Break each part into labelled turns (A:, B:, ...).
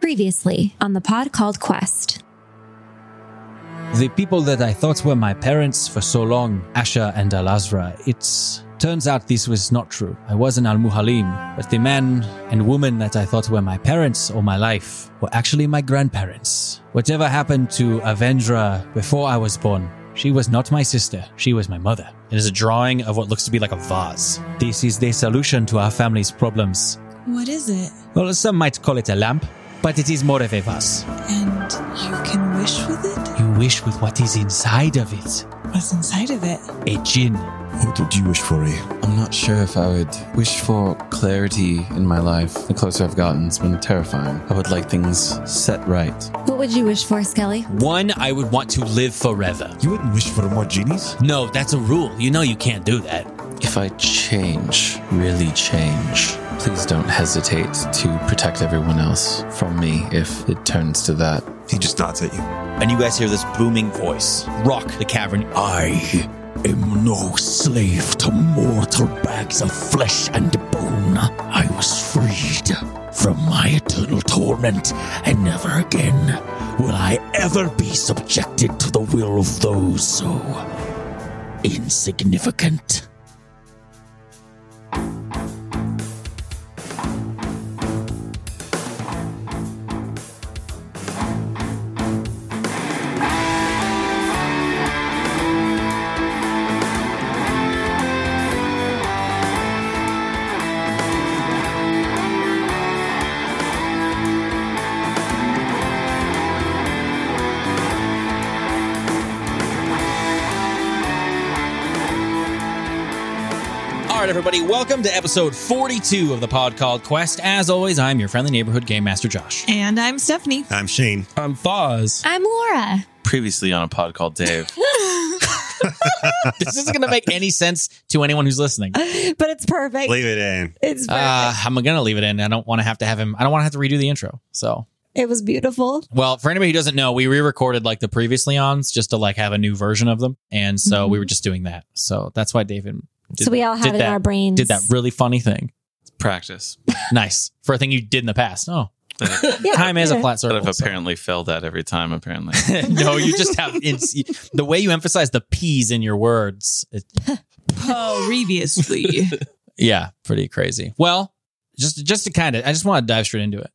A: Previously on the pod called Quest.
B: The people that I thought were my parents for so long, Asha and Al Azra, it turns out this was not true. I was an Al Muhalim, but the man and woman that I thought were my parents all my life were actually my grandparents. Whatever happened to Avendra before I was born, she was not my sister, she was my mother.
C: It is a drawing of what looks to be like a vase.
B: This is the solution to our family's problems.
D: What is it?
B: Well, some might call it a lamp, but it is more of a vase.
D: And you can wish with it?
B: You wish with what is inside of it
D: What's inside of it?
B: a djinn.
E: What would you wish for, eh?
F: I'm not sure if I would wish for clarity in my life. The closer I've gotten, it's been terrifying. I would like things set right.
A: What would you wish for, Skelly?
C: One, I would want to live forever.
E: You wouldn't wish for more genies?
C: No, that's a rule. You know you can't do that.
F: If I change, really change, please don't hesitate to protect everyone else from me if it turns to that.
E: He just nods at you.
C: And you guys hear this booming voice rock the cavern.
G: I am no slave to mortal bags of flesh and bone. I was freed from my eternal torment, and never again will I ever be subjected to the will of those so insignificant.
C: All right, everybody, welcome to episode 42 of the pod called Quest. As always, I'm your friendly neighborhood game master, Josh.
D: And I'm Stephanie.
E: I'm Shane.
C: I'm Foz.
A: I'm Laura.
F: Previously on a pod called Dave.
C: this isn't going to make any sense to anyone who's listening.
H: but it's perfect.
E: Leave it in.
H: It's perfect.
C: Uh, I'm going to leave it in. I don't want to have to have him, I don't want to have to redo the intro. So,
H: it was beautiful.
C: Well, for anybody who doesn't know, we re-recorded like the previously ons just to like have a new version of them, and so we were just doing that. So that's why David did,
H: Mm-hmm. so we all
C: did
H: had it in
C: that,
H: our brains.
C: did that really funny thing.
F: Practice
C: nice for a thing you did in the past. Oh,
H: Yeah,
C: time is a
H: yeah.
C: flat
F: that
C: circle.
F: I've
C: so-
F: apparently failed at every time, apparently.
C: no, you just have it's, the way you emphasize the p's in your words. It,
D: Oh, Previously.
C: yeah, pretty crazy. Well, just just to kind of, I just want to dive straight into it.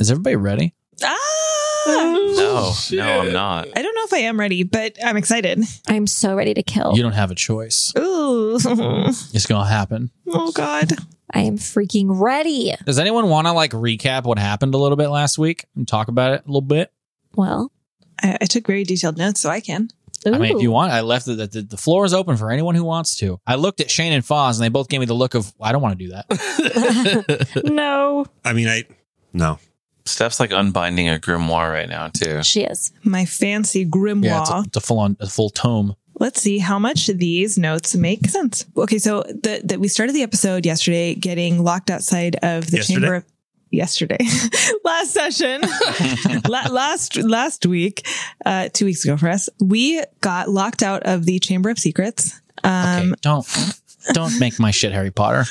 C: Is everybody ready?
D: ah!
F: no, no, I'm not.
D: I don't know if I am ready, but I'm excited.
H: I'm so ready to kill.
C: You don't have a choice.
D: Ooh. oh,
C: It's gonna happen.
D: God.
H: I am freaking ready.
C: Does anyone want to like recap what happened a little bit last week and talk about it a little bit?
H: Well,
D: I, I took very detailed notes, so I can.
C: I mean, if
H: ooh.
C: you want, I left the, the, the floor is open for anyone who wants to. I looked at Shane and Foz, and they both gave me the look of, I don't want to do that.
H: no,
E: I mean, I. No.
F: Steph's like unbinding a grimoire right now, too.
H: she is.
D: My fancy grimoire.
C: Yeah, it's a, it's a full on, a full tome.
D: Let's see how much these notes make sense. Okay, so the, that we started the episode yesterday getting locked outside of the
E: Yesterday?
D: chamber of yesterday last session La- last last week uh two weeks ago for us we got locked out of the chamber of secrets um
C: okay, don't, don't make my shit Harry Potter.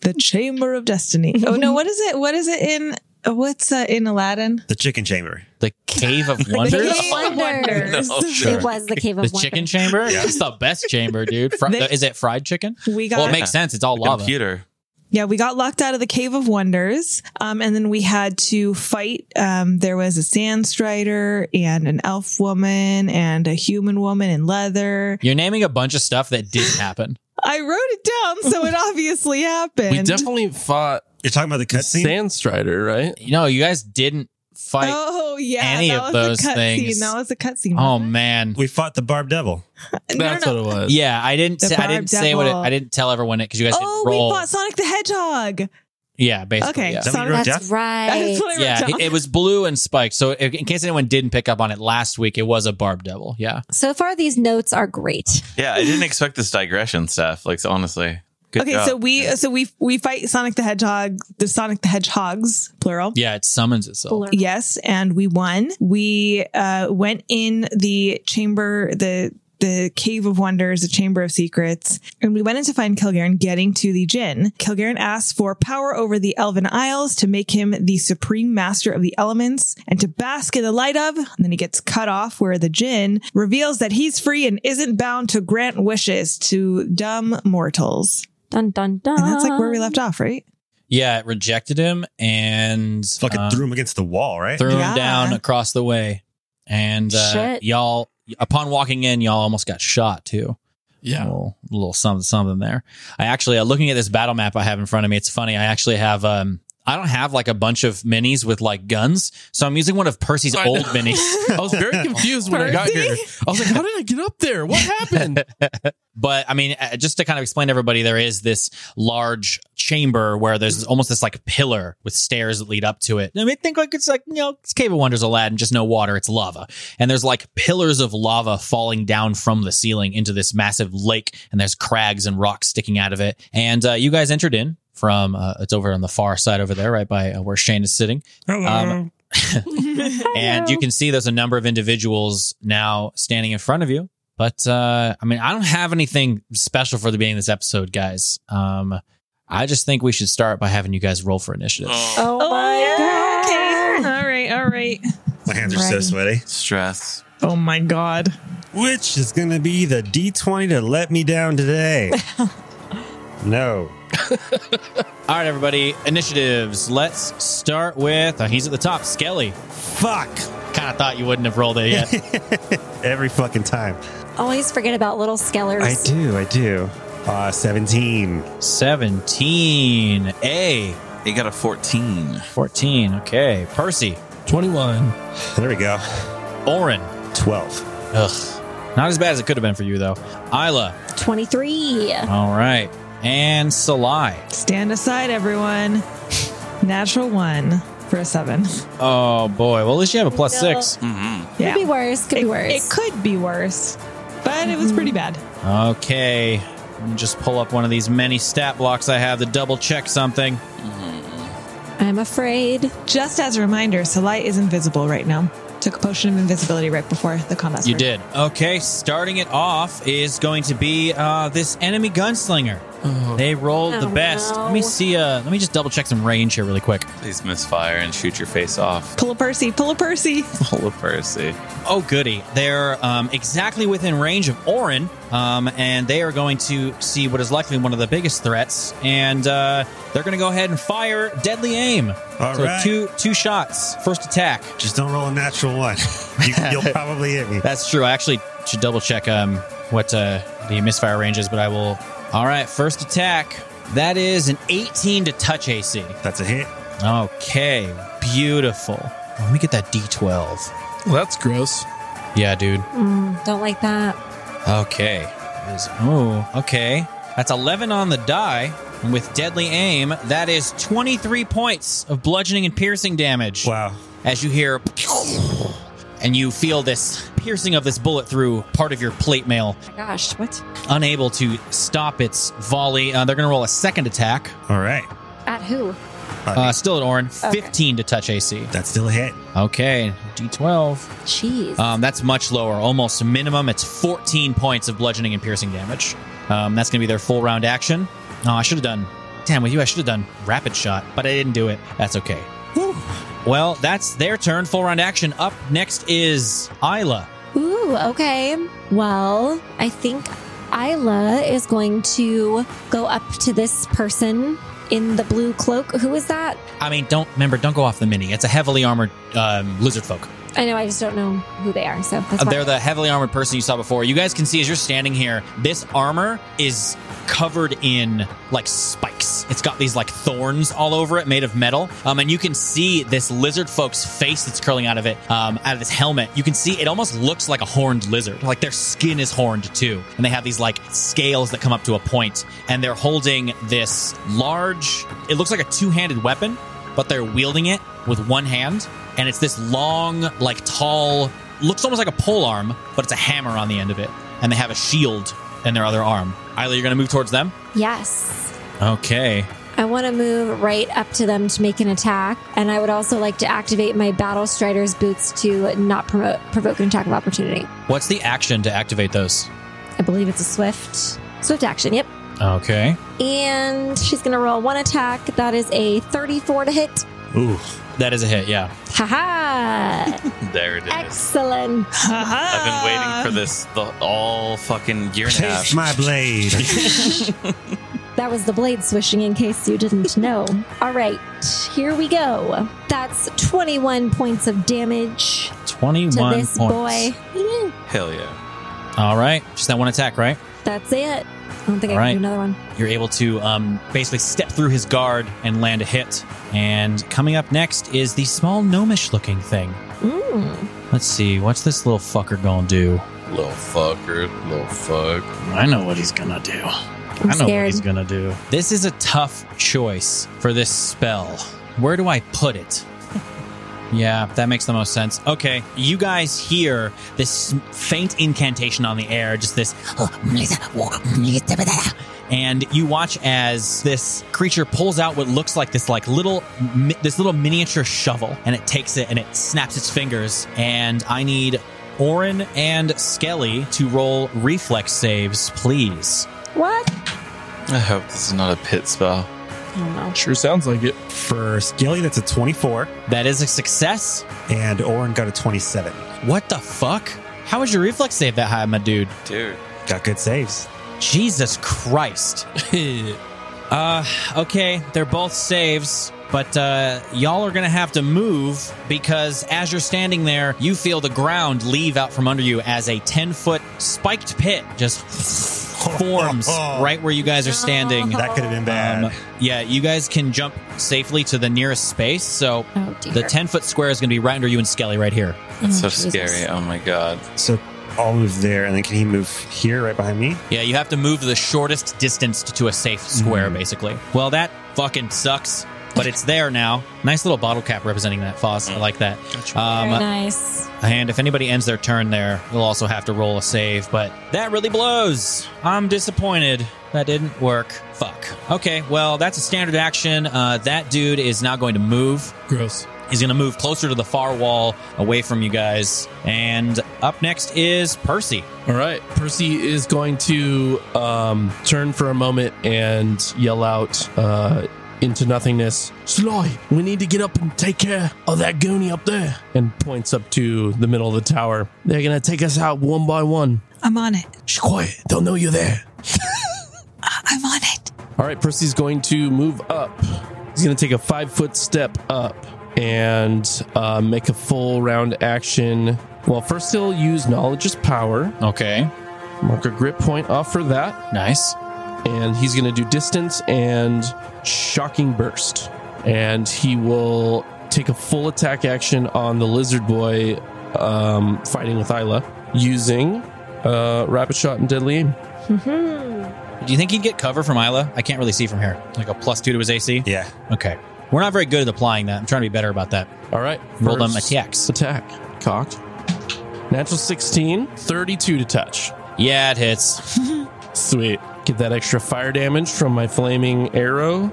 D: the chamber of destiny oh no what is it what is it in uh, what's uh, in aladdin
E: The chicken chamber.
C: The Cave of
H: The
C: Wonders?
H: Cave of
D: Wonders.
H: Wonders.
F: No, sure.
H: It was the Cave of
C: The
H: Wonders.
C: chicken chamber?
E: Yeah.
C: It's the best chamber, dude. Fri-
D: They-
C: is it fried chicken?
D: we got
C: Well, it makes sense. It's all lava.
F: Computer.
D: Yeah, we got locked out of the Cave of Wonders. Um, and then we had to fight. Um, there was a sand strider and an elf woman and a human woman in leather.
C: You're naming a bunch of stuff that didn't happen.
D: I wrote it down, so it obviously happened.
I: We definitely fought
E: You're talking about the cutscene?
I: Sandstrider, right?
C: No, you guys didn't fight. Oh,
D: Oh yeah,
C: any
D: that
C: of
D: was
C: those
D: a cut
C: things. Oh,
D: Scene. That was a cutscene.
C: man.
E: We fought the Barb Devil.
D: No, no,
I: That's
D: no.
I: what it was.
C: Yeah, I didn't.
D: The
C: Say, I
D: Barb
C: didn't say what it,
D: Devil.
C: I didn't tell everyone it because you guys
D: Oh,
C: didn't roll.
D: we fought Sonic the Hedgehog.
C: yeah, basically.
D: Okay,
C: yeah.
E: Is that what you wrote
H: That's
E: down?
H: right.
D: That's what I wrote
C: yeah,
D: down.
C: it, it was blue and spiked. So, if, in case anyone didn't pick up on it last week, it was a barb devil. Yeah,
H: So far, these notes are great.
F: Yeah, I didn't expect this digression, Steph. Like, honestly. Good
D: okay,
F: job.
D: so we so we we fight Sonic the Hedgehog, the Sonic the Hedgehogs, plural.
C: yeah, it summons itself.
D: Yes, and we won. We uh, went in the chamber, the the Cave of Wonders, the Chamber of Secrets, and we went in to find Kilgaren getting to the Jinn. Kilgaren asks for power over the Elven Isles to make him the supreme master of the elements and to bask in the light of. And then he gets cut off where the Jinn reveals that he's free and isn't bound to grant wishes to dumb mortals.
H: Dun dun dun.
D: And that's like where we left off, right?
C: Yeah, it rejected him and
E: Fucking
C: uh,
E: threw him against the wall, right?
C: threw
D: Yeah.
C: him down across the way. And uh,
H: Shit.
C: y'all, upon walking in, y'all almost got shot too. A
I: Yeah.
C: little, little something, something there. I actually, uh, looking at this battle map I have in front of me, it's funny. I actually have, um, I don't have like a bunch of minis with like guns. So I'm using one of Percy's
I: I know.
C: old minis.
I: I was very confused when I got here. I was like, how did I get up there? What happened?
C: But I mean, uh, just to kind of explain to everybody, there is this large chamber where there's almost this like pillar with stairs that lead up to it. I mean, think like it's like, you know, it's Cave of Wonders, Aladdin, just no water, it's lava. And there's like pillars of lava falling down from the ceiling into this massive lake, and there's crags and rocks sticking out of it. And uh, you guys entered in from, uh, it's over on the far side over there, right by uh, where Shane is sitting.
E: Hello.
C: Um, And
H: Hello.
C: you can see there's a number of individuals now standing in front of you. But uh, I mean, I don't have anything special for the beginning of this episode, guys. Um, I just think we should start by having you guys roll for initiative.
H: Oh, my god.
D: All right, all right.
E: My hands are so
H: Ready.
E: sweaty.
F: Stress.
D: Oh my god.
E: Which is going to be the D20 to let me down today? no.
C: All right, everybody, initiatives. Let's start with uh, he's at the top, Skelly.
E: Fuck.
C: Kind of thought you wouldn't have rolled it yet.
E: Every fucking time.
H: Always forget about little skellers.
E: I do. I do. Uh, 17.
C: Seventeen, A,
F: It got a 14.
C: fourteen. Okay, Percy,
I: 21.
E: There we go.
C: Oren.
E: 12.
C: Ugh, not as bad as it could have been for you though. Isla.
H: 23.
C: All right, and Salai.
D: Stand aside, everyone. Natural one for a seven.
C: Oh boy. Well, at least you have a plus
H: No.
C: six.
H: Could be worse. Could
D: It,
H: be worse. Mm-hmm.
D: it could be worse, but it was pretty bad.
C: Mm. Okay. Let me just pull up one of these many stat blocks I have to double check something.
H: I'm afraid.
D: Just as a reminder, Salai is invisible right now. Took a potion of invisibility right before the combat.
C: You
D: started.
C: did. Okay. Starting it off is going to be uh, this enemy gunslinger. They rolled the
H: Oh,
C: best.
H: no.
C: Let me see. Uh, let me just double check some range here really quick.
F: Please misfire and shoot your face off.
D: Pull a Percy, pull a Percy.
F: Pull a Percy.
C: Oh goody. They're um, exactly within range of Orin, um, and they are going to see what is likely one of the biggest threats, and uh, they're going to go ahead and fire deadly aim.
E: All
C: so
E: right.
C: two two shots. First attack.
E: Just don't roll a natural one. You, you'll probably hit me.
C: That's true. I actually should double check um what uh, the misfire range is, but I will. All right, first attack. That is an 18 to touch AC.
E: That's a hit.
C: Okay, beautiful. Let me get that D12.
I: Well, that's gross.
C: Yeah, dude.
H: Mm, don't like that.
C: Okay. That is- Oh, okay. That's 11 on the die. And with deadly aim, that is 23 points of bludgeoning and piercing damage.
E: Wow.
C: as you hear and you feel this piercing of this bullet through part of your plate mail.
H: Oh my gosh, what?
C: Unable to stop its volley, uh, they're going to roll a second attack.
E: All right.
H: At who?
C: Uh, still at Orin,
H: Okay.
C: 15 to touch AC.
E: That's still a hit.
C: Okay, D12.
H: Jeez.
C: Um, that's much lower, almost minimum. It's 14 points of bludgeoning and piercing damage. Um, that's going to be their full round action. Oh, I should have done. Damn, with you, I should have done rapid shot, but I didn't do it. That's okay. Well, that's their turn. Full round action. Up next is Isla.
H: Ooh, okay. Well, I think Isla is going to go up to this person in the blue cloak. Who is that?
C: I mean, don't remember. Don't go off the mini. It's a heavily armored um, lizard folk.
H: I know, I just don't know who they are. So that's
C: Uh,
H: why.
C: They're the heavily armored person you saw before. You guys can see as you're standing here, this armor is covered in like spikes. It's got these like thorns all over it, made of metal. Um, and you can see this lizard folk's face that's curling out of it, um, out of this helmet. You can see it almost looks like a horned lizard. Like their skin is horned too, and they have these like scales that come up to a point, and they're holding this large. It looks like a two-handed weapon, but they're wielding it with one hand, and it's this long, like tall looks almost like a pole arm, but it's a hammer on the end of it, and they have a shield in their other arm. Isla, you're going to move towards them.
H: yes.
C: Okay.
H: I want to move right up to them to make an attack, and I would also like to activate my Battle Strider's boots to not promote, provoke an attack of opportunity.
C: What's the action to activate those?
H: I believe it's a swift swift action. Yep.
C: Okay.
H: And she's going to roll one attack. That is a 34 to hit.
C: Ooh. That is a hit, yeah.
H: Haha!
J: There it is.
H: Excellent.
J: I've been waiting
D: Uh.
J: for this the, all fucking year and a half.
E: Taste my blade.
H: That was the blade swishing in case you didn't know. All right, here we go. That's 21 points of damage
C: 21
H: to this
C: points.
H: boy.
J: Hell yeah.
C: All right. Just that one attack, right?
H: That's it. I don't think I
C: All right.
H: can do another one.
C: You're able to um, basically step through his guard and land a hit. And coming up next is the small gnomish looking thing.
H: Mm.
C: Let's see, what's this little fucker gonna do?
J: Little fucker, little fuck.
C: I know what he's gonna do.
H: I'm scared.
C: gonna do. This is a tough choice for this spell. Where do I put it? Yeah, that makes the most sense. Okay, you guys hear this faint incantation on the air, just this, and you watch as this creature pulls out what looks like this like little mi- this little miniature shovel, and it takes it and it snaps its fingers. And I need Orin and Skelly to roll reflex saves, please.
H: What?
F: I hope this is not a pit spell.
H: Oh,
I: Sure sounds like it.
E: For Skelly, that's a 24,
C: That is a success.
E: and Oren got a 27.
C: What the fuck? How is your reflex save that high, my dude?
J: Dude.
E: Got good saves.
C: Jesus Christ. uh, okay, they're both saves, but uh, y'all are gonna have to move because as you're standing there, you feel the ground leave out from under you as a 10 foot spiked pit just forms right where you guys are standing.
E: That could have been bad.
C: Um, yeah, you guys can jump safely to the nearest space, so.
H: Oh, dear.
C: The 10 foot square is going to be right under you and Skelly right here.
J: That's so
H: Oh, Jesus.
J: scary. Oh my god.
E: so I'll move there, and then can he move here right behind me?
C: Yeah, you have to move the shortest distance to a safe square, basically. Well, that fucking sucks, but it's there now. Nice little bottle cap representing that, Foss. I like that.
H: Very
C: Um,
H: nice.
C: and if anybody ends their turn there, you'll also have to roll a save, but that really blows. I'm disappointed. That didn't work. Fuck. Okay, well, that's a standard action. Uh, that dude is now going to move.
I: Gross.
C: He's going to move closer to the far wall away from you guys. And up next is Percy.
I: All right. Percy is going to um, turn for a moment and yell out uh, into nothingness Sly, we need to get up and take care of that goonie up there. And points up to the middle of the tower. They're going to take us out one by one.
D: I'm on it.
I: Shh, quiet. They'll know you're there.
D: I'm on it.
I: All right, Percy's going to move up. He's going to take a five foot step up and uh, make a full round action. Well, first he'll use knowledge as power.
C: Okay,
I: Mark a grip point off for that.
C: nice.
I: and he's going to do distance and shocking burst. And he will take a full attack action on the lizard boy um, fighting with Isla using uh, rapid shot and deadly aim.
C: Do you think he'd get cover from Isla? I can't really see from here. Like a plus two to his AC?
E: Yeah.
C: Okay. We're not very good at applying that. I'm trying to be better about that.
I: All right.
C: Roll them
I: first
C: attacks.
I: Attack. Cocked. Natural 16, 32 to touch.
C: Yeah, it hits.
I: Sweet. Get that extra fire damage from my flaming arrow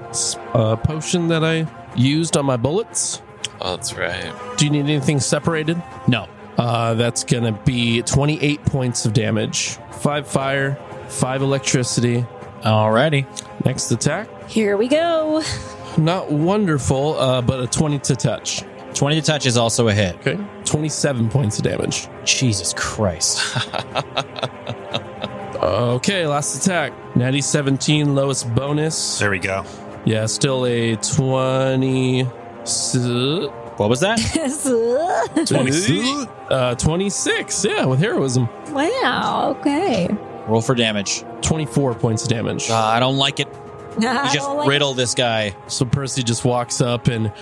I: uh, potion that I used on my bullets.
J: Oh, that's right.
I: Do you need anything separated?
C: No.
I: Uh, that's gonna be 28 points of damage. Five fire, five electricity.
C: Alrighty.
I: Next attack,
H: Here we go.
I: not wonderful, uh, but a 20 to touch.
C: 20 to touch is also a hit.
I: Okay, 27 points of damage.
C: Jesus Christ.
I: Okay, last attack. Natty 17, lowest bonus.
E: There we go.
I: Yeah, still a 20.
C: What was that?
I: Uh, 26, yeah, with heroism.
H: wow. Okay.
C: Roll for damage.
I: 24 points of damage.
C: Uh, I don't like it. You
H: I
C: just
H: don't like-
C: riddle this guy.
I: So Percy just walks up and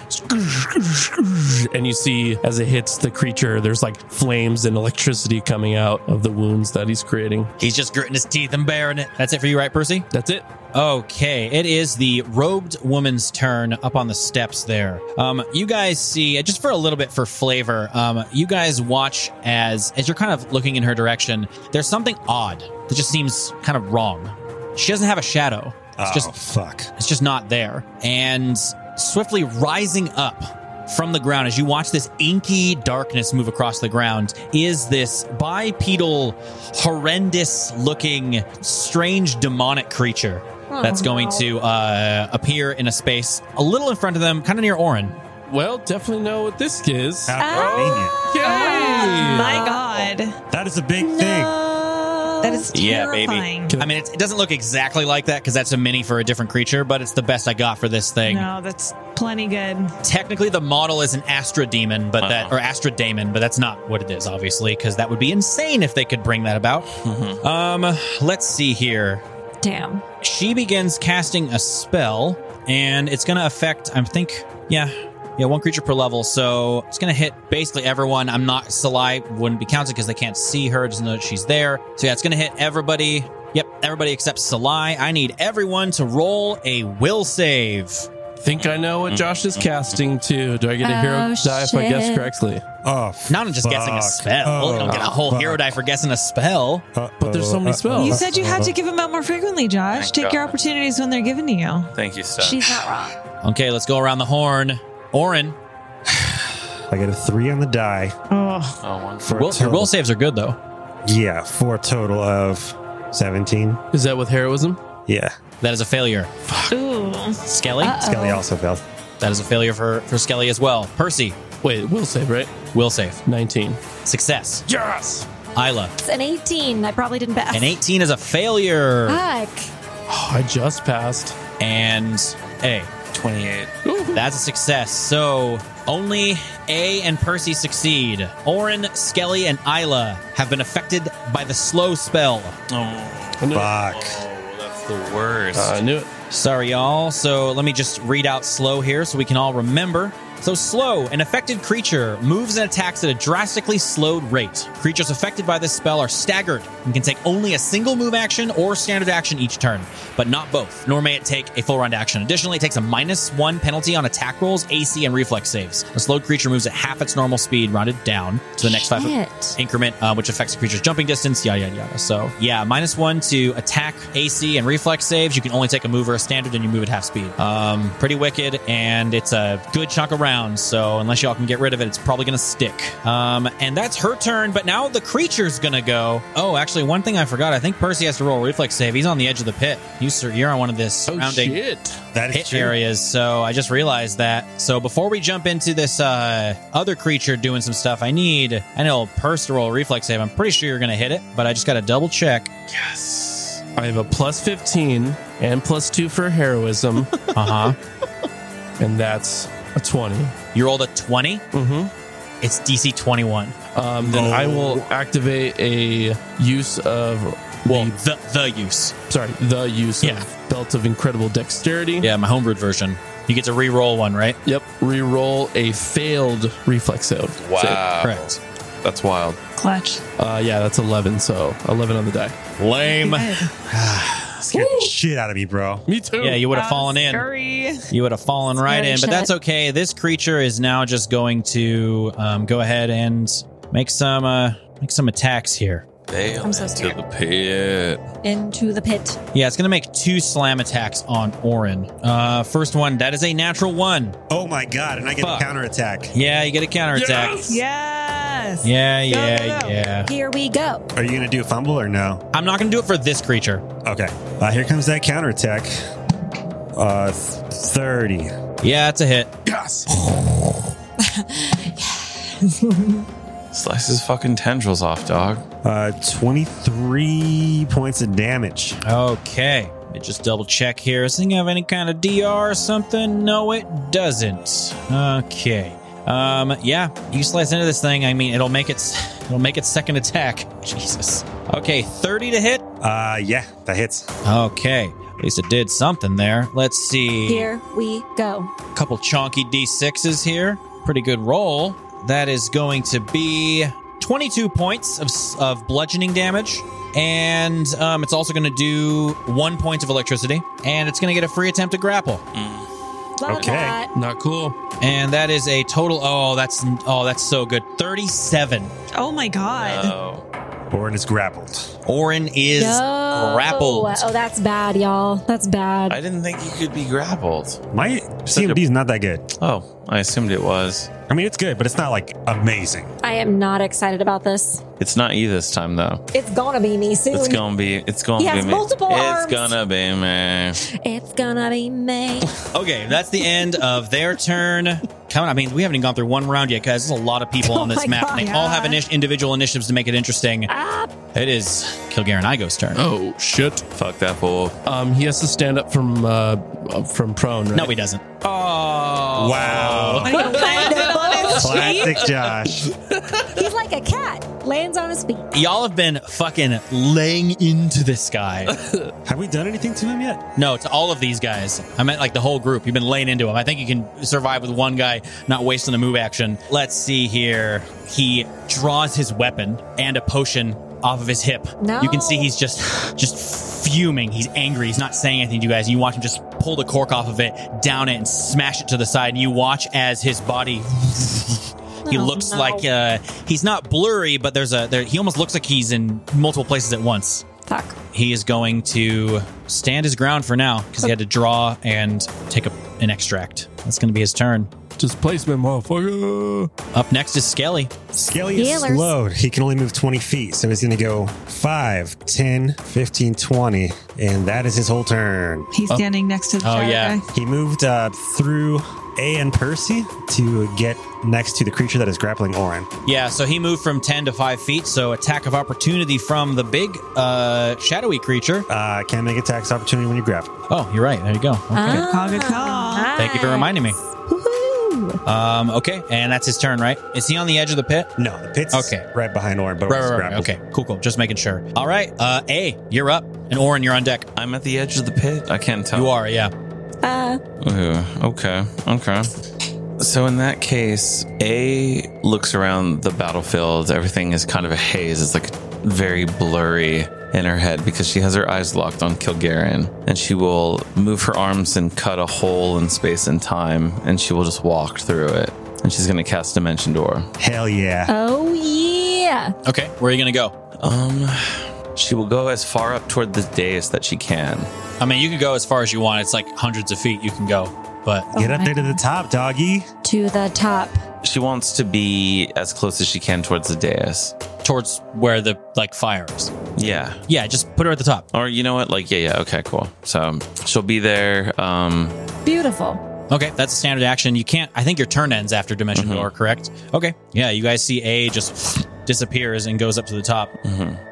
I: and you see as it hits the creature, there's like flames and electricity coming out of the wounds that he's creating.
C: He's just gritting his teeth and bearing it. That's it for you, right, Percy?
I: That's it.
C: Okay, it is the robed woman's turn up on the steps there. Um, you guys see, just for a little bit for flavor, um, you guys watch as as you're kind of looking in her direction. There's something odd that just seems kind of wrong. She doesn't have a shadow. It's
E: oh,
C: just
E: fuck.
C: it's just not there. And swiftly rising up from the ground as you watch this inky darkness move across the ground is this bipedal, horrendous looking, strange demonic creature that's going to uh, appear in a space a little in front of them, kind of near Orin.
I: Well, definitely know what this is.
E: How
D: Ah.
E: convenient.
D: Oh
I: Yay!
D: My God,
E: That is a big thing.
D: that is
J: Yeah, baby.
D: terrifying.
C: I mean, it's, it doesn't look exactly like that because that's a mini for a different creature, but it's the best I got for this thing.
D: No, that's plenty good.
C: Technically, the model is an Astra demon, but that or Astra daemon, but that's not what it is, obviously, because that would be insane if they could bring that about. Um, let's see here.
A: Damn.
C: She begins casting a spell, and it's going to affect. I think, yeah, yeah, one creature per level. So it's going to hit basically everyone. I'm not Salai wouldn't be counted because they can't see her, doesn't know that she's there. So yeah, it's going to hit everybody. Yep, everybody except Salai. I need everyone to roll a will save.
I: Think I know what Josh is casting too. Do I get a hero
A: Oh,
I: die if I guess
A: shit.
I: correctly?
E: Oh,
C: Not just guessing a
E: fuck. Oh,
C: spell. you don't get a whole
E: fuck.
C: hero die for guessing a spell.
I: But there's so many spells.
D: You
C: Uh-huh.
D: said you had to give them out more frequently, Josh.
J: Thank
D: Take your
J: God.
D: opportunities when they're given to you.
J: Thank you, Steph.
H: She's not wrong.
C: Okay, let's go around the horn. Orin,
E: I got a three on the die.
D: Oh,
J: oh, one.
E: For a
C: will, your
E: total-
C: will saves are good though.
E: Yeah, for a total of 17.
I: Is that with heroism?
E: Yeah.
C: That is a failure.
D: ooh.
C: Skelly,
E: Skelly also failed.
C: that is a failure for, for Skelly as well. Percy,
I: Wait, will save, right?
C: will save.
I: 19.
C: Success.
I: Yes!
C: Isla,
H: It's an 18. I probably didn't pass.
C: an 18 is a failure.
H: Uh. Fuck.
I: Oh, I just passed.
C: And A,
J: 28.
C: that's a success. So only A and Percy succeed. Orin, Skelly, and Isla have been affected by the slow spell.
J: Oh,
I: I knew it.
E: Fuck.
J: that's the worst.
I: I knew it.
C: Sorry, y'all. So let me just read out slow here so we can all remember. So, slow, an affected creature moves and attacks at a drastically slowed rate. Creatures affected by this spell are staggered and can take only a single move action or standard action each turn, but not both, nor may it take a full round action. Additionally, it takes a minus one penalty on attack rolls, AC, and reflex saves. A slowed creature moves at half its normal speed, rounded down to the next five
A: Shit.
C: increment, uh, which affects the creature's jumping distance, yada, yada, yada. So, yeah, minus one to attack, AC, and reflex saves. You can only take a move or a standard, and you move at half speed. Um, pretty wicked, and it's a good chunk of rounds. So, unless y'all can get rid of it, it's probably going to stick. Um, and that's her turn, but now the creature's going to go. Oh, actually, one thing I forgot. I think Percy has to roll a reflex save. He's on the edge of the pit. You, sir, you're on one of this
I: Oh,
C: surrounding
I: shit.
E: That is
C: hit
E: true.
C: areas. So I just realized that. So before we jump into this uh, other creature doing some stuff, I need I know purse to roll a reflex save. I'm pretty sure you're gonna hit it, but I just gotta double check.
I: Yes. I have a plus 15 and plus 2 for heroism,
C: Uh huh.
I: and that's a 20.
C: you rolled a twenty.
I: Mm-hmm.
C: It's DC twenty one.
I: Um, then I will activate a use of.
C: Well,
I: the-
C: the the use.
I: sorry, the use
C: Yeah.
I: of Belt of Incredible Dexterity.
C: Yeah, my homebrewed version. You get to re-roll one, right?
I: Yep. Reroll a failed reflex save.
J: wow.
C: Correct.
J: That's wild.
D: Clutch.
I: Uh, yeah, that's 11. So 11 on the die.
C: Lame.
D: Good.
E: Scared the shit out of me, bro.
I: Me too.
C: Yeah, you would have fallen in.
D: Sorry.
C: You would have fallen right
A: Scary
C: in, but
A: shit.
C: that's okay. This creature is now just going to um, go ahead and make some uh, make some attacks here.
J: They
H: I'm so scared.
J: the pit.
H: Into the pit.
C: Yeah, it's gonna make two slam attacks on Orin. Uh, first one, that is a natural one.
E: Oh my god, and I get
C: Fuck.
E: a counterattack.
C: Yeah, you get a counterattack.
D: Yes.
C: Yeah, yeah,
D: Go, go, go.
C: yeah.
H: Here we go.
E: Are you gonna do a fumble or no?
C: I'm not gonna do it for this creature.
E: Okay. Uh, here comes that counterattack. Uh, th- 30.
C: Yeah, it's a hit.
J: Slices fucking tendrils off, dog.
E: Uh, 23 points of damage.
C: Okay. Let me just double check here. Does this thing have any kind of DR or something? No, it doesn't. Okay. Um, yeah, you slice into this thing. I mean, it'll make its it'll make its second attack. Jesus. Okay, 30 to hit.
E: Uh, yeah, that hits.
C: Okay. At least it did something there. Let's see.
H: Here we go.
C: couple chonky d6s here. Pretty good roll. That is going to be 22 points of, of bludgeoning damage. And um, it's also going to do one point of electricity. And it's going to get a free attempt to grapple.
H: Love
E: Okay.
H: that.
I: Not cool.
C: And that is a total. Oh, that's oh, that's so good. 37.
D: Oh my God.
J: Oh.
E: Orin is grappled.
C: Orin is
H: No.
C: grappled.
H: Oh, that's bad, y'all. That's bad.
J: I didn't think you could be grappled.
E: My CMD is not that good.
J: Oh, I assumed it was.
E: I mean, it's good, but it's not like amazing.
H: I am not excited about this.
J: It's not you this time though.
H: It's gonna be me soon.
J: It's gonna be. It's gonna
H: He
J: be
H: has
J: me.
H: multiple
J: it's
H: arms.
J: gonna be me.
H: It's gonna be me.
C: Okay, that's the end of their turn. Come on, I mean, we haven't even gone through one round yet, guys. There's a lot of people on this
H: Oh my
C: map,
H: God.
C: and they all have init- individual initiatives to make it interesting. It is Kilgaren Igo's turn.
I: Oh shit!
J: Fuck that fool.
I: Um, he has to stand up from uh from prone. Right?
C: No, he doesn't.
I: Oh.
E: Wow. Classic Josh.
H: He's like a cat, lands on his feet.
C: Y'all have been fucking laying into this guy.
E: Have we done anything to him yet?
C: No, to all of these guys. I meant like the whole group. You've been laying into him. I think you can survive with one guy not wasting a move action. Let's see here. He draws his weapon and a potion off of his hip.
H: No.
C: You can see he's just just fuming. He's angry. He's not saying anything to you guys. You watch him just pull the cork off of it, down it, and smash it to the side. And you watch as his body he
H: Oh,
C: looks
H: no.
C: like uh, he's not blurry, but there's a there, he almost looks like he's in multiple places at once.
H: Fuck.
C: He is going to stand his ground for now because he had to draw and take a, an extract. That's going to be his turn.
I: Displacement, motherfucker.
C: Up next is Skelly.
E: Skelly is
H: Healers.
E: slowed. He can only move 20 feet, so he's going to go 5, 10, 15, 20, and that is his whole turn.
D: He's standing next to the
C: Oh,
D: shadow
C: yeah.
D: guy.
E: He moved uh, through A and Percy to get next to the creature that is grappling Orin.
C: Yeah, so he moved from 10 to 5 feet, so attack of opportunity from the big uh, shadowy creature.
E: Uh, can't make attacks opportunity when you grab.
C: Oh, you're right. There you go. Okay.
H: Ah,
D: call, good call.
H: nice.
C: Thank you for reminding me.
H: Woohoo.
C: Um, okay, and that's his turn, right? Is he on the edge of the pit?
E: No, the pit's
C: Okay.
E: right behind Orin, but
C: Right,
E: Orin's
C: right, right.
E: grappled.
C: Okay, cool, cool. Just making sure. All right, uh, A, you're up. And Orin, you're on deck.
J: I'm at the edge of the pit. I can't tell.
C: You are, yeah.
H: Uh,
J: Ooh, okay. Okay. So in that case, A looks around the battlefield. Everything is kind of a haze. It's like very blurry in her head because she has her eyes locked on Kilgarian. And she will move her arms and cut a hole in space and time, and she will just walk through it. And she's gonna cast Dimension Door.
E: Hell yeah.
H: oh yeah.
C: Okay, where are you going to go?
J: Um she will go as far up toward the dais that she can.
C: I mean, you can go as far as you want. It's like hundreds of feet you can go, but
E: Get up there to the top, doggy.
H: To the top.
J: She wants to be as close as she can towards the dais.
C: towards where the like fire is.
J: Yeah.
C: Yeah, just put her at the top.
J: Or you know what? Like, yeah, yeah, okay, cool. So um, she'll be there. Um,
H: Beautiful.
C: Okay, that's a standard action. You can't. I think your turn ends after Dimension
J: Mhm.
C: Door, correct? Okay. Yeah, you guys see A just disappears and goes up to the top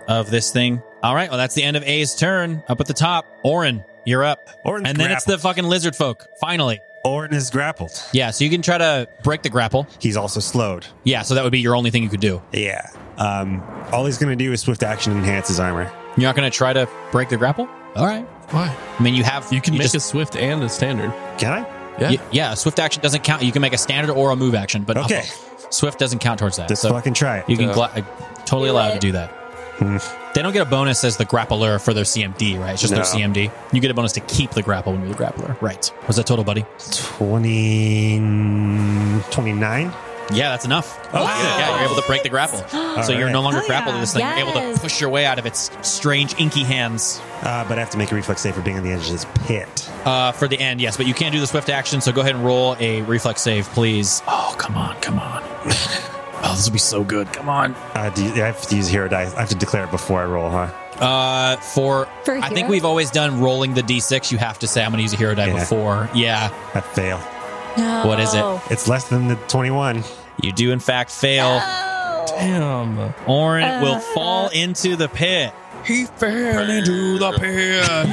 C: of this thing. All right. Well, that's the end of A's turn. Up at the top, Orin, you're up.
E: Orin's
C: and then it's the
E: grappled.
C: fucking lizard folk. Finally.
E: Orin is grappled.
C: Yeah. So you can try to break the grapple.
E: He's also slowed.
C: Yeah. So that would be your only thing you could do.
E: Yeah. Um, all he's going to do is swift action and enhance his armor.
C: You're not going to try to break the grapple. All right.
I: Why?
C: I mean, you have
I: You can make
C: just-
I: a swift and a standard.
E: Can I?
I: Yeah.
C: Y- yeah, a swift action doesn't count. You can make a standard or a move action, but uh,
E: Okay.
C: swift doesn't count towards that.
E: Let's
C: so
E: fucking try it.
C: you
I: uh,
C: can gla- uh, totally allowed to do that.
I: Hmm.
C: They don't get a bonus as the grappler for their CMD, right? It's just their
E: No.
C: CMD. You get a bonus to keep the grapple when you're the grappler, right? Was that total, buddy?
E: 20, 29.
C: Yeah, that's enough.
I: Oh,
C: Yeah, you're able to break the grapple, so you're
E: right.
C: no longer
D: Hell
C: grappled to
D: yeah.
C: this thing. You're able to
H: Yes.
C: push your way out of its strange inky hands
E: Uh, but I have to make a reflex save for being on the edge of this pit.
C: uh, for the end. Yes, but you can do the swift action, so go ahead and roll a reflex save, please. Oh, come on, come on. oh, this will be so good. Come on.
E: Uh, do you, I have to use hero dice. I have to declare it before I roll, huh?
C: Uh, for,
H: For
C: I think
H: hero?
C: we've always done rolling the d6. You have to say I'm going to use a hero die
E: Yeah.
C: before. Yeah,
E: I fail.
H: No.
C: What is
H: Oh.
C: it?
E: It's less than the 21.
C: you do in fact fail.
I: Damn.
C: Orin will
H: Uh.
C: fall into the pit.
I: He fell into the pit.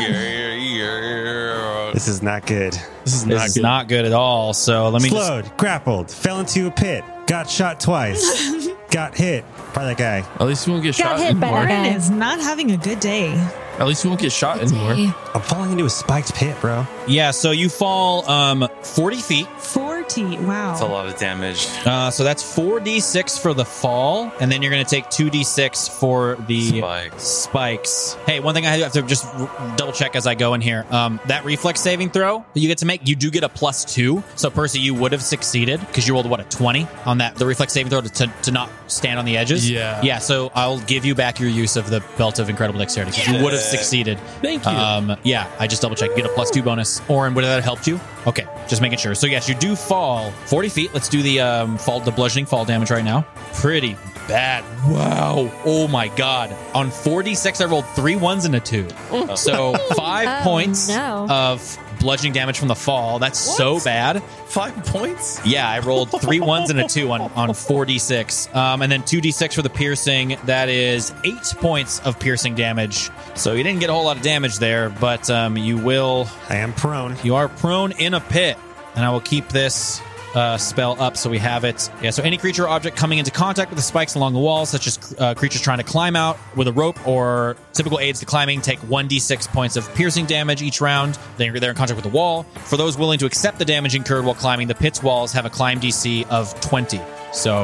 E: This is not good.
I: this is
C: This
I: not
C: is
I: good.
C: not good at all. So let me just.
E: Slowed, grappled, fell into a pit, got shot twice, got hit by that guy.
I: At least you won't get
H: Got
I: shot
H: hit by
I: anymore.
H: that.
D: Orin is not having a good day.
I: At least you won't get shot anymore.
H: Hey,
E: I'm falling into a spiked pit, bro.
C: Yeah, so you fall um 40 feet.
D: Forty 20. Wow.
J: That's a lot of damage.
C: Uh, so that's 4d6 for the fall, and then you're going to take 2d6 for the
J: Spikes.
C: spikes. Hey, one thing I have to just r- double check as I go in here. Um, that reflex saving throw that you get to make, you do get a plus two. So, Percy, you would have succeeded because you rolled, what, a 20 on that, the reflex saving throw to, to, to not stand on the edges?
I: Yeah.
C: Yeah, so I'll give you back your use of the Belt of Incredible Dexterity 'cause you would have succeeded.
I: Thank you.
C: Um, yeah, I just double checked. You get a plus two bonus. Orin, would that have helped you? Okay, just making sure. So yes, you do fall forty feet. Let's do the um, fall, the bludgeoning fall damage right now. Pretty bad. Wow. Oh my god. On forty six, I rolled three ones and a two. So five
H: Oh,
C: points
H: no.
C: of bludgeoning damage from the fall. That's so bad.
J: Five points?
C: Yeah, I rolled three ones and a two on, on 4d6. Um, and then 2d6 for the piercing. That is eight points of piercing damage. So you didn't get a whole lot of damage there, but um, you will.
E: I am prone.
C: You are prone in a pit. And I will keep this. Uh, spell up so we have it. Yeah, so any creature or object coming into contact with the spikes along the wall, such as uh, creatures trying to climb out with a rope or typical aids to climbing, take 1d6 points of piercing damage each round. Then they're in contact with the wall. For those willing to accept the damage incurred while climbing, the pit's walls have a climb DC of 20. So,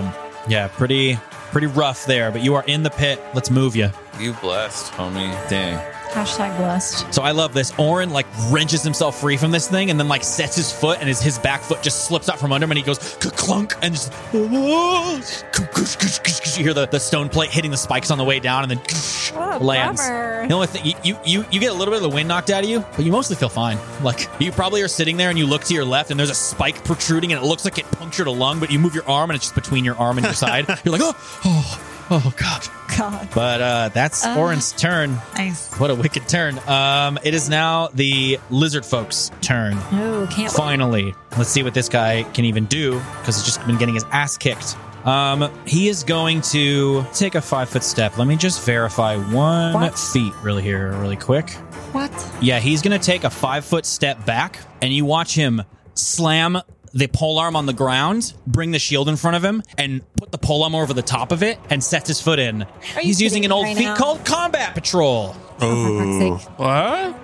C: yeah, pretty pretty rough there, but you are in the pit. Let's move you.
J: You blessed, homie. Dang.
A: Hashtag blessed.
C: So I love this. Orin like wrenches himself free from this thing and then like sets his foot and his, his back foot just slips out from under him and he goes clunk and just you hear the, the stone plate hitting the spikes on the way down and then lands.
H: bummer.
C: The only thing you, you you get a little bit of the wind knocked out of you, but you mostly feel fine. Like you probably are sitting there and you look to your left and there's a spike protruding and it looks like it punctured a lung, but you move your arm and it's just between your arm and your side. You're like oh oh oh god.
D: God.
C: But uh, that's Orin's turn.
D: Nice.
C: What a wicked turn. Um, it is now the lizard folks' turn.
A: Oh, can't wait.
C: Finally, let's see what this guy can even do because he's just been getting his ass kicked. Um, he is going to take a five foot step. Let me just verify one
A: What?
C: feet really here, really quick.
A: What?
C: Yeah, he's going to take a five foot step back, and you watch him slam the polearm on the ground, bring the shield in front of him, and put the polearm over the top of it, and sets his foot in. He's using
A: kidding
C: an old
A: right
C: feat
A: now?
C: called Combat Patrol.
E: Oh,
I: What?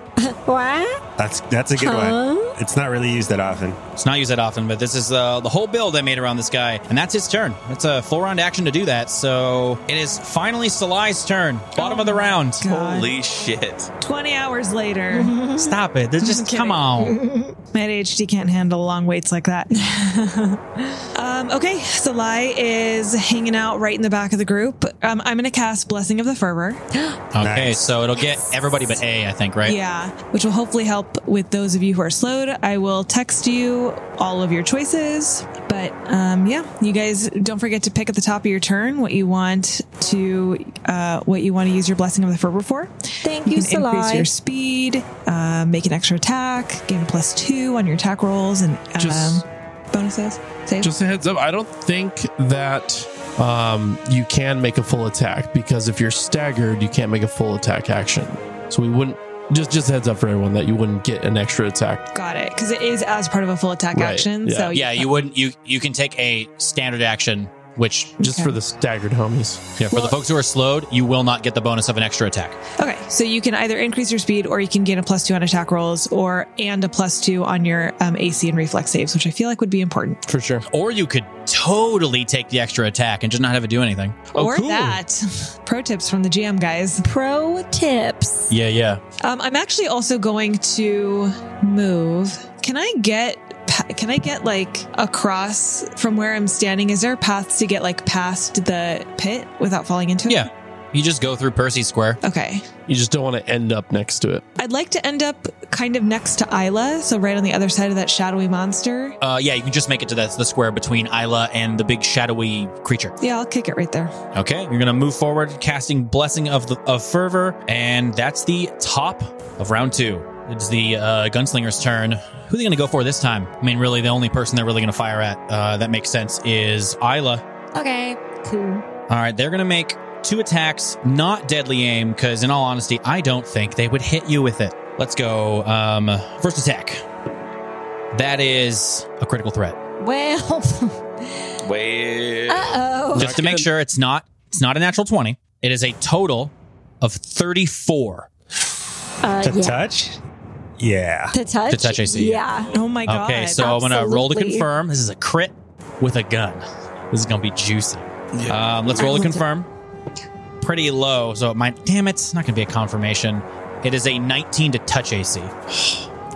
H: What?
E: that's that's a good
H: Huh?
E: one. It's not really used that often.
C: It's not used that often, but this is uh, the whole build I made around this guy, and that's his turn. It's a full round action to do that, so it is finally Salai's turn. Bottom of the round.
D: Oh God.
J: Holy shit.
D: 20 hours
H: Mm-hmm.
D: later.
C: Oh, Stop it! This just come on.
D: My ADHD can't handle long waits like that. um, okay, so Lai is hanging out right in the back of the group. Um, I'm going to cast Blessing of the Fervor.
C: Okay,
E: Nice.
C: so it'll get everybody but A, I think, right?
D: Yeah, which will hopefully help with those of you who are slowed. I will text you all of your choices. But um, yeah, you guys don't forget to pick at the top of your turn what you want to uh, what you want to use your blessing of the fervor for.
H: Thank
D: You
H: you,
D: can increase your
H: Salai.
D: speed, uh, make an extra attack, gain a plus two on your attack rolls and um,
I: Just-
D: bonuses. Save.
I: Just a heads up, I don't think that um, you can make a full attack because if you're staggered, you can't make a full attack action. So we wouldn't. Just just a heads up for everyone that you wouldn't get an extra attack.
D: Got it. Because it is as part of a full attack
I: Right,
D: action.
I: yeah.
D: So
C: Yeah, you wouldn't. You you can take a standard action, which
I: Just
D: Okay.
I: for the staggered homies.
C: yeah, for the folks who are slowed, you will not get the bonus of an extra attack.
D: Okay, so you can either increase your speed, or you can gain a plus two on attack rolls, or and a plus two on your um, AC and reflex saves, which I feel like would be important.
I: For sure.
C: Or you could totally take the extra attack and just not have it do anything.
I: Oh,
D: or that. Pro tips from the GM guys.
H: Pro tips.
C: Yeah, yeah.
D: Um, I'm actually also going to move. Can I get? pa- Can I get like across from where I'm standing? Is there paths to get like past the pit without falling into it?
C: Yeah. You just go through Percy Square.
D: Okay.
I: You just don't want to end up next to it.
D: I'd like to end up kind of next to Isla, so right on the other side of that shadowy monster.
C: Uh, yeah, you can just make it to the, the square between Isla and the big shadowy creature.
D: Yeah, I'll kick it right there.
C: Okay, you're gonna move forward, casting blessing of the of fervor, and that's the top of round two. It's the uh, gunslinger's turn. Who are they gonna go for this time? I mean, really, the only person they're really gonna fire at uh, that makes sense is Isla.
H: Okay. Cool.
C: All right, they're gonna make two attacks, not deadly aim, because in all honesty, I don't think they would hit you with it. Let's go. Um, first attack. That is a critical threat.
H: Well,
J: Wait.
D: Ah.
H: uh oh.
C: just to make sure it's not it's not a natural 20 it is a total of 34
H: Uh,
E: To
H: yeah.
E: touch? Yeah.
H: To touch?
C: To touch AC,
H: Yeah.
D: Oh my god.
C: Okay, so I'm gonna roll to
H: Absolutely.
C: confirm. This is a crit with a gun. This is gonna be juicy. Um, let's roll to confirm. Pretty low, so it might. Damn it, it's not gonna be a confirmation. It is a 19 to touch AC.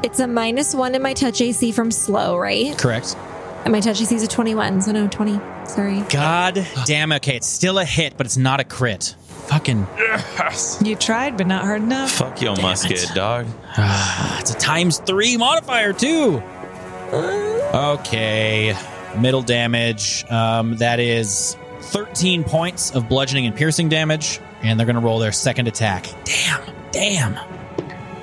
H: It's a minus one in my touch AC from slow, right?
C: Correct.
H: And my touch AC is a 21, so no, 20. Sorry.
C: God damn. Okay, it's still a hit, but it's not a crit. Fucking.
D: You tried, but not hard enough.
J: Fuck your musket, dog.
C: It's a times three modifier too. Okay, middle damage. Um, that is 13 points of bludgeoning and piercing damage, and they're gonna roll their second attack. Damn, damn.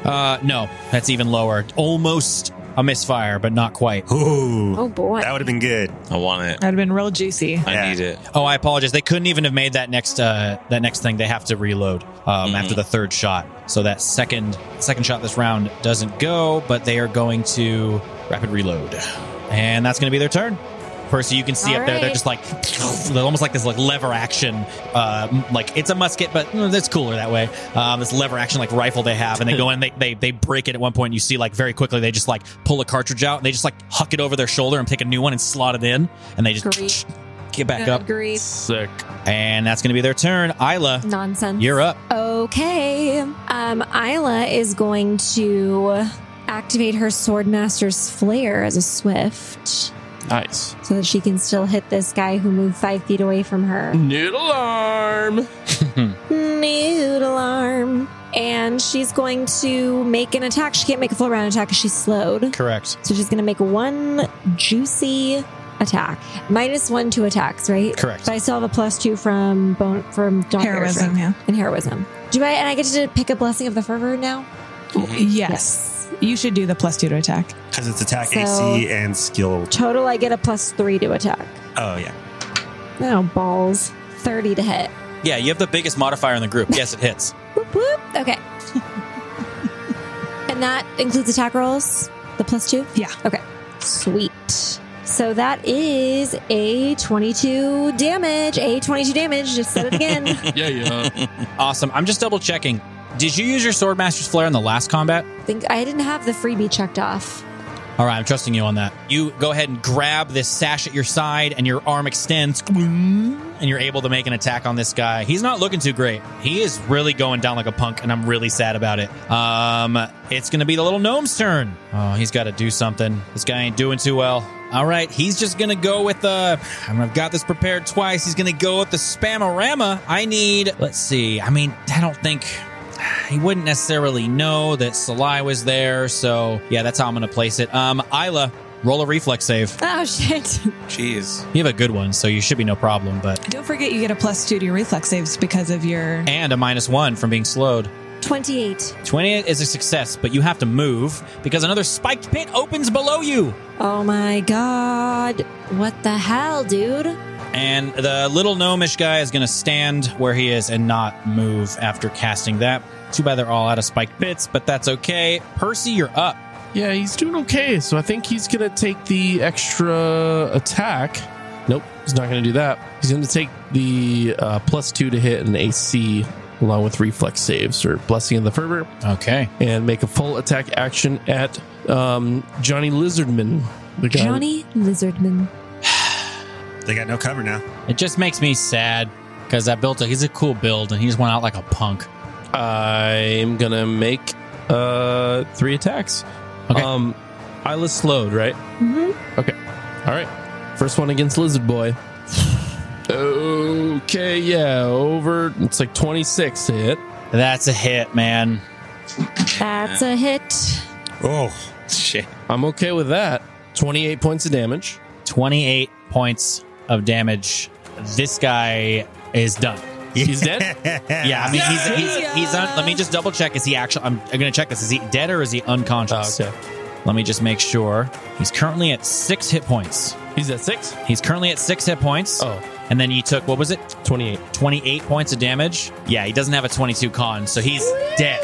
C: Uh, no, that's even lower. Almost a misfire, but not quite.
E: Ooh.
H: Oh boy.
E: That would have been good.
J: I want it.
D: That'd have been real juicy.
J: I
E: Yeah.
J: need it.
C: Oh, I apologize. They couldn't even have made that next uh, that next thing. They have to reload um, after
H: Mm-hmm.
C: the third shot. So that second second shot this round doesn't go, but they are going to rapid reload, and that's going to be their turn. Percy, you can see
H: All
C: up there, they're
H: right.
C: just like they're almost like this like lever action, uh, m- like it's a musket, but mm, that's cooler that way. Um, this lever action like rifle they have, and they go in, they, they they break it at one point. And you see like very quickly they just like pull a cartridge out, and they just like huck it over their shoulder and pick a new one and slot it in, and they just
H: Great.
C: get back up.
H: Agreed.
I: Sick.
C: And that's going to be their turn. Isla,
H: Nonsense.
C: you're up.
H: Okay. Um, Isla is going to activate her Swordmaster's Flare as a swift
I: Nice.
H: so that she can still hit this guy who moved five feet away from her.
I: Noodle arm.
H: Noodle arm. And she's going to make an attack. She can't make a full round attack because she's slowed.
C: Correct.
H: So she's going to make one juicy attack. Minus one to attacks, right?
C: Correct.
H: But I still have a plus two from bone from Dawn Bear's
D: Heroism,
H: ring.
D: yeah.
H: and heroism. Do I? And I get to pick a blessing of the fervor now.
D: Yes. You should do the plus two to attack.
E: Because it's attack
H: So-
E: AC and skill.
H: Total, I get a plus three to attack.
E: Oh, yeah.
H: Oh balls, thirty to hit.
C: Yeah, you have the biggest modifier in the group. Yes, it hits.
H: Whoop whoop. Okay. and that includes attack rolls. The plus two.
D: Yeah.
H: Okay. Sweet. So that is a twenty-two damage. A twenty-two damage. Just said it again.
I: Yeah, yeah.
C: Awesome. I'm just double checking. Did you use your Swordmaster's Flare in the last combat?
H: I think I didn't have the freebie checked off.
C: All right, I'm trusting you on that. You go ahead and grab this sash at your side, and your arm extends, and you're able to make an attack on this guy. He's not looking too great. He is really going down like a punk, and I'm really sad about it. Um, it's going to be the little gnome's turn. Oh, he's got to do something. This guy ain't doing too well. All right, he's just going to go with the. I mean, I've got this prepared twice. He's going to go with the spamorama. I need. Let's see. I mean, I don't think he wouldn't necessarily know that Salai was there. So yeah, that's how I'm gonna place it. Um, Isla, roll a reflex save.
H: Oh shit.
J: Jeez.
C: You have a good one, so you should be no problem. But
D: Don't forget you get a plus two to your reflex saves because of your
C: and a minus one from being slowed.
H: Twenty-eight.
C: Twenty is a success, but you have to move because another spiked pit opens below you,
H: Oh my god. What the hell, dude?
C: and the little gnomish guy is gonna stand where he is and not move after casting that. Too bad they're all out of spiked pits, but that's okay. Percy, you're up.
I: Yeah, he's doing okay. So I think he's going to take the extra attack. Nope, he's not going to do that. He's going to take the uh, plus two to hit an AC along with reflex saves or blessing of the fervor
C: Okay.
I: and make a full attack action at um, Johnny Lizardman. The guy
H: Johnny Lizardman.
E: They got no cover now.
C: It just makes me sad because I built a. He's a cool build, and he just went out like a punk.
I: I'm gonna make uh three attacks.
C: Okay.
I: Um Isla's slowed, right?
H: Mhm.
I: Okay. Alright. First one against Lizard Boy. Okay, yeah, over it's like twenty-six to hit.
C: That's a hit, man.
H: That's a hit.
E: Oh,
J: Shit.
I: I'm okay with that. Twenty-eight points of damage.
C: 28 points of damage. This guy is done.
I: He's dead?
C: Yeah, I mean, he's, he's, he's un- let me just double check. Is he actually, I'm, I'm going to check this. Is he dead or is he unconscious?
I: Oh, okay.
C: Let me just make sure. He's currently at six hit points.
I: He's at six?
C: He's currently at six hit points.
I: Oh.
C: And then you took, what was it?
I: Twenty-eight.
C: 28 points of damage. Yeah, he doesn't have a 22 con, so he's dead.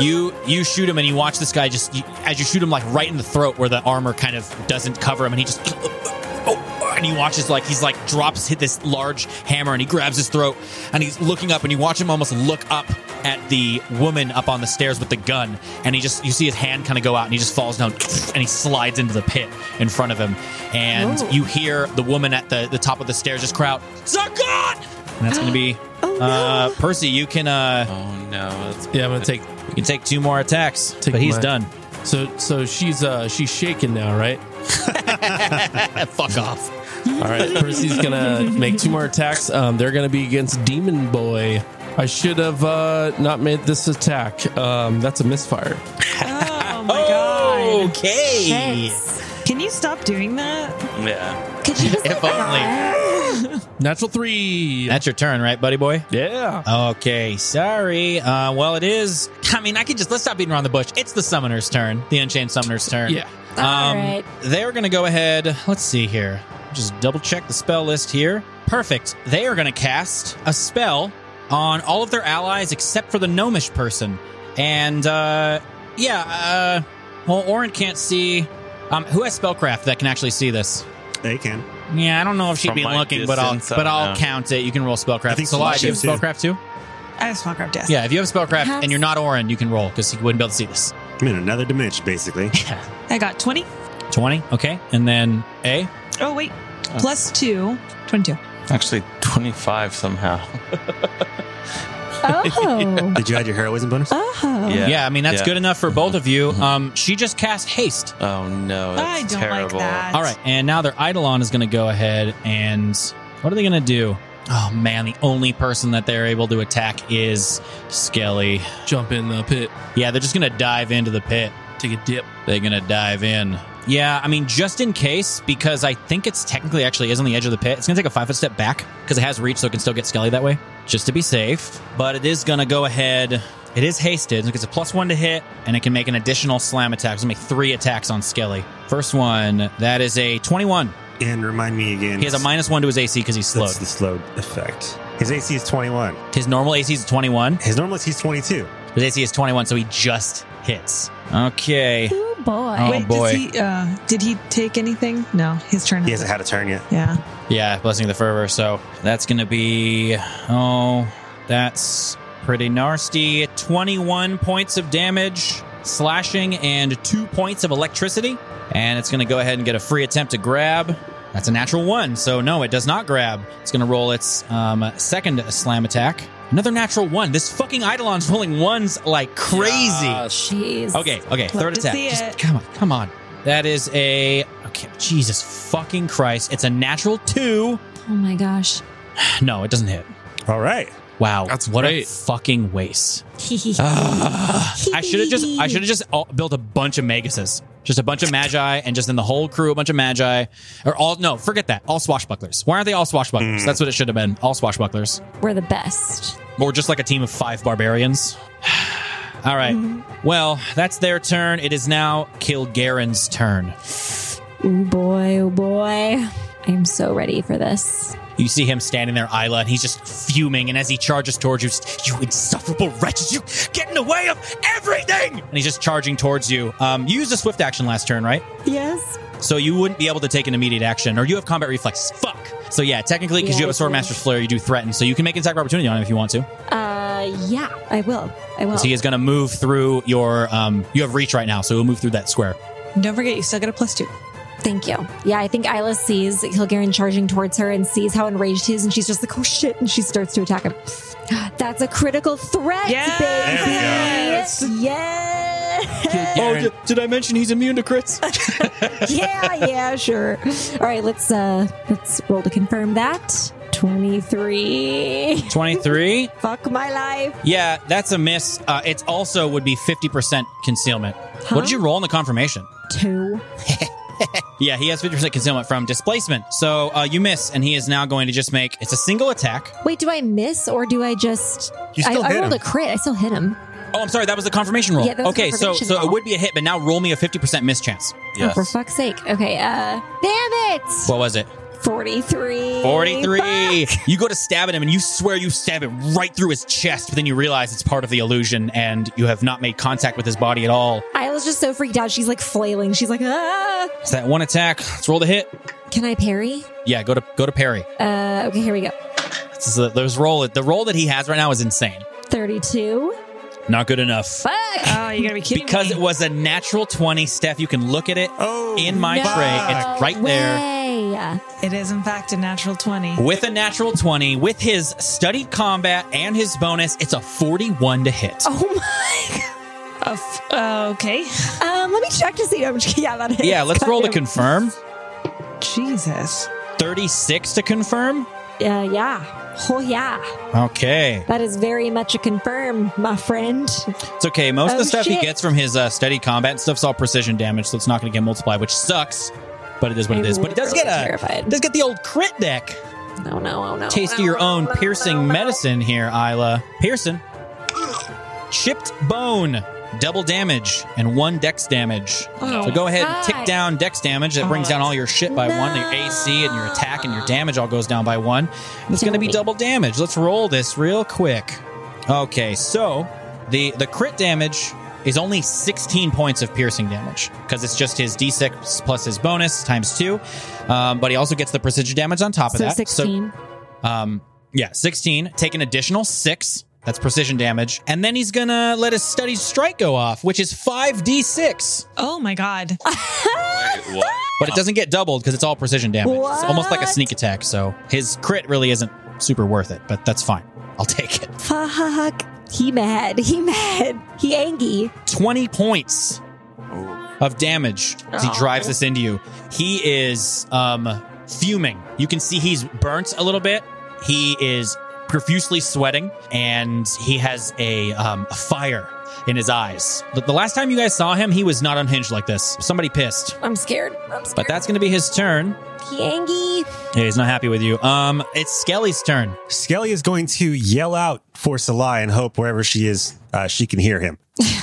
C: You you shoot him and you watch this guy just you, as you shoot him like right in the throat where the armor kind of doesn't cover him and he just oh and you watch his like he's like drops hit this large hammer and he grabs his throat and he's looking up and you watch him almost look up at the woman up on the stairs with the gun, and he just you see his hand kind of go out, and he just falls down, and he slides into the pit in front of him, and
D: Whoa.
C: you hear the woman at the the top of the stairs just cry out, "Zagat!" and that's gonna be
H: Oh,
C: uh, Percy. You can uh,
J: Oh no. That's
I: Yeah, I'm gonna take.
C: you can take two more attacks,
I: Take
C: but he's
I: my-
C: done.
I: So so she's uh she's shaking now, right?
C: Fuck off.
I: All right, Percy's gonna make two more attacks. Um, they're gonna be against Demon Boy. I should have uh, not made this attack. Um, that's a misfire.
D: Oh my god.
C: Okay.
H: Thanks.
D: Can you stop doing that?
J: Yeah.
H: Could you just
C: If
H: like,
C: only.
I: Natural three.
C: That's your turn, right, buddy boy?
I: yeah.
C: Okay, sorry. Uh, well, it is. I mean, I could just let's stop beating around the bush. It's the summoner's turn, the Unchained Summoner's turn.
I: Yeah.
H: All
C: Um,
H: right.
C: They're going to go ahead. Let's see here. Just double check the spell list here. Perfect. They are going to cast a spell on all of their allies except for the gnomish person. And, uh, yeah, uh, well, Orin can't see. Um, who has spellcraft that can actually see this?
E: They can.
C: Yeah, I don't know if she'd
J: From
C: be
J: my
C: looking, but I'll
J: distance, I
C: but
J: don't
C: I'll
J: know.
C: count it. You can roll spellcraft.
E: I think
C: Solai, do you have
E: Solai should,
C: spellcraft too?
D: I have small craft death.
C: Yeah, if you have spellcraft
H: Perhaps-
C: and you're not Orin, you can roll because he wouldn't be able to see this.
E: I'm in another dimension, basically.
D: I got 20.
C: 20. Okay. And then A.
D: Oh, wait. Plus two. 22.
J: Actually 25 somehow.
H: Oh.
E: Did you add your heroism bonus?
H: Oh.
J: Yeah.
C: Yeah, I mean, that's
J: Yeah.
C: good enough for both of you.
J: Mhm.
C: Um, she just cast haste.
J: Oh no.
D: I
J: That's
D: don't
J: terrible.
D: like that.
C: All right. And now their Eidolon is going to go ahead and what are they going to do? Oh, man. The only person that they're able to attack is Skelly.
I: Jump in the pit.
C: Yeah, they're just going to dive into the pit.
I: Take a dip.
C: They're going to dive in. Yeah, I mean, just in case, because I think it's technically actually is on the edge of the pit. It's going to take a five foot step back because it has reach, so it can still get Skelly that way, just to be safe. But it is going to go ahead. It is hasted. It gets a plus one to hit, and it can make an additional slam attack. It's going to make three attacks on Skelly. First one, that is a 21.
E: And remind me again.
C: He has a minus one to his AC because he's slowed.
E: That's the slowed effect. His AC is 21.
C: His normal AC is 21.
E: His normal AC is 22.
C: His AC is 21, so he just hits. Okay.
H: Oh boy.
C: Oh,
D: wait,
C: boy.
D: Does he, uh, did he take anything? No, his turn.
E: He
D: has
E: hasn't had a turn yet.
D: Yeah.
C: Yeah, blessing of the fervor. So that's going to be oh, that's pretty nasty. Twenty-one points of damage, slashing, and two points of electricity. And it's going to go ahead and get a free attempt to grab. That's a natural one, so no, it does not grab. It's going to roll its um, second slam attack. Another natural one. This fucking Eidolon's rolling ones like crazy.
H: Jeez.
C: Okay, okay, third
D: to
C: attack.
D: see
C: Just-
D: it.
C: come on, come on. That is a okay. Jesus fucking Christ! It's a natural two.
H: Oh my gosh.
C: No, it doesn't hit.
E: All right.
C: Wow,
I: That's
C: what a
I: great.
C: fucking waste. Ah, I should have just I should have just all, built a bunch of Maguses, just a bunch of Magi, and just in the whole crew a bunch of Magi, or all no, forget that, all swashbucklers. Why aren't they all
I: Mm.
C: swashbucklers? That's what it should have been, all swashbucklers,
H: We're the best.
C: or just like a team of five barbarians. all right.
H: Mm-hmm.
C: Well, that's their turn. It is now Kilgaren's turn.
H: Oh boy. Oh boy. I'm so ready for this.
C: You see him standing there, Isla, and he's just fuming. And as he charges towards you, just, you insufferable wretches, you get in the way of everything! And he's just charging towards you. Um, you used a swift action last turn, right?
H: Yes.
C: So you wouldn't be able to take an immediate action, or you have combat reflexes. Fuck! So yeah, technically, because
H: Yeah,
C: you have
H: I
C: a sword
H: do.
C: master's flare, you do threaten. So you can make an attack of opportunity on him if you want to.
H: Uh, yeah. I will. I will.
C: So he is going to move through your. Um, you have reach right now, so he'll move through that square.
D: Don't forget, you still get a plus two.
H: Thank you. Yeah, I think Isla sees Kilgaren charging towards her and sees how enraged he is, and she's just like, "Oh shit!" and she starts to attack him. That's a critical threat,
D: Yes!
H: baby.
D: There
H: Yes.
C: Oh, did, I mention he's immune to crits?
H: yeah, yeah, sure. All right, let's uh let's roll to confirm that. 23.
C: Twenty-three.
H: Fuck my life.
C: Yeah, that's a miss. Uh, it also would be 50% concealment.
H: Huh?
C: What did you roll in the confirmation?
H: Two.
C: Yeah, he has 50% concealment from displacement. So uh, you miss, and he is now going to just make it's a single attack.
H: Wait, do I miss or do I just
E: You still
H: I,
E: hit
H: I rolled
E: him.
H: a crit. I still hit him.
C: Oh, I'm sorry, that was the confirmation roll.
H: Yeah, that was the
C: okay, so
H: confirmation
C: so it
H: roll.
C: would be a hit, but now roll me a 50% miss chance.
H: Oh, for fuck's sake. Okay, uh damn it.
C: What was it?
H: 43.
C: 43. You go to stab at him, and you swear you stab it right through his chest, but then you realize it's part of the illusion, and you have not made contact with his body at all.
H: I was just so freaked out. She's like flailing. She's like, ah.
C: It's that one attack. Let's roll the hit.
H: Can I parry?
C: Yeah, go to go to parry.
H: Uh, okay, here we go.
C: So those roll the roll that he has right now is insane.
H: 32.
C: Not good enough.
H: Fuck!
D: Oh, you gotta be kidding
C: Because
D: me.
C: it was a natural 20, Steph. You can look at it
H: Oh,
C: in my tray. It's right there.
H: there.
D: it is, in fact, a natural 20.
C: With a natural 20, with his studied combat and his bonus, it's a 41 to hit.
H: Oh my.
D: A f- uh, okay.
H: Um, let me check to see. how much- Yeah, that is.
C: Yeah, let's roll to confirm.
D: Jesus.
C: 36 to confirm.
H: Yeah, Uh, yeah. Oh, yeah.
C: Okay.
H: That is very much a confirm, my friend.
C: It's okay. Most of the
H: Oh,
C: stuff
H: shit.
C: he gets from his uh, steady combat and stuff's all precision damage, so it's not going to get multiplied, which sucks. But it is what it
H: I'm
C: is. But it does
H: really
C: get a
H: terrified.
C: does get the old crit deck.
H: No, no, oh, no.
C: Taste of your own piercing medicine here, Isla. Pearson. Chipped bone. Double damage and one dex damage. so go ahead and tick
H: God.
C: down dex damage. That brings down all your shit by one. Your AC and your attack and your damage all goes down by one. And it's going to be
H: Dummy.
C: double damage. Let's roll this real quick. Okay, so the the crit damage is only 16 points of piercing damage because it's just his d6 plus his bonus times two. Um, but he also gets the precision damage on top of
H: So
C: that.
H: 16.
C: Um, yeah, 16. Take an additional six. That's precision damage. And then he's going to let his studied strike go off, which is 5d6.
D: Oh my god.
J: Wait, what?
C: But it doesn't get doubled because it's all precision damage. It's almost like a
H: What?
C: sneak attack. So his crit really isn't super worth it, but that's fine. I'll take it.
H: Fuck. He mad. He mad. He angry.
C: 20 points of damage as he drives this into you. He is um, fuming. You can see he's burnt a little bit. He is profusely sweating, and he has a, um, a fire in his eyes. The, the last time you guys saw him, he was not unhinged like this. Somebody pissed.
H: I'm scared. I'm scared.
C: But that's going to be his turn.
H: He angry.
C: Yeah, he's not happy with you. Um, it's Skelly's turn.
E: Skelly is going to yell out for Salai and hope wherever she is, uh, she can hear him.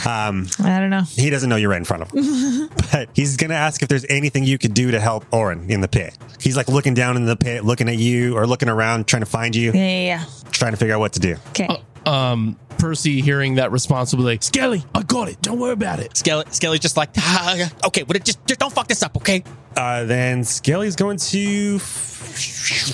E: Um,
D: I don't know.
E: he doesn't know you're right in front of him, but he's going to ask if there's anything you could do to help Orin in the pit. He's like looking down in the pit, looking at you or looking around, trying to find you,
D: Yeah, yeah, yeah.
E: trying to figure out what to do.
C: Oh.
D: Okay.
I: Um, Percy hearing that responsibly, like, Skelly, I got it. Don't worry about it.
C: Skelly, Skelly's just like, ah, okay, but it just, just don't fuck this up, okay?
E: Uh, then Skelly's going to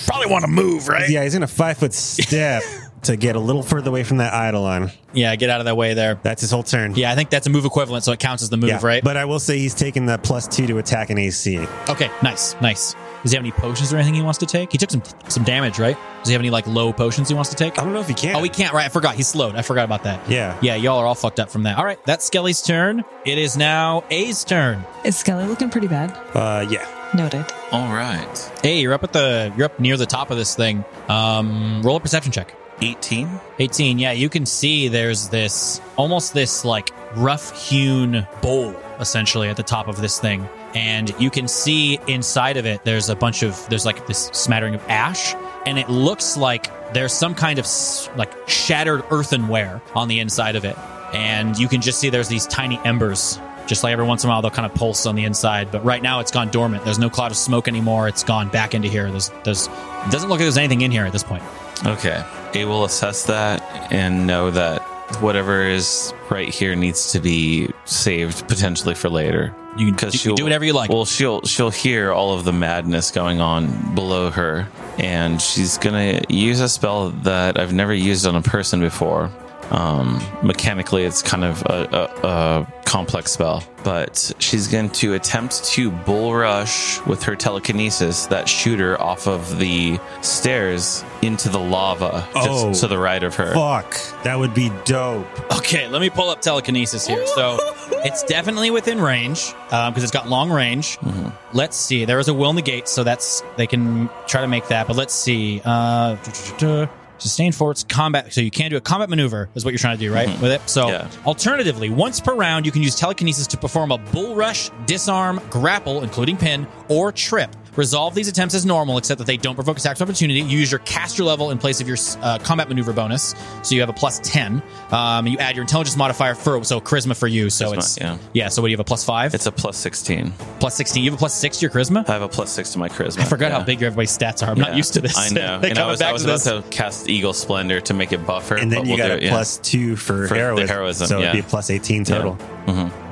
G: Probably want to move, right?
E: Yeah, he's in a five foot step to get a little further away from that eidolon.
C: Yeah, get out of that way there.
E: That's his whole turn.
C: Yeah, I think that's a move equivalent, so it counts as the move,
E: Yeah,
C: right?
E: But I will say he's taking the plus two to attack and AC.
C: Okay, nice, nice. Does he have any potions or anything he wants to take? He took some some damage, right? Does he have any like low potions he wants to take?
E: I don't know if he can.
C: Oh, he can't. Right, I forgot. He's slowed. I forgot about that.
E: Yeah.
C: Yeah, y'all are all fucked up from that. All right, that's Skelly's turn. It is now A's turn.
D: Is Skelly looking pretty bad?
E: Uh, yeah.
D: Noted.
J: All right.
C: Hey, you're up at the you're up near the top of this thing. Um, roll a perception check.
J: 18?
C: 18 yeah you can see there's this almost this like rough hewn bowl essentially at the top of this thing and you can see inside of it there's a bunch of there's like this smattering of ash and it looks like there's some kind of s- like shattered earthenware on the inside of it and you can just see there's these tiny embers just like every once in a while they'll kind of pulse on the inside but right now it's gone dormant there's no cloud of smoke anymore it's gone back into here there's there's it doesn't look like there's anything in here at this point
J: Okay. A will assess that and know that whatever is right here needs to be saved potentially for later.
C: you can,
J: 'Cause
C: you can do
J: she'll-
C: whatever you like
J: Well, she'll she'll hear all of the madness going on below her, and she's gonna use a spell that I've never used on a person before. Um, mechanically, it's kind of a, a, a complex spell, but she's going to attempt to bull rush with her telekinesis that shooter off of the stairs into the lava just
E: Oh.
J: to the right of her.
E: Fuck. That would be dope.
C: Okay, let me pull up telekinesis here. So it's definitely within range because it's got long range. Let's see. There is a will negate, so that's they can try to make that. But let's see. Uh, sustained force combat. So you can do a combat maneuver is what you're trying to do, right? With it. So
J: Yeah.
C: alternatively, once per round, you can use telekinesis to perform a bull rush, disarm, grapple, including pin or trip. Resolve these attempts as normal, except that they don't provoke attacks of opportunity. You use your caster level in place of your uh, combat maneuver bonus, so you have a plus ten. Um, you add your intelligence modifier for so charisma for you. So
J: Charisma,
C: it's
J: yeah.
C: So what do you have a plus five?
J: It's a plus 16.
C: plus sixteen. You have a plus six to your charisma.
J: I have a plus six to my charisma.
C: I forgot
J: Yeah.
C: how big your everybody's stats are. I'm not
J: Yeah,
C: used to this.
J: I know.
C: They're
J: and I
C: coming
J: was,
C: back
J: I was
C: to
J: about
C: this.
J: to cast Eagle Splendor to make it buffer.
E: And then
J: but
E: you
J: we'll
E: got
J: do
E: a
J: it, yeah.
E: plus two for,
J: For the
E: heroism.
J: heroism,
E: So
J: yeah.
E: it'd be a plus 18 total.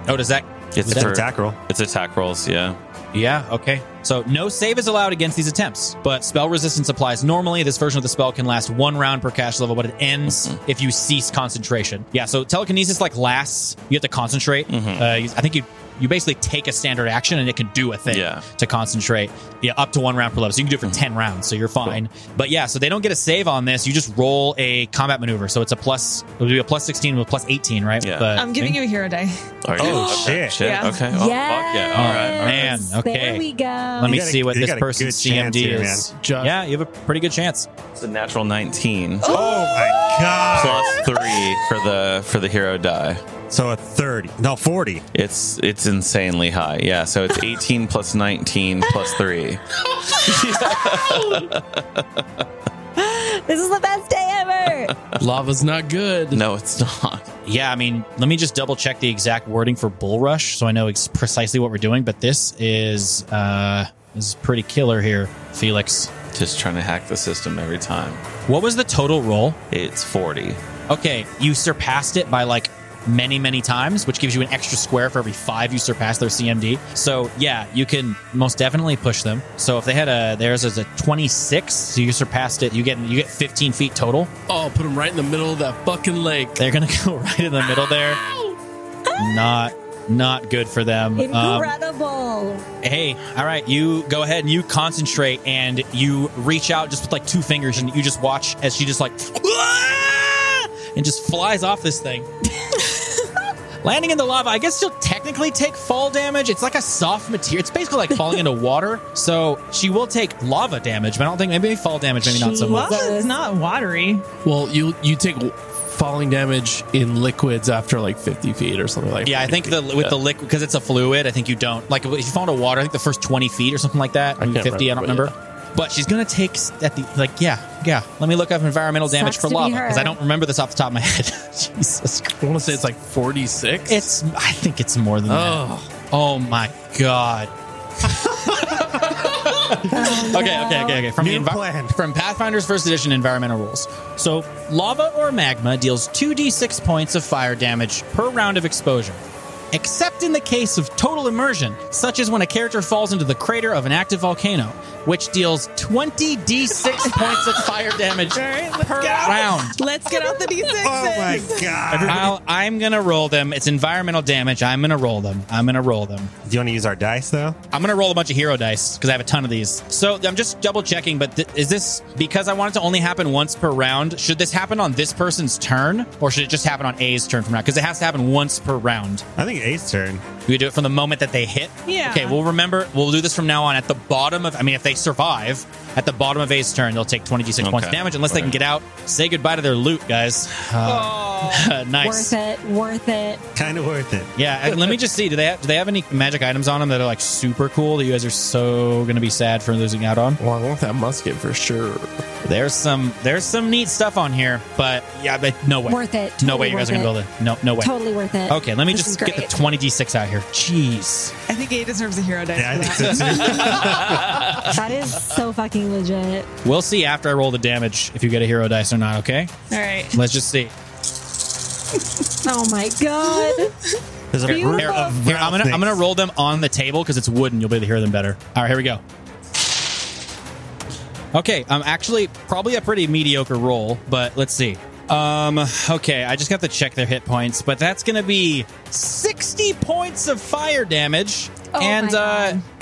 C: Oh, does that
J: It's
E: an
J: for-
E: attack roll.
J: It's attack rolls, yeah.
C: Yeah, okay. So no save is allowed against these attempts, but spell resistance applies normally. This version of the spell can last one round per cash level, but it ends
J: Mm-hmm.
C: if you cease concentration. Yeah, so telekinesis like lasts. You have to concentrate.
J: Mm-hmm.
C: Uh, you- I think you you basically take a standard action and it can do a thing
J: Yeah. Mm-hmm.
C: to concentrate. Yeah, up to one round per level. So you can do it for ten rounds, so you're fine. But yeah, so they don't get a save on this. You just roll a combat maneuver. So it's a plus. It would be a plus sixteen with a plus eighteen, right?
J: Yeah.
C: But-
D: I'm giving you a hero die.
J: Are you?
E: Oh,
J: Okay,
E: shit.
D: Yeah.
J: Okay. Oh, fuck yeah. All right. All right.
C: Man, okay.
H: There we go.
C: Let me
E: got a-
C: see what
E: you
C: this
E: got a
C: person's
E: good
C: CMD
E: chance here,
C: is.
I: Just-
C: yeah, you have a pretty good chance.
J: It's a natural 19.
E: Oh my god!
J: Plus three for the for the hero die.
E: So a thirty, no forty.
J: It's it's insanely high. Yeah, so it's 18 plus 19 plus three.
H: This is the best day ever.
I: Lava's not good.
J: No, it's not.
C: Yeah, I mean, let me just double check the exact wording for Bull Rush so I know ex- precisely what we're doing, but this is uh this is pretty killer here, Felix.
J: Just trying to hack the system every time.
C: What was the total roll?
J: It's 40.
C: Okay, you surpassed it by like many, many times, which gives you an extra square for every five you surpass their CMD. So yeah, you can most definitely push them. So if they had a theirs is a twenty six, so you surpassed it, you get you get fifteen feet total.
I: Oh, put him right in the middle of that fucking lake.
C: They're gonna go right in the middle there. Not not good for them. Um,
H: Incredible.
D: Um,
C: Hey, all right, you go ahead and you concentrate and you reach out just with like two fingers and you just watch as she just like and just flies off this thing. Landing in the lava, I guess she'll technically take fall damage. It's like a soft material. It's basically like falling into water. So she will take lava damage, but I don't think maybe fall damage, maybe not so much.
D: Lava is not watery.
I: Well, you you take w- falling damage in liquids after like 50 feet or something like.
C: Yeah, I
I: 40
C: think
I: feet.
C: the with
I: Yeah.
C: the liquid because it's a fluid. I think you don't like if you fall into water. I think the first twenty feet or something like that.
I: I can't
C: Fifty, I don't
I: remember,
C: remember. But she's gonna take s- at the like yeah yeah. Let me look up environmental damage
H: Sucks to
C: for
H: be
C: lava
H: her.
C: because I don't remember this off the top of my head. Jesus, Christ.
I: I want to say it's like 46.
C: it's I think it's more than that.
I: oh,
C: Oh my god. okay, okay, okay, okay. From
E: New
C: the envi-
E: plan.
C: from Pathfinder's First Edition Environmental Rules. So, lava or magma deals 2d6 points of fire damage per round of exposure. Except in the case of total immersion, such as when a character falls into the crater of an active volcano, which deals 20d6 points of fire damage per round.
D: Let's get out the d 6s
E: Oh my god!
C: I'll, I'm gonna roll them. It's environmental damage. I'm gonna roll them. I'm gonna roll them.
E: Do you want to use our dice though?
C: I'm gonna roll a bunch of hero dice because I have a ton of these. So I'm just double checking. But th- is this because I want it to only happen once per round? Should this happen on this person's turn, or should it just happen on A's turn from now? Because it has to happen once per round.
E: I think Ace turn.
C: We do it from the moment that they hit.
D: Yeah.
C: Okay. We'll remember. We'll do this from now on. At the bottom of, I mean, if they survive, at the bottom of A's turn, they'll take 20d6 points
J: Okay.
C: of damage unless they can
J: Okay.
C: get out. Say goodbye to their loot, guys. Uh,
H: Worth
C: nice.
H: it. Worth it.
E: Kind of worth it.
C: Yeah, and let me just see. Do they have, do they have any magic items on them that are like super cool that you guys are so gonna be sad for losing out on?
I: well, I want that musket for sure.
C: There's some there's some neat stuff on here, but yeah, but no way,
H: Worth it.
C: no way you guys are gonna
H: Totally
C: build
H: worth
C: it. No, no way.
H: Totally worth it.
C: Okay, let me
H: This is
C: just get the
H: great.
C: twenty d six out here. Jeez,
D: I think A deserves a hero die.
E: Yeah, I
D: for
E: think
D: that.
E: so too.
H: That is so fucking legit.
C: we'll see after I roll the damage if you get a hero dice or not. Okay,
D: All right.
C: let's just see.
H: Oh my god.
E: There's a
H: Beautiful.
E: group of
C: Here, I'm gonna I'm gonna
E: rattlesnakes.
C: roll them on the table because it's wooden. You'll be able to hear them better. All right, here we go. Okay, um, actually, probably a pretty mediocre roll, but let's see. Um, okay, I just got to check their hit points, but that's gonna be sixty points of fire damage,
H: Oh
C: and
H: my
C: uh,
H: God.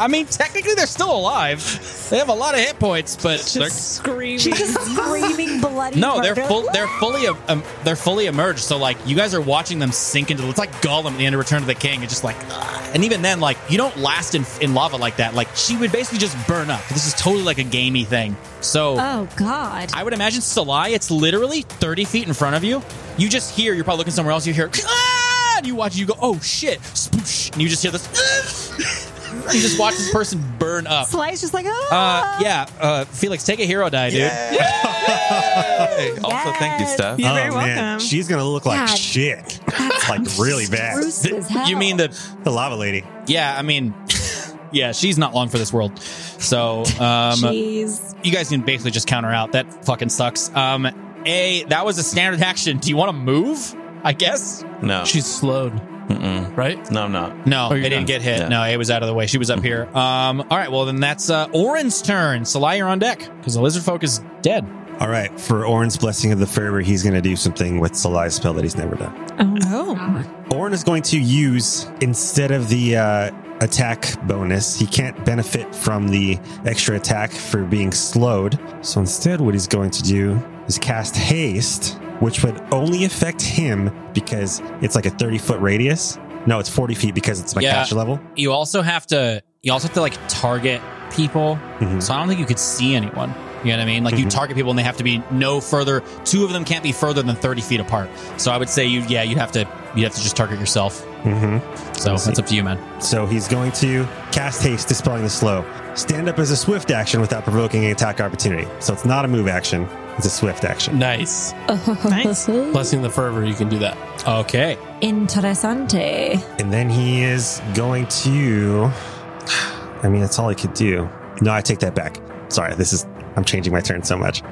C: I mean, technically they're still alive. They have a lot of hit points, but they're,
D: Just screaming.
H: She's just screaming bloody.
C: no, they're
H: murder.
C: full. They're fully. Um, they're fully emerged. So like, you guys are watching them sink into. It's like Gollum at the end of Return of the King. It's just like, ah. and even then, like, you don't last in in lava like that. Like, she would basically just burn up. This is totally like a gamey thing. So.
H: Oh god.
C: I would imagine Salai, it's literally 30 feet in front of you. You just hear, you're probably looking somewhere else, you hear, ah! And you watch, you go, oh shit, sploosh. And you just hear this, "Ah!" you just watch this person burn up.
H: Sly's just like, oh.
C: Uh, yeah, uh, Felix, take a hero die, dude.
J: Hey, also, thank you,
H: Yes.
J: Steph.
D: You're
E: oh
D: very
E: man,
D: welcome.
E: she's gonna look like
H: God.
E: shit. like really bad.
H: Gruesome as hell.
C: You mean the
E: The lava lady.
C: Yeah, I mean, yeah, she's not long for this world. So, um,
H: Jeez.
C: you guys can basically just counter out. That fucking sucks. Um, a, that was a standard action. Do you want to move? I guess.
J: No.
I: She's slowed.
J: Mm-mm.
I: right?
J: No, I'm not.
C: No,
I: Oh,
C: they
I: you're Mm-hmm.
C: didn't
I: not.
C: get hit. No.
J: No.
C: it was out of the way. She was up here. Um, all right, well, then that's uh, Orin's turn. Salai, you're on deck because the lizard folk is dead.
E: All right, for Orin's blessing of the fervor, he's going to do something with Salai's spell that he's never done.
D: Oh.
E: Orin is going to use instead of the uh, attack bonus, he can't benefit from the extra attack for being slowed. So instead, what he's going to do is cast haste, which would only affect him because it's like a thirty foot radius. No, it's forty feet because it's my
C: Yeah.
E: caster level.
C: You also have to, you also have to like target people.
E: Mhm.
C: So I don't think you could see anyone. You know what I mean? Like you
E: Mhm.
C: target people and they have to be no further. Two of them can't be further than thirty feet apart. So I would say you, yeah, you'd have to, you'd have to just target yourself.
E: Mm-hmm.
C: So
E: I see.
C: that's up to you, man.
E: So he's going to cast haste, dispelling the slow. Stand up is a swift action without provoking an attack opportunity. So it's not a move action, it's a swift action.
I: Nice.
D: Nice.
I: Blessing the fervor, you can do that.
C: Okay.
H: Interessante.
E: And then he is going to. I mean, that's all he could do. No, I take that back. Sorry, this is. I'm changing my turn so much.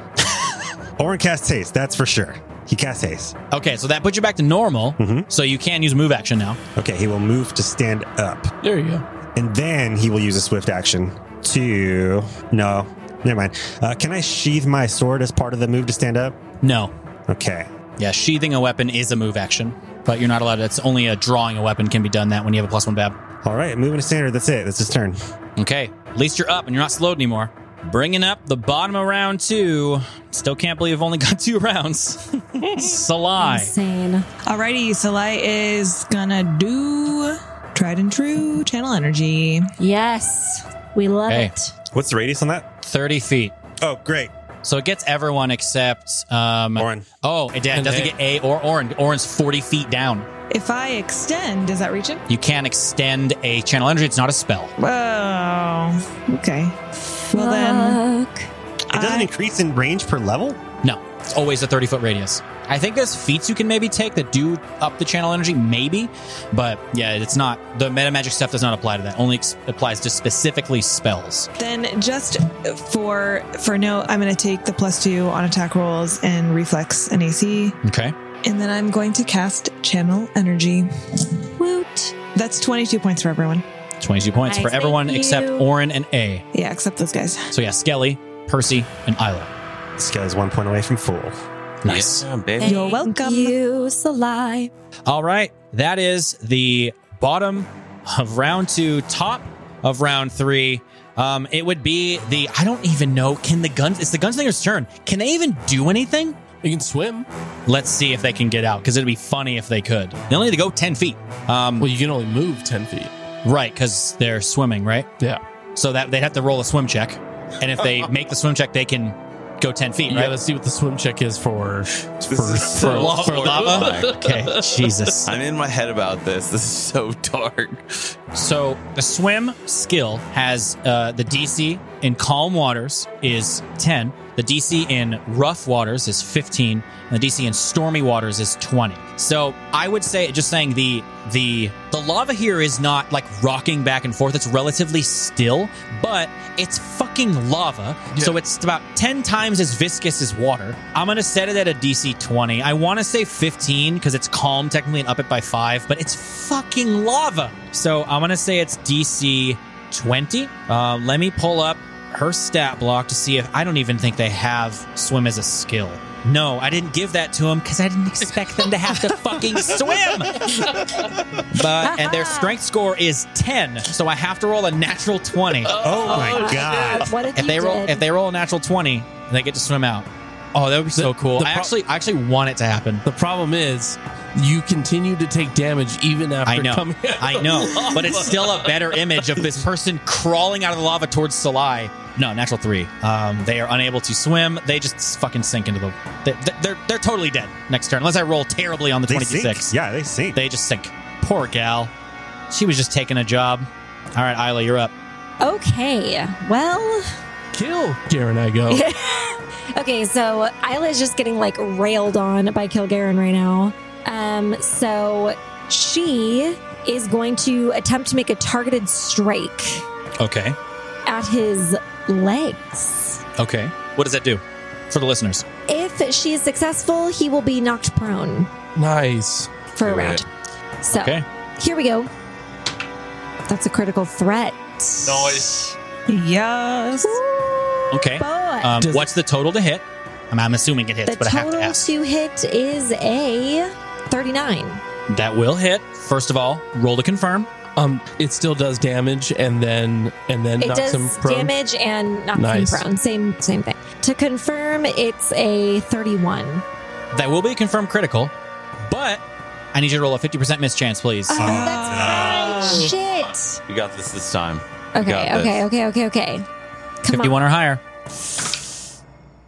E: Orin casts haste, that's for sure. He casts haste.
C: Okay. So that puts you back to normal.
E: Mhm.
C: So you can use move action now.
E: Okay, he will move to stand up.
I: There you go.
E: And then he will use a swift action to. No, never mind. Uh, can I sheathe my sword as part of the move to stand up?
C: No.
E: Okay.
C: Yeah, sheathing a weapon is a move action, but you're not allowed. It's only a drawing a weapon can be done that when you have a plus one bab.
E: All right, moving to standard. That's it. That's his turn.
C: Okay, at least you're up and you're not slowed anymore. Bringing up the bottom of round two. Still can't believe I've only got two rounds. Salai.
H: Insane.
D: Alrighty, Salai is gonna do tried and true channel energy.
H: Yes. We love
C: Hey.
H: it.
E: What's the radius on that?
C: 30 feet.
E: Oh, great.
C: So it gets everyone except. Um,
E: Orin.
C: Oh, it, it doesn't
I: Okay.
C: get A or Orin. Orin's 40 feet down.
D: If I extend, does that reach him?
C: You can extend a channel energy. It's not a spell.
D: Oh, okay. Well then,
H: Fuck.
E: It doesn't
D: I-
E: increase in range per level?
C: No, it's always a 30 foot radius. I think there's feats you can maybe take that do up the channel energy, maybe, but yeah, it's not. The meta magic stuff does not apply to that. Only ex- applies to specifically spells.
D: then just for for no, I'm gonna take the plus two on attack rolls and reflex and AC,
C: Okay.
D: and then I'm going to cast channel energy.
H: Woot.
D: That's 22 points for everyone.
C: 22 points
H: Nice,
C: for everyone
H: thank
C: except
H: you.
C: Orin and A.
D: Yeah, except those guys.
C: So yeah, Skelly, Percy, and Isla.
E: This guy's one point away from full.
C: Nice.
J: Yeah, baby.
D: You're welcome.
H: You, Salai.
C: All right. That is the bottom of round two, top of round three. Um, it would be the I don't even know. Can the guns? It's the gunslinger's turn. Can they even do anything?
I: You can swim.
C: Let's see if they can get out because it'd be funny if they could. They only need to go 10 feet. Um,
I: Well, you can only move 10 feet.
C: right, because they're swimming, right?
I: Yeah.
C: So that they'd have to roll a swim check. And if they make the swim check, they can go 10 feet,
I: You
C: right?
I: gotta see what the swim check is for. for,
J: so
I: for-
C: Lava-
I: for-
C: lava? Okay, Jesus.
J: I'm in my head about this. This is so dark.
C: So the swim skill has uh, the DC in calm waters is 10, the DC in rough waters is 15, and the DC in stormy waters is 20. So I would say just saying the the the lava here is not like rocking back and forth. It's relatively still, but it's fucking lava. So it's about 10 times as viscous as water. I'm going to set it at a DC 20. I want to say 15 because it's calm technically and up it by five, but it's fucking lava. So I'm going to say it's DC 20. Uh, let me pull up her stat block to see if I don't even think they have swim as a skill. No, I didn't give that to them because I didn't expect them to have to fucking swim. But and their strength score is ten, so I have to roll a natural twenty.
E: Oh, my
H: Uh,
E: god.
H: what if,
C: If
H: you
C: they roll,
H: did?
C: if they roll a natural twenty, they get to swim out. Oh, that would be so cool.
I: the
C: I
I: pro-
C: actually, I actually want it to happen.
I: the problem is, you continue to take damage even after
C: I know.
I: coming out.
C: I know, but it's still a better image of this person crawling out of the lava towards Salai. No, natural three. Um, they are unable to swim. They just fucking sink into the. They, they're they're totally dead next turn unless I roll terribly on the
E: They
C: twenty
E: sink.
C: six.
E: Yeah, they sink.
C: They just sink. Poor gal. She was just taking a job. All right, Isla, you're up.
H: Okay. Well,
I: Kill Garen I go.
H: okay, so Isla's just getting like railed on by Kilgaren right now. Um, so she is going to attempt to make a targeted strike
C: Okay.
H: at his legs.
C: Okay. What does that do for the listeners?
H: If she is successful, he will be knocked prone
I: nice.
H: for a
J: Do
H: round. So
C: Okay.
H: Here we go. That's a critical threat.
I: Nice.
D: Yes.
C: Okay.
H: Boy.
C: Um, what's the total to hit? I'm, I'm assuming it hits,
H: the
C: but I have to
H: total
C: ask.
H: to hit is a 39.
C: That will hit. First of all, roll to confirm.
I: Um, it still does damage, and then and then
H: It
I: knocks him
H: does
I: prone.
H: damage and knocks
I: Nice.
H: him prone. Same same thing. To confirm, it's a 31.
C: That will be a confirmed critical, but I need you to roll a 50% mischance, please.
H: Oh,
E: Uh,
H: that's right. Shit.
J: You got this this time. got
H: Okay,
J: this.
H: okay, okay, okay, okay. Come
C: 51
H: on.
C: or higher.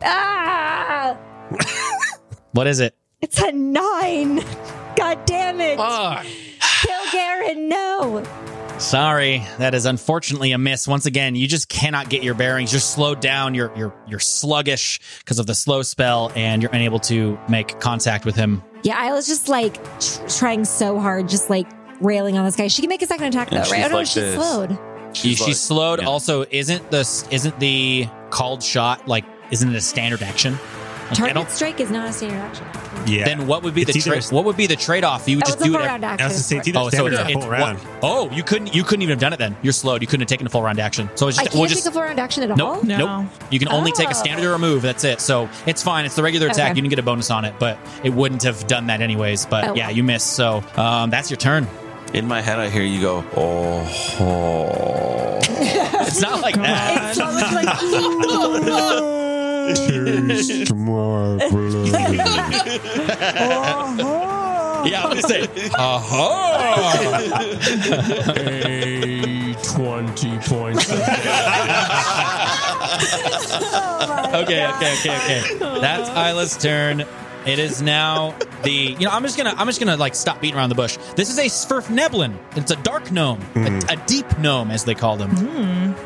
H: Ah,
C: What is it?
H: it's a 9. God damn it.
C: Ah.
H: Kilgaren, no.
C: Sorry, that is unfortunately a miss. Once again, you just cannot get your bearings. You're slowed down. You're you're you're sluggish because of the slow spell, and you're unable to make contact with him.
H: Yeah, I was just like tr- trying so hard, just like railing on this guy. She can make a second attack
J: And
H: though, right?
J: she's
H: Oh no,
J: like
H: she's
J: this.
H: slowed.
C: You- She's,
J: like-
C: slowed.
J: yeah.
C: Also, isn't the isn't the called shot like isn't it a standard action? Like, I
H: Target
C: don't-
H: strike is not a standard action.
E: Yeah.
C: Then what would be
E: It's
C: the tra-
E: either-
C: what would be the trade off? You would
H: That
C: just
H: was a
C: do it.
H: four
C: every-
H: round
E: I
H: action.
E: was gonna say, it's either
C: Oh, so
E: standard
C: it's,
E: or
C: it's
E: full
C: what-
E: round.
C: oh, you couldn't you couldn't even have done it then. You're slowed. You couldn't have taken a full round action. So it's
H: I
C: just
H: can't
C: we'll
H: take
C: just
H: a full round action at all.
C: Nope,
D: No.
C: nope. You can only take
H: Oh.
C: a standard or a move. That's it. So it's fine. It's the regular attack.
H: Okay.
C: You can get a bonus on it, but it wouldn't have done that anyways. But
H: Oh.
C: yeah, you miss. So um, that's your turn.
J: In my head, I hear you go, oh, oh.
C: It's not like that.
H: It's always like, "Ooh."
E: Cheers tomorrow, brother.
C: Yeah, I'm gonna say. Aha!
I: a twenty points.
C: okay, okay, okay, okay. That's Isla's turn. It is now the you know I'm just gonna I'm just gonna like stop beating around the bush. This is a Sverfneblin. It's a dark gnome, a, a deep gnome as they call them.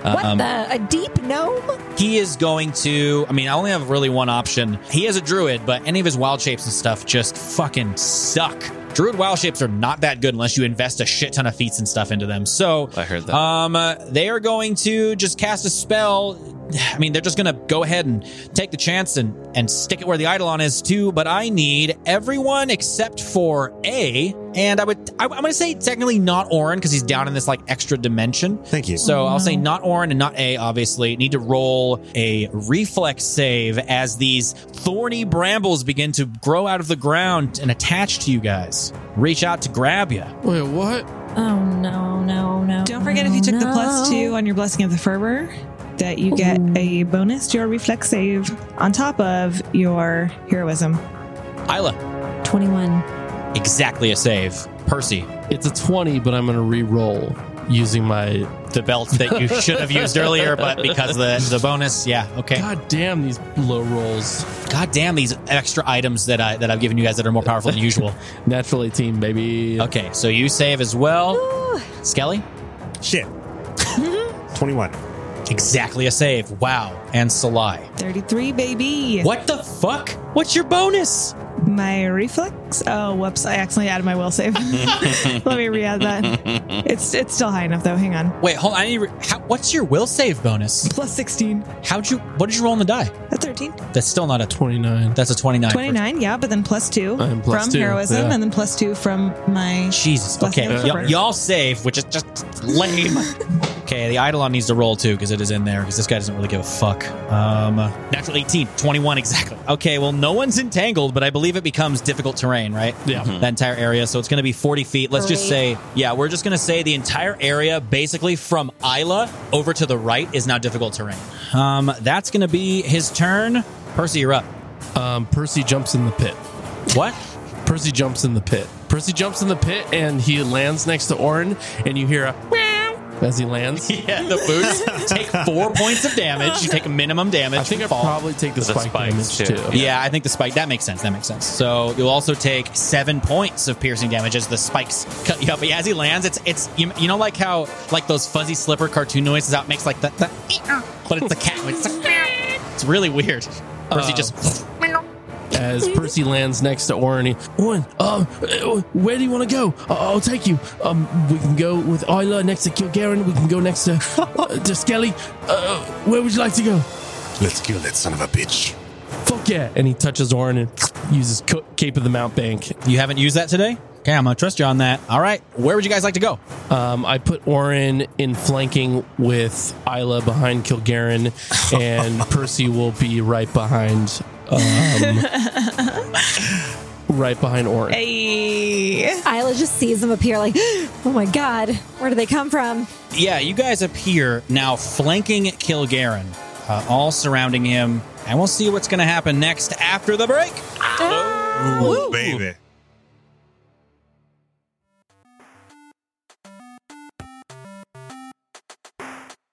H: what the? A deep gnome?
C: He is going to. I mean, I only have really one option. He is a druid, but any of his wild shapes and stuff just fucking suck. Druid wild shapes are not that good unless you invest a shit ton of feats and stuff into them. So
J: I heard that.
C: Um, uh, they are going to just cast a spell. I mean, they're just going to go ahead and take the chance and and stick it where the eidolon is too. But I need everyone except for A, and I would I, I'm going to say technically not Orin because he's down in this like extra dimension.
E: Thank you.
C: So I'll say not Orin and not A, obviously. Need to roll a reflex save as these thorny brambles begin to grow out of the ground and attach to you guys. Reach out to grab you.
I: Wait, what?
H: Oh no, no, no.
D: Don't forget if you took the plus
H: no.
D: two on your blessing of the fervor, that you get a bonus to your reflex save on top of your heroism.
C: Isla,
H: 21.
C: exactly a save. Percy,
I: It's a twenty, but I'm gonna re-roll using my.
C: the belt that you should have used earlier, but because of the, the bonus, yeah, okay.
I: God damn these low rolls.
C: God damn these extra items that I that I've given you guys that are more powerful than usual.
I: Natural eighteen, baby.
C: Okay, so you save as well.
H: Ooh,
C: Skelly?
E: Shit. 21.
C: Exactly a save. Wow. And Salai.
D: 33, baby.
C: What the fuck? What's your bonus?
D: My reflex? Oh, whoops. I accidentally added my will save. Let me re add that. It's, it's still high enough, though. Hang on.
C: Wait, hold on. I need to re- how, what's your will save bonus?
D: Plus 16.
C: How'd you? What did you roll on the die?
D: A 13.
C: That's still not a. Tw-
I: Twenty-nine.
C: that's a twenty-nine.
D: 29, yeah, but then plus two
I: And plus
D: from
I: two,
D: heroism,
I: yeah.
D: and then plus two from my.
C: Jesus.
D: Plus
C: Okay,
D: the
C: y-
D: number.
C: y'all save, which is just lame. okay, the Eidolon needs to roll too because it is in there because this guy doesn't really give a fuck. Um, natural 18, 21 exactly. Okay, well, no one's entangled, but I believe it becomes difficult terrain, right?
I: Yeah.
C: That entire area, so it's going to be forty feet. Let's just say,
H: Great.
C: yeah, we're just going to say the entire area, basically from Isla over to the right, is now difficult terrain. Um, that's going to be his turn. Percy, you're up.
I: Um, Percy jumps in the pit.
C: What?
I: Percy jumps in the pit. Percy jumps in the pit and he lands next to Orin, and you hear a meow as he lands.
C: Yeah, the boots take four points of damage. You take minimum damage.
I: I think I
C: you fall.
I: probably take the
J: The
I: spike damage
J: spikes,
I: too.
J: too.
C: Yeah, I think the spike. That makes sense. That makes sense. So you'll also take seven points of piercing damage as the spikes cut you up. But as he lands, it's it's you, you know like how like those fuzzy slipper cartoon noises out makes like that, that but it's a cat. It's, like, it's really weird. Percy
I: Uh,
C: just
I: As Percy lands next to Orin, he, Orin, um, uh, where do you want to go? I- I'll take you. Um, we can go with Isla next to Kilgaren. We can go next to uh, to Skelly. Uh, where would you like to go?
E: Let's kill that son of a bitch.
I: Fuck yeah! And he touches Orin and uses co- Cape of the Mount Bank.
C: you haven't used that today. Okay, I'm gonna trust you on that. All right, where would you guys like to go?
I: Um, I put Orin in flanking with Isla behind Kilgaren, and Percy will be right behind, um, right behind Orin.
D: Hey.
H: Isla just sees them appear like, oh my god, where do they come from?
C: Yeah, you guys appear now flanking Kilgaren, uh, all surrounding him, and we'll see what's gonna happen next after the break.
E: Ooh, baby.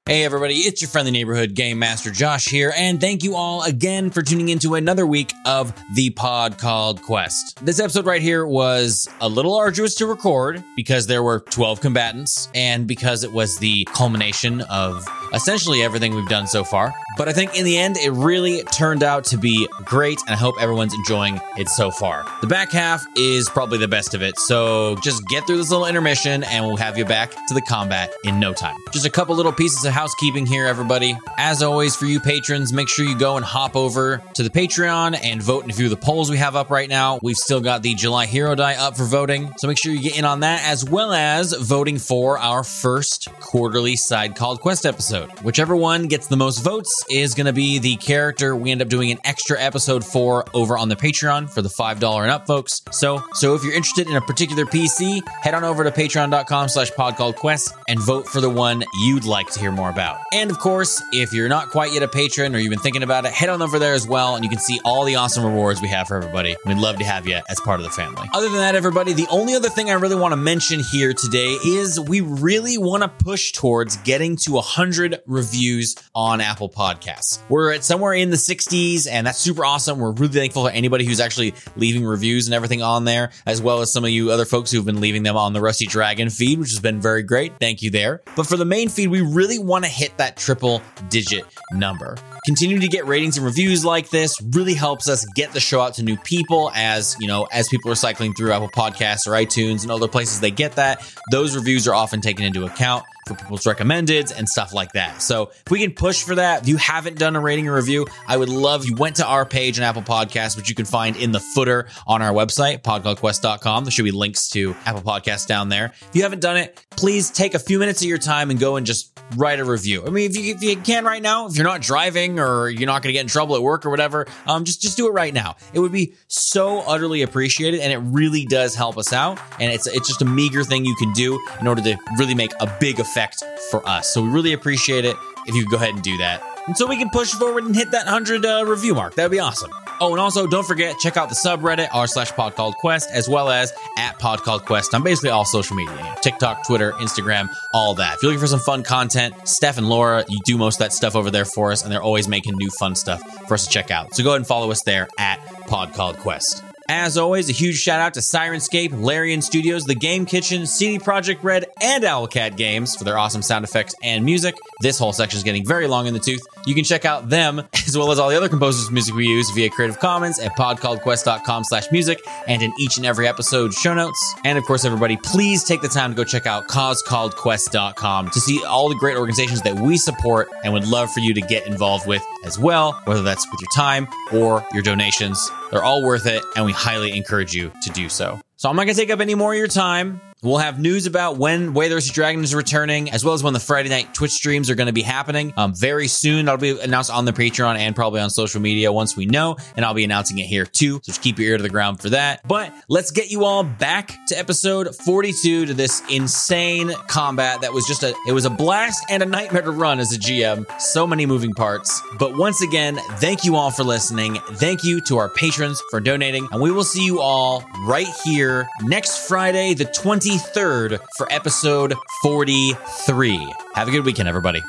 C: Hey everybody, it's your friendly neighborhood game master Josh here, and thank you all again for tuning into another week of the pod called Quest. This episode right here was a little arduous to record because there were 12 combatants and because it was the culmination of essentially everything we've done so far. But I think in the end, it really turned out to be great, and I hope everyone's enjoying it so far. The back half is probably the best of it, so just get through this little intermission and we'll have you back to the combat in no time. Just a couple little pieces of housekeeping here, everybody. As always, for you patrons, make sure you go and hop over to the Patreon and vote in a few of the polls we have up right now. We've still got the July Hero Die up for voting, so make sure you get in on that as well as voting for our first quarterly side called quest episode. Whichever one gets the most votes is going to be the character we end up doing an extra episode for over on the Patreon for the $5 and up folks. So, so if you're interested in a particular PC, head on over to patreon.com slash pod called quest and vote for the one you'd like to hear more about. And of course, if you're not quite yet a patron or you've been thinking about it, head on over there as well and you can see all the awesome rewards we have for everybody. We'd love to have you as part of the family. Other than that, everybody, the only other thing I really want to mention here today is we really want to push towards getting to 100 reviews on Apple Podcasts. We're at somewhere in the 60s, and that's super awesome. We're really thankful for anybody who's actually leaving reviews and everything on there, as well as some of you other folks who've been leaving them on the Rusty Dragon feed, which has been very great. Thank you there. But for the main feed, we really want to hit that triple digit number. Continue to get ratings and reviews like this really helps us get the show out to new people as, you know, as people are cycling through Apple Podcasts or iTunes and other places they get that. Those reviews are often taken into account for people's recommendeds and stuff like that. So if we can push for that, if you haven't done a rating or review, I would love you went to our page on Apple Podcasts, which you can find in the footer on our website, podcastquest.com. There should be links to Apple Podcasts down there. If you haven't done it, please take a few minutes of your time and go and just write a review. I mean, if you, if you can right now, if you're not driving or you're not going to get in trouble at work or whatever, um, just just do it right now. It would be so utterly appreciated, and it really does help us out. And it's it's just a meager thing you can do in order to really make a big effect for us. So we really appreciate it if you could go ahead and do that. And so we can push forward and hit that 100 uh, review mark. That would be awesome. Oh, and also don't forget, check out the subreddit r slash pod called quest as well as at pod called quest on basically all social media you know, TikTok, Twitter, Instagram, all that. If you're looking for some fun content, Steph and Laura, you do most of that stuff over there for us, and they're always making new fun stuff for us to check out. So go ahead and follow us there at pod called quest. As always, a huge shout out to Sirenscape, Larian Studios, The Game Kitchen, CD Projekt Red, and Owlcat Games for their awesome sound effects and music. This whole section is getting very long in the tooth. You can check out them as well as all the other composers' music we use via Creative Commons at podcalledquest.com slash music and in each and every episode show notes. And of course, everybody, please take the time to go check out causecalledquest.com to see all the great organizations that we support and would love for you to get involved with as well, whether that's with your time or your donations. They're all worth it, and we highly encourage you to do so. So I'm not going to take up any more of your time. We'll have news about when Way There's a Dragon is returning, as well as when the Friday night Twitch streams are going to be happening um, very soon. That'll be announced on the Patreon and probably on social media once we know, and I'll be announcing it here too. So just keep your ear to the ground for that. But let's get you all back to episode 42 to this insane combat that was just a it was a blast and a nightmare to run as a GM. So many moving parts. But once again, thank you all for listening. Thank you to our patrons for donating, and we will see you all right here next Friday, the 23rd, for episode 43. Have a good weekend, everybody.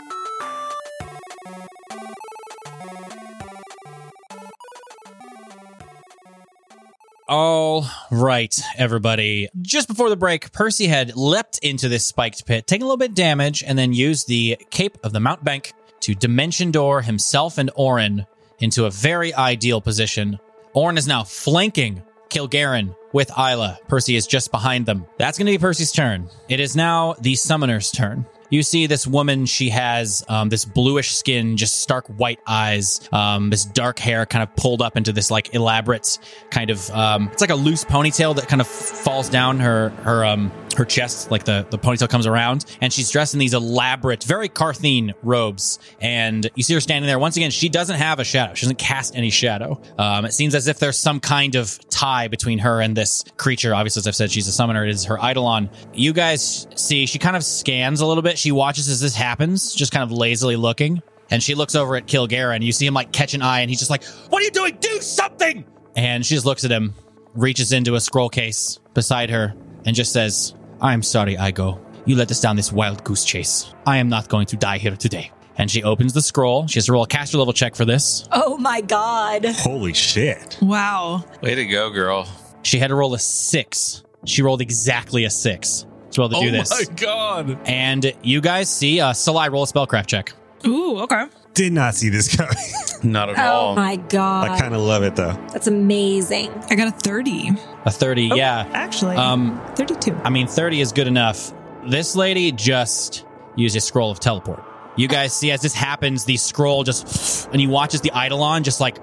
C: All right, everybody. Just before the break, Percy had leapt into this spiked pit, taking a little bit of damage, and then used the cape of the Mount Bank to dimension door himself and Orin into a very ideal position. Orin is now flanking Kilgaren with Isla. Percy is just behind them. That's going to be Percy's turn. It is now the summoner's turn. You see this woman, she has um, this bluish skin, just stark white eyes, um, this dark hair kind of pulled up into this like elaborate kind of, um, it's like a loose ponytail that kind of falls down her, her, um, her chest, like the, the ponytail comes around, and she's dressed in these elaborate, very Carthene robes. And you see her standing there. Once again, she doesn't have a shadow. She doesn't cast any shadow. Um, it seems as if there's some kind of tie between her and this creature. Obviously, as I've said, she's a summoner. It is her Eidolon. You guys see, she kind of scans a little bit. She watches as this happens, just kind of lazily looking. And she looks over at Kilgaren. You see him like catch an eye, and he's just like, What are you doing? Do something! And she just looks at him, reaches into a scroll case beside her, and just says, I'm sorry, Igo. You let us down this wild goose chase. I am not going to die here today. And she opens the scroll. She has to roll a caster level check for this.
H: Oh my god. Oh
E: Holy shit.
D: Wow.
J: Way to go, girl.
C: She had to roll a six. She rolled exactly a six to be able to do
I: oh
C: this.
I: my god.
C: And you guys see, uh, Salai roll a spellcraft check.
D: Ooh, okay.
E: Did not see this coming.
J: Not at
H: Oh
J: all.
H: my god.
E: I kind of love it though.
H: That's amazing.
D: I got a 30.
C: A 30, yeah.
D: Actually,
C: Um,
D: 32.
C: I mean, 30 is good enough. This lady just used a scroll of teleport. You guys see as this happens, the scroll just, and you watch as the Eidolon just like,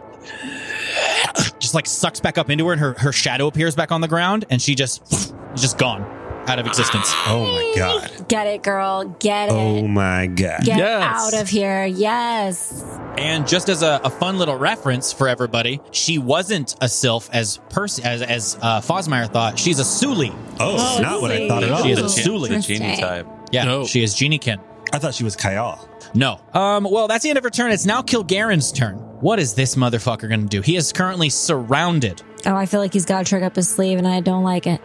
C: just like sucks back up into her and her, her shadow appears back on the ground and she just, is just gone out of existence.
E: Oh my god.
H: Get it, girl. Get it.
E: Oh my god.
H: Get
I: Yes.
H: out of here. Yes.
C: And just as a, a fun little reference for everybody, she wasn't a sylph as Percy, as, as uh, Fosmire thought. She's a Suli.
E: Oh,
D: Oh,
E: not what I thought at all.
C: She is a
J: She's
C: Suli.
J: a genie
H: Interesting.
J: type.
C: Yeah,
I: No.
C: she is Geniekin.
E: I thought she was Kyle.
C: No. Um, well, that's the end of her turn. It's now Kilgaren's turn. What is this motherfucker going to do? He is currently surrounded.
H: Oh, I feel like he's got a trick up his sleeve and I don't like it.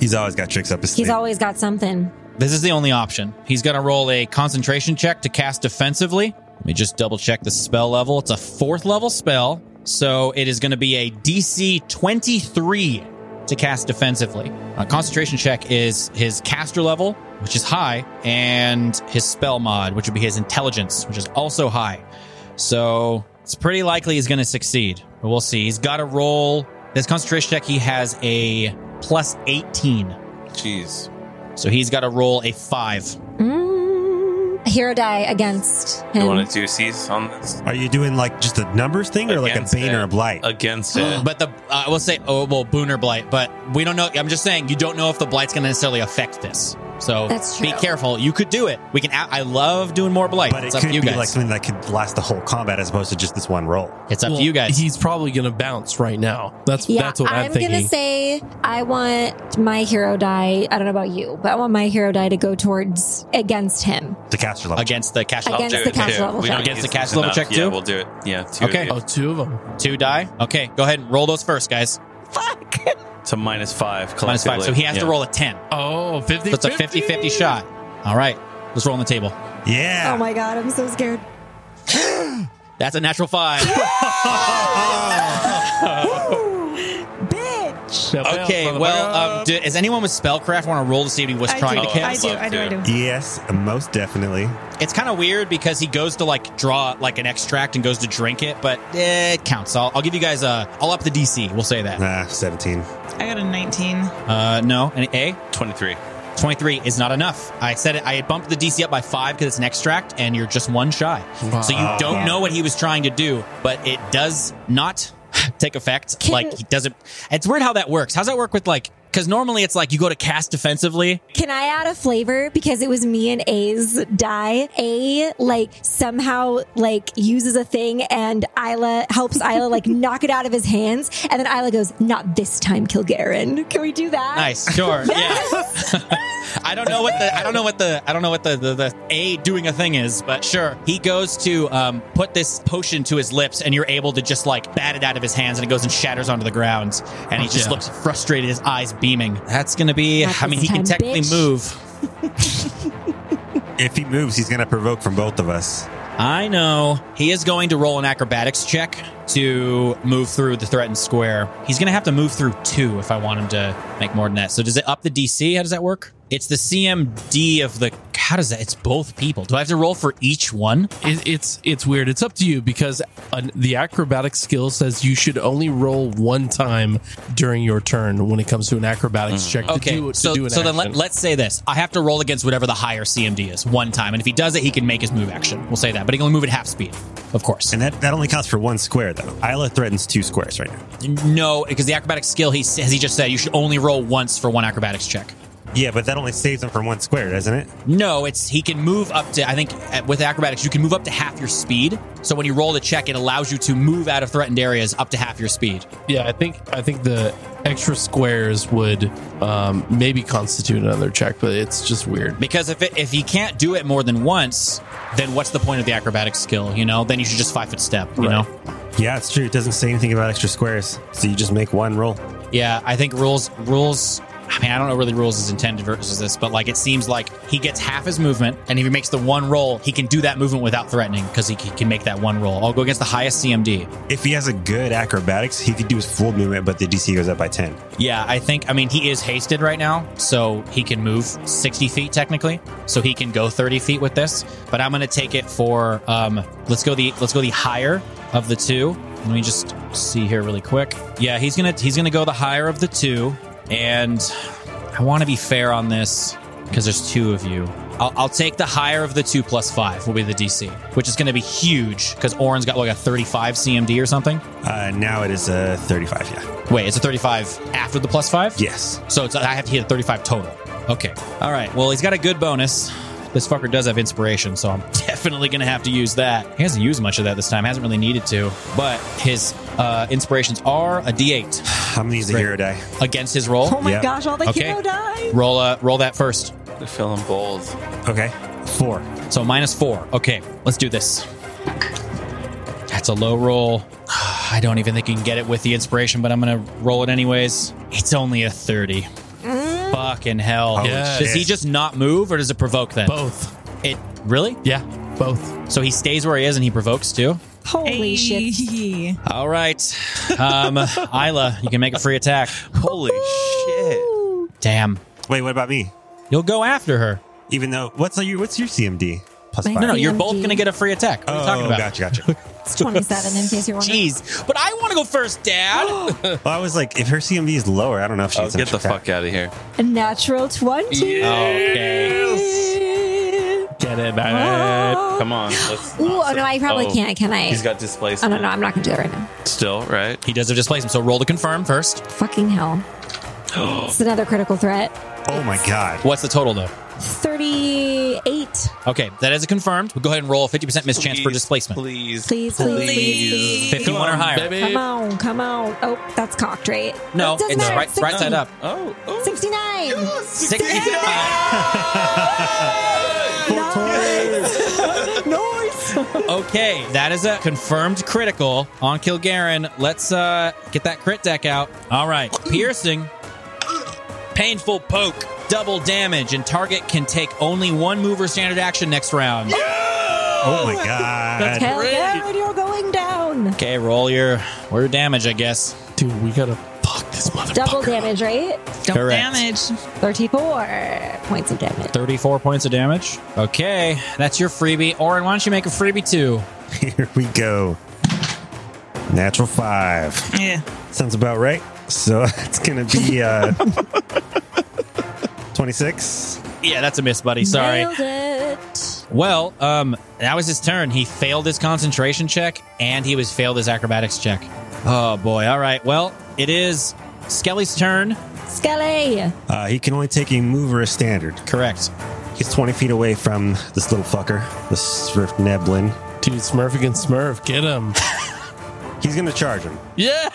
E: He's always got tricks up his
H: He's
E: sleeve.
H: always got something.
C: This is the only option. He's going to roll a concentration check to cast defensively. Let me just double check the spell level. It's a fourth level spell, so it is going to be a DC 23 to cast defensively. A concentration check is his caster level, which is high, and his spell mod, which would be his intelligence, which is also high. So it's pretty likely he's going to succeed, but we'll see. He's got to roll this concentration check. He has a plus 18.
J: Jeez.
C: So he's got to roll a five.
H: Mm. Hero die against
J: You
H: him.
J: want to do C's on this?
E: Are you doing like just a numbers thing or like a
J: Against
E: banner
J: it.
E: of light?
J: Against it.
C: But the uh, I will say, oh well, Booner Blight. But we don't know. I'm just saying, you don't know if the Blight's going to necessarily affect this. So
H: That's
C: be
H: true.
C: careful. You could do it. We can. a- I love doing more Blight.
E: But it
C: it's up to
E: could
C: you
E: be like
C: guys.
E: something that could last the whole combat as opposed to just this one roll.
C: it's up
I: Well,
C: to you guys.
I: He's probably gonna bounce right now. That's
H: Yeah,
I: that's what I'm,
H: I'm gonna
I: thinking.
H: say I want my hero die. I don't know about you, but I want my hero die to go towards against him.
E: The caster level.
C: against the cash.
J: I'll
H: Against
J: do
H: the
J: it
H: cash
J: too.
H: level
J: We don't
H: check.
C: Against the
J: use
C: cash
J: these
C: level
J: enough.
C: check
J: Yeah,
C: too?
J: we'll do it. Yeah, two. of
C: Okay.
J: you.
I: oh, two of them.
C: two die. Okay, go ahead and roll those first, guys.
J: It's a minus five.
C: Minus five. So he has to
J: collectively.
C: roll a ten.
I: Oh, 50
C: So it's a 50-50 shot. All right, let's roll on the table.
E: Yeah.
H: Oh my god, I'm so scared.
C: That's a natural five. okay, well, um, do, does anyone with spellcraft want to roll to see what he was
D: I
C: trying
D: do.
C: to
J: kill
C: cast?
D: I do. I do. I do.
E: Yes, most definitely.
C: It's kind of weird because he goes to like draw like an extract and goes to drink it, but eh, it counts. I'll, I'll give you guys a. I'll up the DC. We'll say that.
E: Ah, 17.
D: I got a 19.
C: Uh, no, an A.
J: 23.
C: Twenty-three is not enough. I said it. I bumped the DC up by five because it's an extract, and you're just one shy. So you don't know what he was trying to do, but it does not take effect.
H: Can-
C: like he doesn't. It's weird how that works. How's that work with like? Because normally it's like you go to cast defensively.
H: Can I add a flavor because it was me and A's die? A like somehow like uses a thing and Isla helps Isla like knock it out of his hands, and then Isla goes, "Not this time, Kilgaren." Can we do that?
C: Nice, sure, yeah. I don't know what the I don't know what the I don't know what the, the the a doing a thing is, but sure. He goes to um, put this potion to his lips, and you're able to just like bat it out of his hands, and it goes and shatters onto the ground. And he just
I: Yeah.
C: looks frustrated, his eyes beaming. That's gonna be.
H: Not
C: I mean,
H: this
C: he can
H: time,
C: technically
H: bitch.
C: move.
E: If he moves, he's going to provoke from both of us.
C: I know. He is going to roll an acrobatics check to move through the threatened square. He's gonna have to move through two if I want him to make more than that. So does it up the DC? How does that work? It's the CMD of the. How does that? It's both people. Do I have to roll for each one?
I: It, it's it's weird. It's up to you because uh, the acrobatic skill says you should only roll one time during your turn when it comes to an acrobatics check.
C: Okay,
I: to do, to
C: so,
I: do an
C: so then
I: action.
C: let, let's say this. I have to roll against whatever the higher CMD is one time, and if he does it, he can make his move action. We'll say that, but he can only move at half speed, of course.
E: And that, that only counts for one square, though. Isla threatens two squares right now.
C: No, because the acrobatic skill he says he just said you should only roll once for one acrobatics check.
E: Yeah, but that only saves him from one square, doesn't it?
C: No, it's he can move up to I think at- with acrobatics you can move up to half your speed. So when you roll the check, it allows you to move out of threatened areas up to half your speed.
I: yeah, I think I think the extra squares would um, maybe constitute another check, but it's just weird.
C: Because if it, if he can't do it more than once, then what's the point of the acrobatic skill? You know, then you should just five foot step. You know.
E: Yeah, it's true. It doesn't say anything about extra squares. So you just make one roll.
C: Yeah, I think rules rules. I mean, I don't know really rules is intended versus this, but like it seems like he gets half his movement, and if he makes the one roll, he can do that movement without threatening because he c- can make that one roll. I'll go against the highest CMD.
E: If he has a good acrobatics, he could do his full movement, but the DC goes up by 10.
C: Yeah, I think. I mean, he is hasted right now, so he can move sixty feet technically, so he can go thirty feet with this. But I'm gonna take it for um, let's go the let's go the higher of the two. Let me just see here really quick. Yeah, he's gonna he's gonna go the higher of the two, and I want to be fair on this because there's two of you. I'll, I'll take the higher of the two plus five will be the DC, which is going to be huge because Oren's got like a 35 CMD or something.
E: Uh, now it is a 35, yeah.
C: Wait, it's a 35 after the plus five?
E: Yes.
C: So it's, I have to hit a 35 total. Okay. All right. Well, he's got a good bonus. This fucker does have inspiration, so I'm definitely going to have to use that. He hasn't used much of that this time. Hasn't really needed to. But his uh, inspirations are a D8
E: How many is the
C: Right.
E: hero die?
C: against his roll.
H: Oh my
E: Yep.
H: gosh, all the
C: Okay.
H: hero die.
C: Roll uh, roll that first.
F: They're feeling bold.
E: Okay. Four.
C: So minus four. Okay, let's do this. That's a low roll. I don't even think you can get it with the inspiration, but I'm gonna roll it anyways. It's only a thirty. Fucking hell!
E: Holy
C: Does he
E: shit.
C: just not move, or does it provoke then?
I: Both,
C: It really?
I: yeah, both.
C: So he stays where he is and he provokes too.
H: Holy shit.
D: shit.
C: All right, um, Isla, you can make a free attack.
J: Holy shit.
C: Damn,
E: Wait, what about me?
C: you'll go after her.
E: Even though, what's your, what's your CMD? Plus
H: My
E: five.
C: No, no, you're
H: CMD.
C: both gonna get a free attack. What are you talking
E: Oh,
C: about?
E: gotcha, gotcha.
H: It's 27 in case you're wondering.
C: Jeez, but I want to go first, Dad.
E: well, I was like, if her CMD is lower, I don't know if
J: Oh,
E: she's
J: get the fuck out of here.
H: A natural 20.
I: Get it,
H: Oh.
J: Come on. Let's
H: Ooh,
J: not-
H: oh no, I probably
J: Oh,
H: can't. Can I?
J: He's got displaced.
H: oh no, no, I'm not gonna do that right now.
J: Still, right?
C: He does have displacement, so roll to confirm first.
H: Fucking hell. it's another critical threat.
E: Oh my god.
C: What's the total though?
H: 38.
C: Okay, that is a confirmed. We'll go ahead and roll a 50% mischance for
J: Please,
C: displacement.
J: Please.
H: Please, please, please.
C: 51 or higher.
I: baby.
H: Come on, come on. Oh, that's cocked, right?
C: No,
H: It doesn't
C: it's
H: matter.
C: right, right side up.
J: Oh, oh.
H: 69.
C: 65. Okay, that is a confirmed critical on Kilgaren. Let's uh, get that crit deck out. All right, piercing, painful poke, double damage, and target can take only one move or standard action next round.
E: Oh my god.
H: Hell yeah, you're going down.
C: Okay, roll your roll your damage, I guess.
I: Dude, we gotta fuck this motherfucker.
H: Double damage, right?
D: Don't
C: Correct.
D: damage.
H: 34 points of damage.
C: 34 points of damage. Okay, that's your freebie. Orin, why don't you make a freebie too?
E: Here we go. Natural five.
D: Yeah.
E: Sounds about right. So it's gonna be uh, twenty-six.
C: Yeah, that's a miss, buddy. Sorry.
H: Nailed it.
C: Well, um, that was his turn. He failed his concentration check and he was failed his acrobatics check. Oh boy. All right. Well, it is Skelly's turn.
H: Skelly.
E: Uh, he can only take a move or a standard.
C: Correct.
E: He's twenty feet away from this little fucker, this Swift Neblin.
I: Dude, Smurf against Smurf, get him.
E: He's gonna charge him.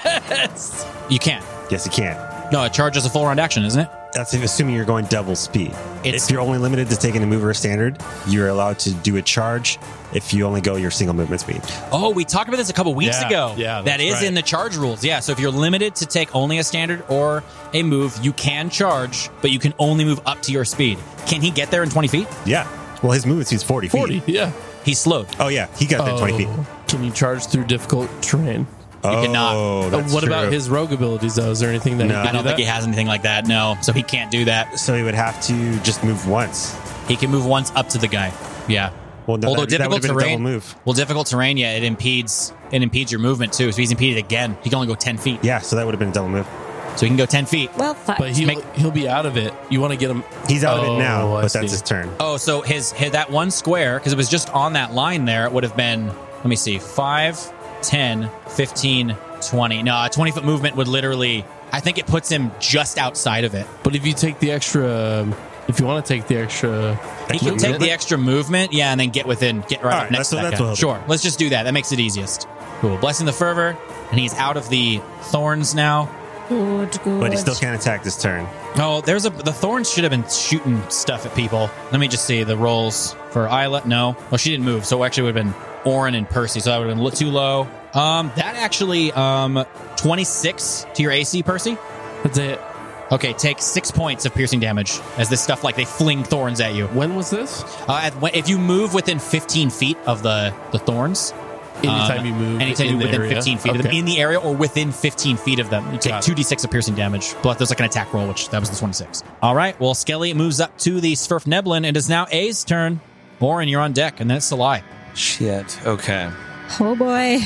I: yes.
C: You can't.
E: Yes, he can.
C: No, it charges a full round action, isn't it?
E: That's if, assuming you're going double speed.
C: It's-
E: if you're only limited to taking a move or a standard, you're allowed to do a charge if you only go your single movement speed.
C: Oh, we talked about this a couple weeks
I: Yeah,
C: ago.
I: yeah,
C: that
I: that's
C: is
I: right.
C: in the charge rules. Yeah, so if you're limited to take only a standard or a move, you can charge, but you can only move up to your speed. Can he get there in 20 feet?
E: Yeah. Well, his movement speed's 40 feet.
I: 40, yeah.
C: He's slowed.
E: Oh, yeah. He got there 20 feet.
I: Can you charge through difficult terrain?
E: oh,
C: cannot-
E: That's
I: what about
E: true.
I: his rogue abilities though? Is there anything that
E: No.
I: he
C: I
I: can do
C: don't think he
I: that?
C: has anything like that. No, so he can't do that.
E: So he would have to just move once.
C: He can move once up to the guy. Yeah.
E: Well, no,
C: Although
E: that, that
C: difficult
E: would have been a
C: terrain,
E: double move.
C: well, difficult terrain, yeah, it impedes it impedes your movement too. So he's impeded again. He can only go ten feet,
E: Yeah, so that would have been a double move.
C: so he can go ten feet.
H: Well, fuck.
I: But he'll,
C: Make-
I: he'll be out of it. You want to get him.
E: He's out of
I: Oh,
E: it now,
I: I
E: but that's
I: see.
E: his turn.
C: Oh, so his, his that one square because it was just on that line there. It would have been let me see 5, 10, 15, 20. No, a twenty foot movement would literally. I think it puts him just outside of it.
I: But if you take the extra, um, if you want to take the extra,
C: He can take the
I: movement-
C: extra movement, yeah, and then get within, get right,
E: All
C: up
E: right,
C: next
E: so
C: to that
E: that's
C: guy.
E: what I'll do.
C: Sure, let's just do that. That makes it easiest. Cool. Blessing the fervor, and he's out of the thorns now.
H: Good, good.
E: But he still can't attack this turn.
C: Oh, there's a the thorns should have been shooting stuff at people. Let me just see the rolls for Isla. No, well she didn't move, so it actually would have been Orin and Percy. So that would have been li- too low. Um, that actually um twenty six to your AC, Percy.
I: That's it.
C: Okay, take six points of piercing damage as this stuff like they fling thorns at you.
I: When was this?
C: Uh, at, when- if you move within fifteen feet of the the thorns,
I: Anytime
C: Um,
I: you move.
C: anytime
I: in
C: you're
I: the
C: within
I: area.
C: 15 feet of them
I: Okay.
C: in the area or within 15 feet of them you take
I: Got it.
C: 2d6 of piercing damage plus there's like an attack roll which that was the 26 all right well skelly moves up to the swerf neblin it is now a's turn Orin, you're on deck and then it's the lie
J: Shit. Okay.
H: Oh boy.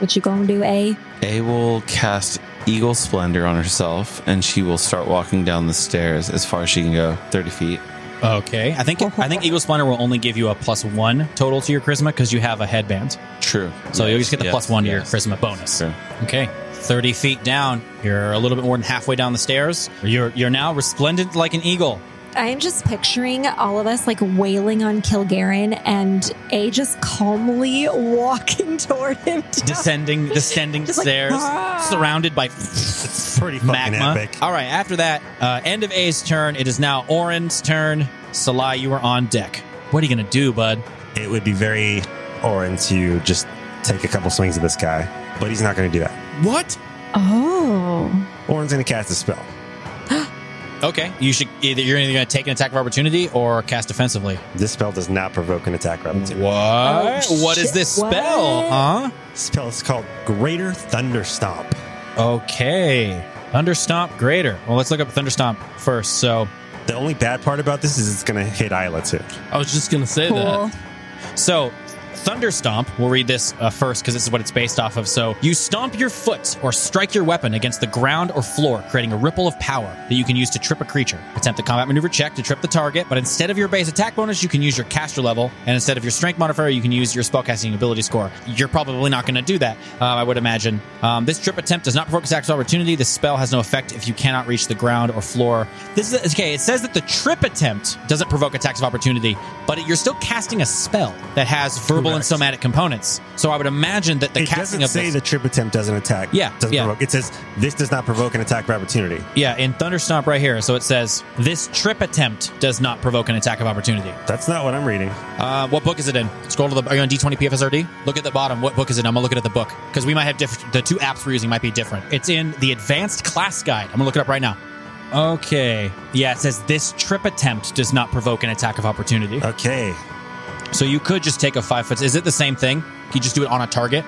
H: What you gonna do, A?
J: A will cast Eagle Splendor on herself, and she will start walking down the stairs as far as she can go, 30 feet.
C: okay i think i think eagle splendor will only give you a plus one total to your charisma because you have a headband
J: True.
C: so
J: Yes,
C: you'll just get the
J: yes,
C: plus one to
J: yes.
C: your charisma bonus
J: True.
C: okay 30 feet down you're a little bit more than halfway down the stairs you're you're now resplendent like an eagle
H: I am just picturing all of us like wailing on Kilgaren and A just calmly walking toward him. down-
C: descending descending
H: Just like,
C: stairs
H: "Ah!"
C: surrounded by
E: It's pretty fucking
C: magma.
E: epic.
C: All right, after that, uh, end of A's turn. It is now Oren's turn. Salai, you are on deck. What are you going to do, bud?
E: It would be very Orin to just take a couple swings at this guy, but he's not going to do that.
I: What?
A: Oh.
E: Orin's going to cast a spell.
C: Okay, you should either you're either going to take an attack of opportunity or cast defensively.
E: This spell does not provoke an attack round.
C: What? what is
H: Oh, shit.
C: this spell?
H: What?
C: Huh?
E: spell is called Greater Thunderstomp.
C: Okay. Thunderstomp greater. Well, let's look up Thunderstomp first. So,
E: The only bad part about this is it's going to hit Isla too.
I: I was just gonna say
A: Cool.
I: that.
C: So, Thunderstomp, we'll read this uh, first because this is what it's based off of. So, you stomp your foot or strike your weapon against the ground or floor, creating a ripple of power that you can use to trip a creature. Attempt a combat maneuver check to trip the target, but instead of your base attack bonus, you can use your caster level, and instead of your strength modifier, you can use your spellcasting ability score. You're probably not going to do that, uh, I would imagine. Um, this trip attempt does not provoke attack of opportunity. This spell has no effect if you cannot reach the ground or floor. This is okay. It says that the trip attempt doesn't provoke attacks of opportunity, but you're still casting a spell that has verbal and
E: Correct.
C: somatic components. So I would imagine that the
E: it
C: casting
E: doesn't
C: of
E: say
C: this,
E: the trip attempt doesn't attack.
C: Yeah,
E: doesn't
C: yeah.
E: Provoke. It says this does not provoke an attack of opportunity.
C: yeah, in Thunderstomp right here. So it says this trip attempt does not provoke an attack of opportunity.
E: That's not what I'm reading.
C: Uh, what book is it in? Scroll to the. Are you on D20 PFSRD? Look at the bottom. What book is it? I'm gonna look it at the book because we might have different. The two apps we're using might be different. It's in the Advanced Class Guide. I'm gonna look it up right now. Okay. Yeah, it says this trip attempt does not provoke an attack of opportunity.
E: Okay.
C: So you could just take a five foot. Is it the same thing? You just do it on a target.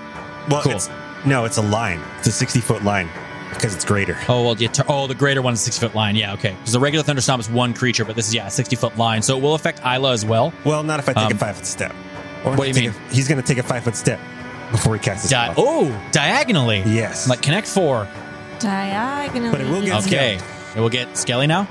E: Well,
C: Cool.
E: it's, no, it's a line. It's a 60 foot line because it's greater.
C: Oh well, you tar- oh the greater one is six foot line. Yeah, okay. Because the regular thunderstorm is one creature, but this is yeah a sixty foot line. So it will affect Isla as well.
E: Well, not if I take
C: Um,
E: a five foot step. Or
C: what do you
E: take a- he's going to take a five foot step before he casts his
C: Di-
E: spell.
C: oh, diagonally.
E: Yes.
C: Like connect four.
H: Diagonally.
E: But it will get It's
C: Okay. It will get Skelly now.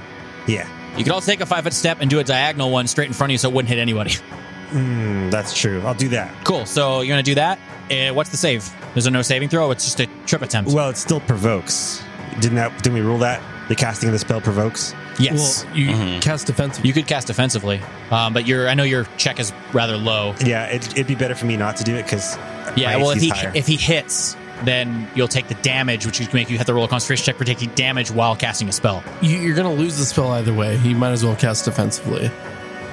E: yeah.
C: You could also take a five foot step and do a diagonal one straight in front of you so it wouldn't hit anybody.
E: Mm, that's true. I'll do that.
C: Cool. So you're going to do that. Uh, what's the save? There's a no saving throw. It's just a trip attempt.
E: Well, it still provokes. Didn't that? Didn't we rule that the casting of the spell provokes?
C: yes.
I: Well, you
J: Mhm.
I: cast defensive.
C: you could cast defensively, um, but your I know your check is rather low.
E: Yeah, it, it'd be better for me not to do it because
C: Yeah. well, if he
E: higher.
C: if he hits, then you'll take the damage, which would make you have to roll a concentration check for taking damage while casting a spell.
I: you, you're gonna lose the spell either way. You might as well cast defensively.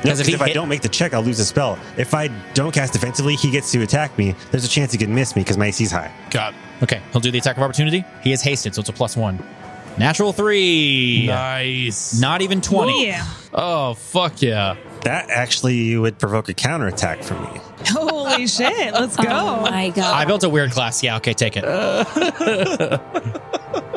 E: No,
C: 'Cause if
E: if,
C: he
E: I
C: hit-
E: don't make the check, I'll lose the spell. If I don't cast defensively, he gets to attack me. There's a chance he could miss me because my AC's high.
I: Got
C: Okay. He'll do the attack of opportunity. He is hasted, so it's a plus one. Natural three.
I: nice.
C: Not even twenty.
D: Yeah.
I: oh fuck yeah.
E: That actually would provoke a counterattack from me.
A: Holy
D: Holy shit, let's go.
H: Oh my
C: I
H: god.
C: built a weird class. Yeah, okay, take it.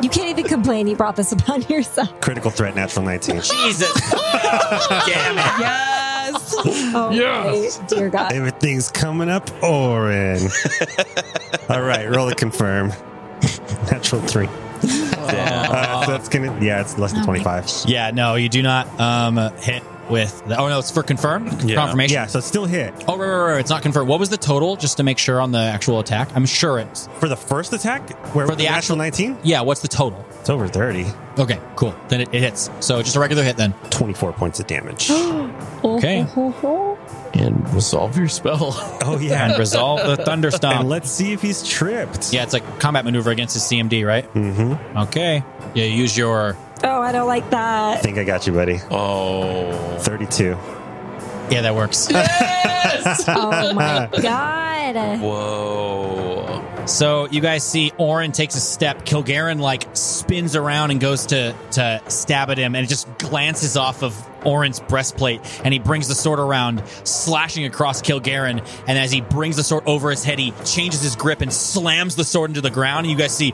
H: You can't even complain you brought this upon yourself.
E: Critical threat, natural 19.
C: Jesus. Damn it.
D: yes.
H: Oh my dear God.
E: Everything's coming up, Orin. All right, roll to confirm. Natural three. Uh, so that's gonna, yeah, it's less than 25.
C: Yeah, no, you do not um, hit with. The, oh no, it's for confirm confirmation.
E: Yeah, so it's still hit.
C: Oh right, right, right, it's not confirmed. What was the total, just to make sure on the actual attack? I'm sure it's.
E: For the first attack, where
C: For the actual-
E: natural 19,
C: Yeah, what's the total?
E: it's over 30.
C: Okay, cool. Then it, it hits. So just a regular hit then.
E: 24 points of damage. Oh,
H: Oh,
C: Okay.
I: And resolve your spell.
E: oh, yeah.
C: And resolve the
E: And
C: thunderstorm.
E: let's see if he's tripped.
C: Yeah, it's like combat maneuver against his CMD, right?
E: Mm-hmm.
C: Okay. Yeah, you use your.
H: Oh, I don't like
E: I
H: that.
E: think I got you, buddy.
J: Oh.
E: 32.
C: Yeah, that works.
H: Oh my God.
J: Whoa.
C: So you guys see Orin takes a step. Kilgaren like spins around and goes to to stab at him, and it just glances off of Orin's breastplate, and he brings the sword around, slashing across Kilgaren. And as he brings the sword over his head, he changes his grip and slams the sword into the ground. And you guys see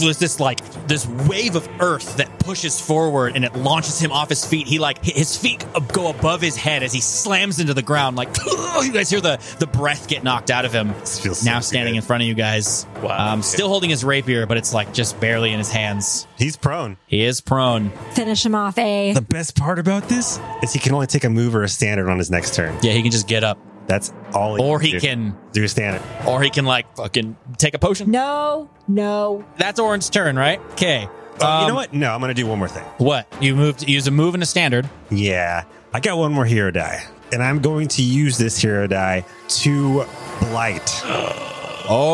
C: there's this like this wave of earth that pushes forward and it launches him off his feet. He like hi- his feet ab- go above his head as he slams into the ground. Like you guys hear the the breath get knocked out of him.
E: feels so
C: now standing
E: good.
C: in front of you guys.
J: Wow.
C: Um, still holding his rapier, but it's like just barely in his hands.
E: He's prone.
C: He is prone.
H: Finish him off, A.
E: The best part about this is he can only take a move or a standard on his next turn.
C: Yeah, he can just get up,
E: That's all he
C: or he
E: do.
C: can,
E: do a standard.
C: or he can like fucking take a potion.
H: No, no.
C: That's Orin's turn, right? Okay. Um,
E: Oh, you know what? No, I'm going to do one more thing.
C: What you moved? Use a move and a standard.
E: Yeah. I got one more hero die, and I'm going to use this hero die to blight.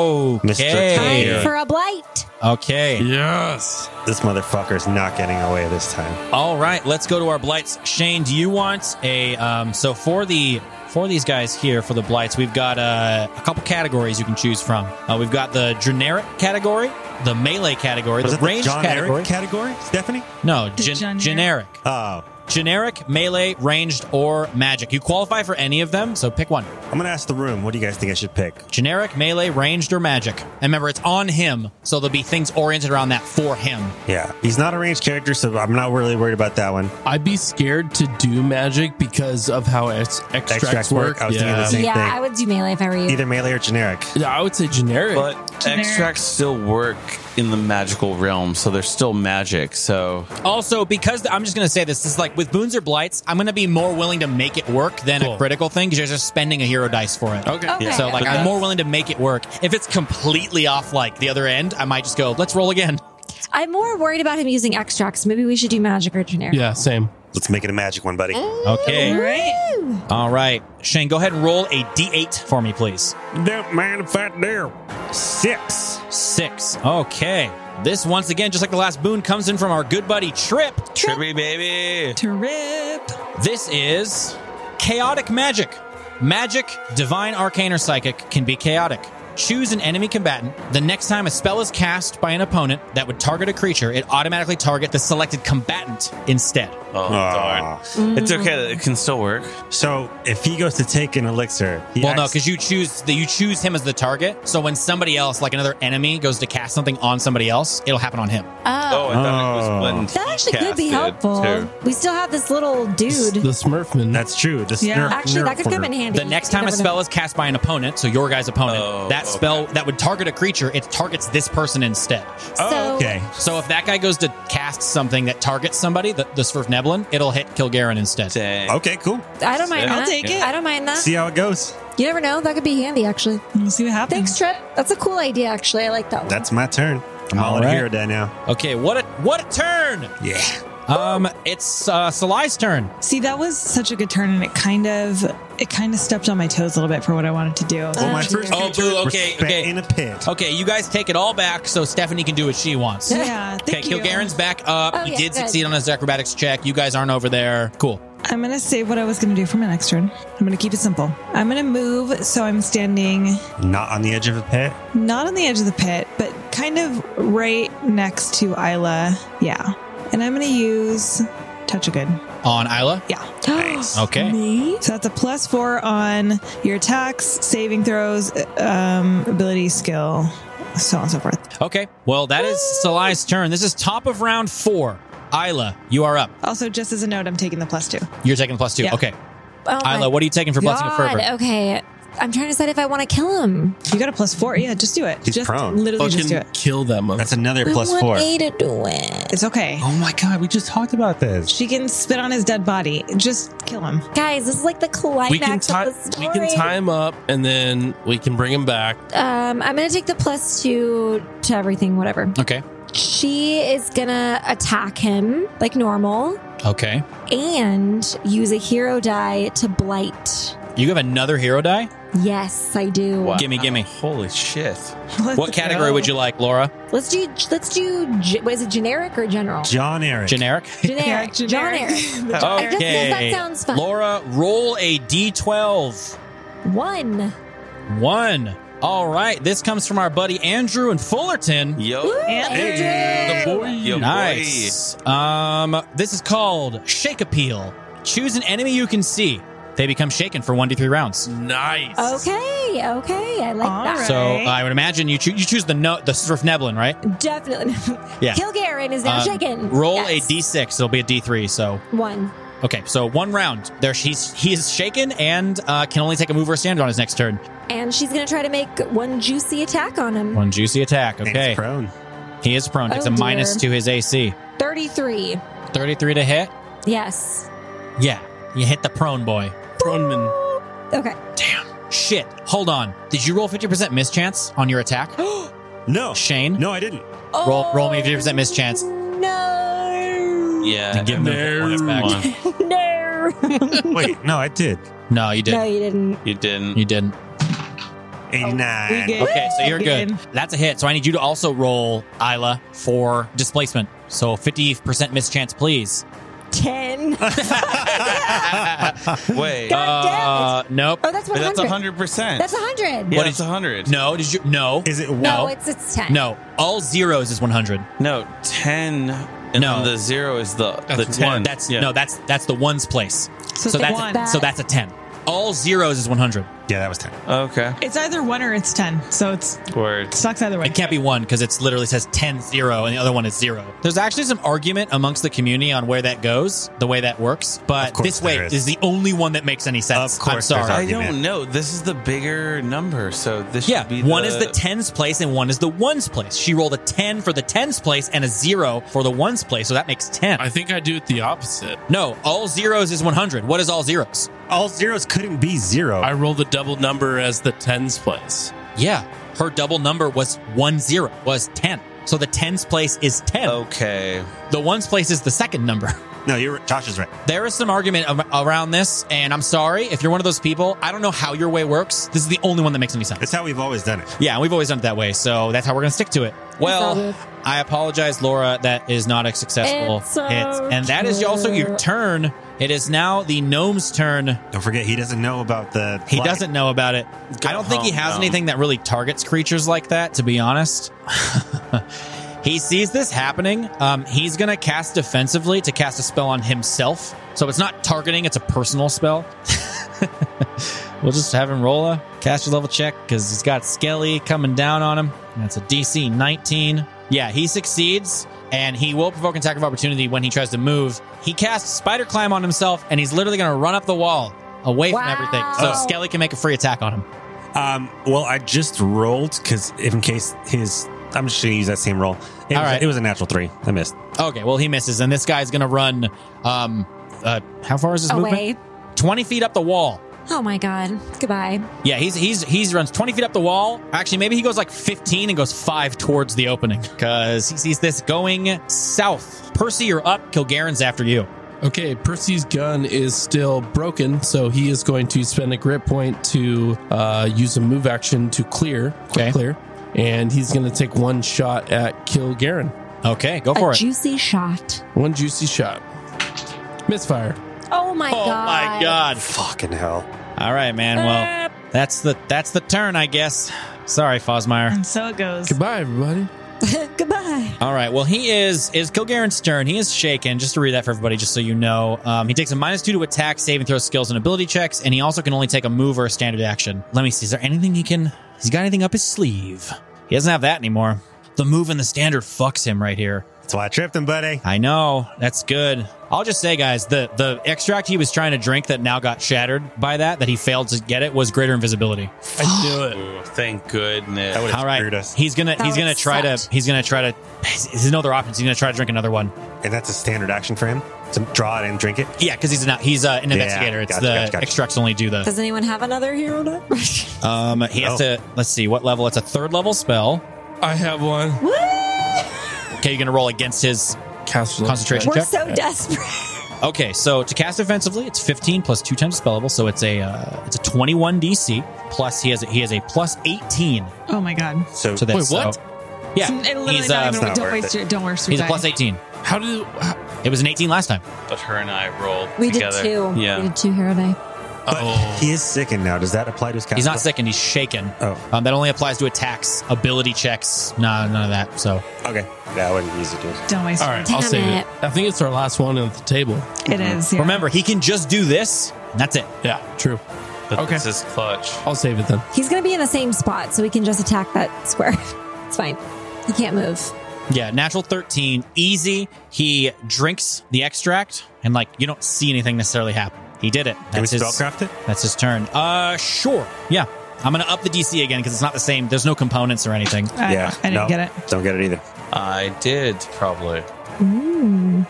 H: Time
C: Okay.
H: for a blight.
C: Okay.
I: yes.
E: This motherfucker's not getting away this time.
C: All right. Let's go to our blights. Shane, do you want a? Um, so for the for these guys here for the blights, we've got uh, a couple categories you can choose from. Uh, we've got the generic category, the melee category,
E: Was
C: the
E: it the
C: range
E: John
C: category.
E: Eric category? Stephanie?
C: No,
D: The
C: gen-
D: generic.
C: generic.
E: Oh,
C: Generic, melee, ranged, or magic. You qualify for any of them, so pick one.
E: I'm going to ask the room. What do you guys think I should pick?
C: Generic, melee, ranged, or magic. And remember, it's on him, so there'll be things oriented around that for him.
E: Yeah. He's not a ranged character, so I'm not really worried about that one.
I: I'd be scared to do magic because of how ex- extracts,
E: Extracts work.
I: work.
E: I was thinking the
I: yeah.
E: Same
H: yeah,
E: thing.
H: I would do melee if I were you.
E: Either melee or generic.
I: Yeah, I would say generic.
J: But extracts still work in the magical realm, so they're still magic. So
C: Also, because I'm just going to say this, this is like with boons or blights, I'm going to be more willing to make it work than a
I: Cool.
C: critical thing because you're just spending a hero dice for it.
I: okay.
H: Okay.
C: So, like,
J: But
C: I'm
J: that's-
C: more willing to make it work. If it's completely off, like the other end, I might just go, let's roll again.
H: I'm more worried about him using extracts. Maybe we should do magic or generic.
I: Yeah, same.
E: Let's make it a magic one, buddy.
C: Okay.
D: All right.
C: All right. Shane, go ahead and roll a d8 for me, please.
E: Don't mind if I do. Six.
C: Six. Okay. This once again, just like the last boon, comes in from our good buddy Trip.
J: trippy baby.
D: To rip.
C: This is chaotic magic. Magic, divine, arcane, or psychic can be chaotic. Choose an enemy combatant. The next time a spell is cast by an opponent that would target a creature, it automatically target the selected combatant instead.
J: Oh,
C: Ah.
J: darn. It's okay. It can still work.
E: So if he goes to take an elixir, he
C: Well, no,
E: acts-
C: because you choose the, you choose him as the target. So when somebody else, like another enemy, goes to cast something on somebody else, it'll happen on him.
H: Oh,
J: Oh, I thought it
E: Oh.
C: Ah.
J: was when
H: that
J: he
H: actually could be
J: casted,
H: helpful.
J: too.
H: We still have this little dude.
I: The Smurfman.
E: that's true. This
D: Yeah.
E: nerf-
H: Actually, that could
E: nerf
H: come in
E: order.
H: handy.
C: The next
H: You
C: time a
H: never
C: spell
H: know.
C: is cast by an opponent, so your guy's opponent,
J: Oh,
C: that spell that would target a creature, it targets this person instead.
H: So-
E: Okay.
C: So if that guy goes to cast something that targets somebody, the, the Swerve Neblin, it'll hit Kilgaren instead.
J: Dang.
E: Okay, cool.
H: I don't mind
J: I'll
H: that.
D: take it.
H: I don't mind that.
E: See how it goes.
H: You never know. That could be handy, actually.
D: We'll see what happens.
H: Thanks, Trip. That's a cool idea, actually. I like that one.
E: That's my turn. I'm all,
C: All
E: out
C: right.
E: of hero die now.
C: Okay, what a what a turn!
E: Yeah.
C: Um, it's uh, Salai's turn.
D: See, that was such a good turn, and it kind of it kind of stepped on my toes a little bit for what I wanted to do.
E: Well, my
H: dear.
E: first
H: Oh,
E: creature
C: boo,
E: was
C: okay,
E: spat
C: okay.
E: in a pit.
C: Okay, you guys take it all back so Stephanie can do what she wants.
D: yeah,
C: Okay,
D: thank you.
C: Kilgaren's back up.
H: Oh,
C: he
H: yeah,
C: did
H: good.
C: succeed on his acrobatics check. You guys aren't over there. Cool.
D: I'm gonna save what I was gonna do for my next turn. I'm gonna keep it simple. I'm gonna move so I'm standing
E: Not on the edge of a pit.
D: not on the edge of the pit, but kind of right next to Isla. Yeah, and I'm gonna use touch of good.
C: on Isla.
D: Yeah.
C: Okay.
H: Mm-hmm.
D: So that's a plus four on your attacks, saving throws, um, ability, skill, so on and so forth.
C: Okay. Well, that is Salai's turn. This is top of round four. Isla, you are up.
D: Also, just as a note, I'm taking the plus two.
C: You're taking plus two.
D: Yeah.
C: Okay.
H: Oh my
C: Isla, what are you taking for Blessing of Fervor?
H: God, okay. I'm trying to decide if I want to kill him.
D: You got a plus four. Yeah, just do it.
E: He's
D: just
E: prone.
D: Literally just do
I: Fucking
D: it.
I: kill them.
E: That's another
H: I
E: plus
H: want
E: four.
H: A to do it.
D: It's okay.
E: Oh my god, we just talked about this.
D: She can spit on his dead body. Just kill him.
H: Guys, this is like the climax
I: we can
H: of
I: tie.
H: the
I: We
H: story.
I: can tie him up, and then we can bring him back.
H: Um, I'm gonna take the plus two to everything, whatever.
C: Okay.
H: She is gonna attack him like normal
C: Okay.
H: and use a hero die to blight.
C: You have another hero die?
H: Yes, I do.
C: Gimme, gimme.
F: Holy shit.
C: What category would you like, Laura?
H: Let's do let's do ge- what is it generic or general?
E: John Eric.
C: Generic?
D: Yeah,
H: generic. John Eric.
C: Oh.
H: I just think that sounds fun.
C: Laura, roll a d12.
H: One.
C: One. All right. This comes from our buddy Andrew in Fullerton.
J: Oh,
F: Yo.
H: Andrew.
F: Yo,
C: Nice. Um, this is called Shake Appeal. Choose an enemy you can see. They become shaken for one to three rounds.
I: Nice.
H: Okay, okay, I like
D: All
H: that.
D: right.
C: So I would imagine you, choo- you choose the no- the Surf Neblin, right?
H: Definitely.
C: Yeah.
H: Kilgaren is now
C: Uh,
H: shaken.
C: Roll
H: Yes.
C: a d6. It'll be a d3. So
H: One.
C: okay, so one round. There, he's he is shaken and uh, can only take a move or a stand on his next turn.
H: And she's going to try to make one juicy attack on him.
C: One juicy attack.
E: And
C: Okay,
E: He's prone.
C: he is prone. Takes
H: Oh,
C: a
H: dear.
C: minus to his AC.
H: 33.
C: Thirty-three to hit.
H: Yes.
C: Yeah, you hit the prone boy.
I: Proneman.
H: Okay.
C: Shit. Hold on. Did you roll fifty percent mischance on your attack,
E: No.
C: Shane?
E: No, I didn't.
C: Roll- roll me 50% mischance.
H: Oh, No.
F: Yeah.
C: Give him the points back.
H: No.
E: Wait, no, I did.
C: No, you didn't.
H: no, you didn't.
F: You didn't.
C: You didn't.
H: Oh,
E: 89.
D: good?
C: Okay, so you're
D: We
C: good.
D: did.
C: That's a hit. So I need you to also roll Isla for displacement. So 50% mischance, please.
H: 10.
F: Wait.
H: God
C: Uh, nope.
H: Oh, that's
F: but
H: 100.
F: that's 100%.
H: That's 100.
F: yeah,
C: What
F: that's
C: is-
F: 100.
C: No, did you? No.
E: Is it one?
H: No,
C: No.
H: it's it's 10.
C: No. All zeros is 100.
F: No, 10. And
C: No.
F: then the zero is the, the
C: That's
F: 10.
C: One. That's
F: yeah.
C: no. That's that's the ones place. so
D: So, it's
C: that's
D: one.
H: Back.
C: so that's a 10. All zeros is 100.
E: Yeah, that was 10.
F: Okay.
D: It's either one or it's ten. So it's
F: Word.
D: sucks either way.
C: It can't be one because it's literally says 10 0 and the other one is zero. There's actually some argument amongst the community on where that goes, the way that works, but
E: Of course
C: this way
E: there
C: is.
E: is.
C: the only one that makes any sense.
E: Of course
C: I'm
E: there's
C: sorry.
E: argument.
F: I don't know. This is the bigger number, so this
C: Yeah,
F: should be
C: one is the tens place and one is the ones place. She rolled a 10 for the tens place and a zero for the ones place, so that makes 10.
I: I think I do it the opposite.
C: no, all zeros is 100. What is all zeros?
E: All zeros couldn't be zero.
I: I roll the double number as the tens place.
C: Yeah, her double number was one zero, was 10. So the tens place is 10.
J: Oh.
F: Okay.
C: The ones place is the second number.
E: no, you're Josh is right.
C: There is some argument ar- around this, and I'm sorry if you're one of those people. I don't know how your way works. This is the only one that makes any sense.
E: That's how we've always done it.
C: Yeah, we've always done it that way, so that's how we're going to stick to it. Well, I apologize, Laura. That is not a successful
H: It's
C: hit, and that is also your
H: okay.
C: turn. It is now the gnome's turn.
E: Don't forget, he doesn't know about the.
C: He
E: flight.
C: doesn't know about it. I don't think he
F: home,
C: has
F: gnome.
C: anything that really targets creatures like that. To be honest, he sees this happening. Um, he's going to cast defensively to cast a spell on himself. So it's not targeting; it's a personal spell. we'll just have him roll a caster level check because he's got Skelly coming down on him. That's a DC 19. Yeah, he succeeds, and he will provoke an attack of opportunity when he tries to move. He casts Spider Climb on himself, and he's literally going to run up the wall away from
H: Wow.
C: everything. So
H: Oh.
C: Skelly can make a free attack on him.
E: Um, well, I just rolled because in case his, I'm just gonna use that same roll. It,
C: All
E: was,
C: right.
E: it was a natural three. I missed.
C: Okay, well he misses, and this guy's gonna run. Um, uh, how far is his movement?
H: Away.
C: Twenty feet up the wall.
H: Oh my god. Goodbye.
C: Yeah, he's he's he's runs twenty feet up the wall. Actually, maybe he goes like fifteen and goes five towards the opening because he sees this going south. Percy, you're up. Kilgaren's after you.
I: Okay, Percy's gun is still broken, so he is going to spend a grit point to uh, use a move action to clear, quick
C: Okay.
I: clear, and he's going to take one shot at Kilgaren.
C: Okay, go
H: A
C: for it.
H: juicy shot.
I: One juicy shot, misfire.
H: Oh my
C: oh
H: god.
C: my god!
E: Fucking hell.
C: All right, man. Well, that's the that's the turn, I guess. Sorry, Fosmire.
D: and so it goes.
I: Goodbye, everybody.
H: Goodbye.
C: All right. Well, he is is Kilgaren Stern. He is shaken. Just to read that for everybody, just so you know, um, he takes a minus two to attack, save and throw skills, and ability checks, and he also can only take a move or a standard action. Let me see. Is there anything he can? He's got anything up his sleeve? He doesn't have that anymore. The move and the standard fucks him right here.
E: That's why I tripped him, buddy.
C: I know. That's good. I'll just say, guys, the the extract he was trying to drink that now got shattered by that, that he failed to get it, was greater invisibility.
I: I knew it.
J: Ooh, thank goodness.
E: That would
C: All right,
E: screwed us.
C: he's gonna
H: That
C: he's gonna
H: would've
C: try to
H: sucked.
C: he's gonna try to. There's no other options. He's gonna try to drink another one.
E: And that's a standard action for him to draw it and drink it.
C: Yeah, because he's not he's uh, an investigator. It's
E: gotcha,
C: the
E: gotcha, gotcha.
C: extracts only do the.
H: Does anyone have another hero? to-
C: Um, he has
E: Oh.
C: to. Let's see what level. It's a third level spell.
I: I have one.
C: Okay, you're gonna roll against his.
I: Cast a-
C: Concentration.
H: We're
C: Check.
H: so desperate.
C: Okay, so to cast offensively, it's 15 plus two times spell level, so it's a uh, it's a 21 DC. Plus he has a, he has a plus 18
A: Oh my god.
E: So,
C: to this.
I: Wait, what?
C: so- yeah,
A: It literally
C: he's
A: not
C: uh,
A: even,
E: It's not
A: don't
E: worth
A: waste
E: it.
A: your don't waste your
C: he's a
A: die.
C: plus 18.
I: How do?
C: It was an 18 last time.
J: But her and I rolled
H: We did
J: together.
H: two.
J: Yeah.
H: We did two hero day.
E: but he is sickened now. Does that apply to his?
C: He's not
E: constitution?
C: sickened. He's shaken.
E: Oh,
C: Um, that only applies to attacks, ability checks. Nah, none of that. So
E: okay. That wouldn't be easy to do.
A: Don't waste
I: All
A: your
I: right, I'll
H: Damn
I: save it.
H: it.
I: I think it's our last one at the table.
A: It is. yeah.
C: remember, he can just do this. And that's it.
I: Yeah, true.
J: But
I: Okay.
J: this is clutch.
I: I'll save it then.
H: He's gonna be in the same spot, so we can just attack that square. It's fine. He can't move.
C: Yeah, natural 13, easy. He drinks the extract, and like you don't see anything necessarily happen. He did it.
E: Can we
C: That's his.
E: spellcraft it?
C: That's his turn. Uh, sure. Yeah, I'm gonna up the DC again because it's not the same. There's no components or anything.
A: I,
E: yeah.
A: I didn't
E: no,
A: get it.
E: Don't get it either.
J: I did probably
H: Ooh.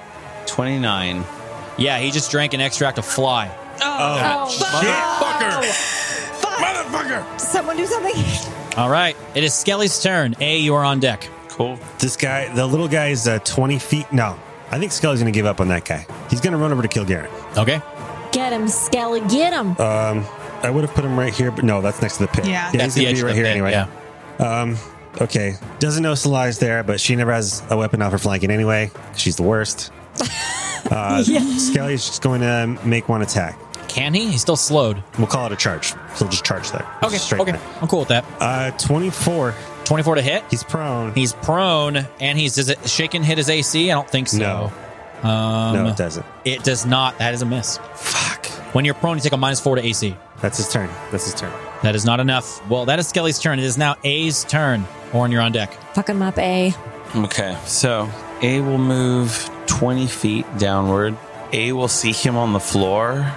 J: 29.
C: Yeah, he just drank an extract of fly.
E: Oh,
H: Someone do something.
C: All right, it is Skelly's turn. A, you are on deck.
J: Cool.
E: This guy, the little guy is uh, 20 feet. No, I think Skelly's going to give up on that guy. He's going to run over to kill Garrett.
C: Okay.
H: Get him, Skelly. Get him.
C: Uh,
E: Um, I would have put him right here, but no, that's next to the pit.
A: Yeah.
E: he's
C: That's the
E: going
C: edge
E: to be
C: of
E: right
C: the
E: here
C: pit,
E: anyway.
C: yeah.
E: Um, okay. Doesn't know Salai's there, but she never has a weapon off her flanking anyway. She's the worst. Uh, Skelly's just going to make one attack.
C: Can he? He's still slowed.
E: We'll call it a charge. So just charge there.
C: Okay.
E: Straight
C: okay.
E: there.
C: I'm cool with that.
E: Uh, 24.
C: 24 to hit.
E: He's prone.
C: He's prone, and he's does it shaken hit his AC? I don't think so. No. Um,
E: no, it doesn't.
C: It does not. That is a miss.
E: Fuck.
C: When you're prone, you take a minus four to AC.
E: That's his turn. That's his turn.
C: That is not enough. Well, that is Skelly's turn. It is now A's turn. Orin, you're on deck.
H: Fuck him up, A.
J: Okay. So A will move 20 feet downward. A will see him on the floor.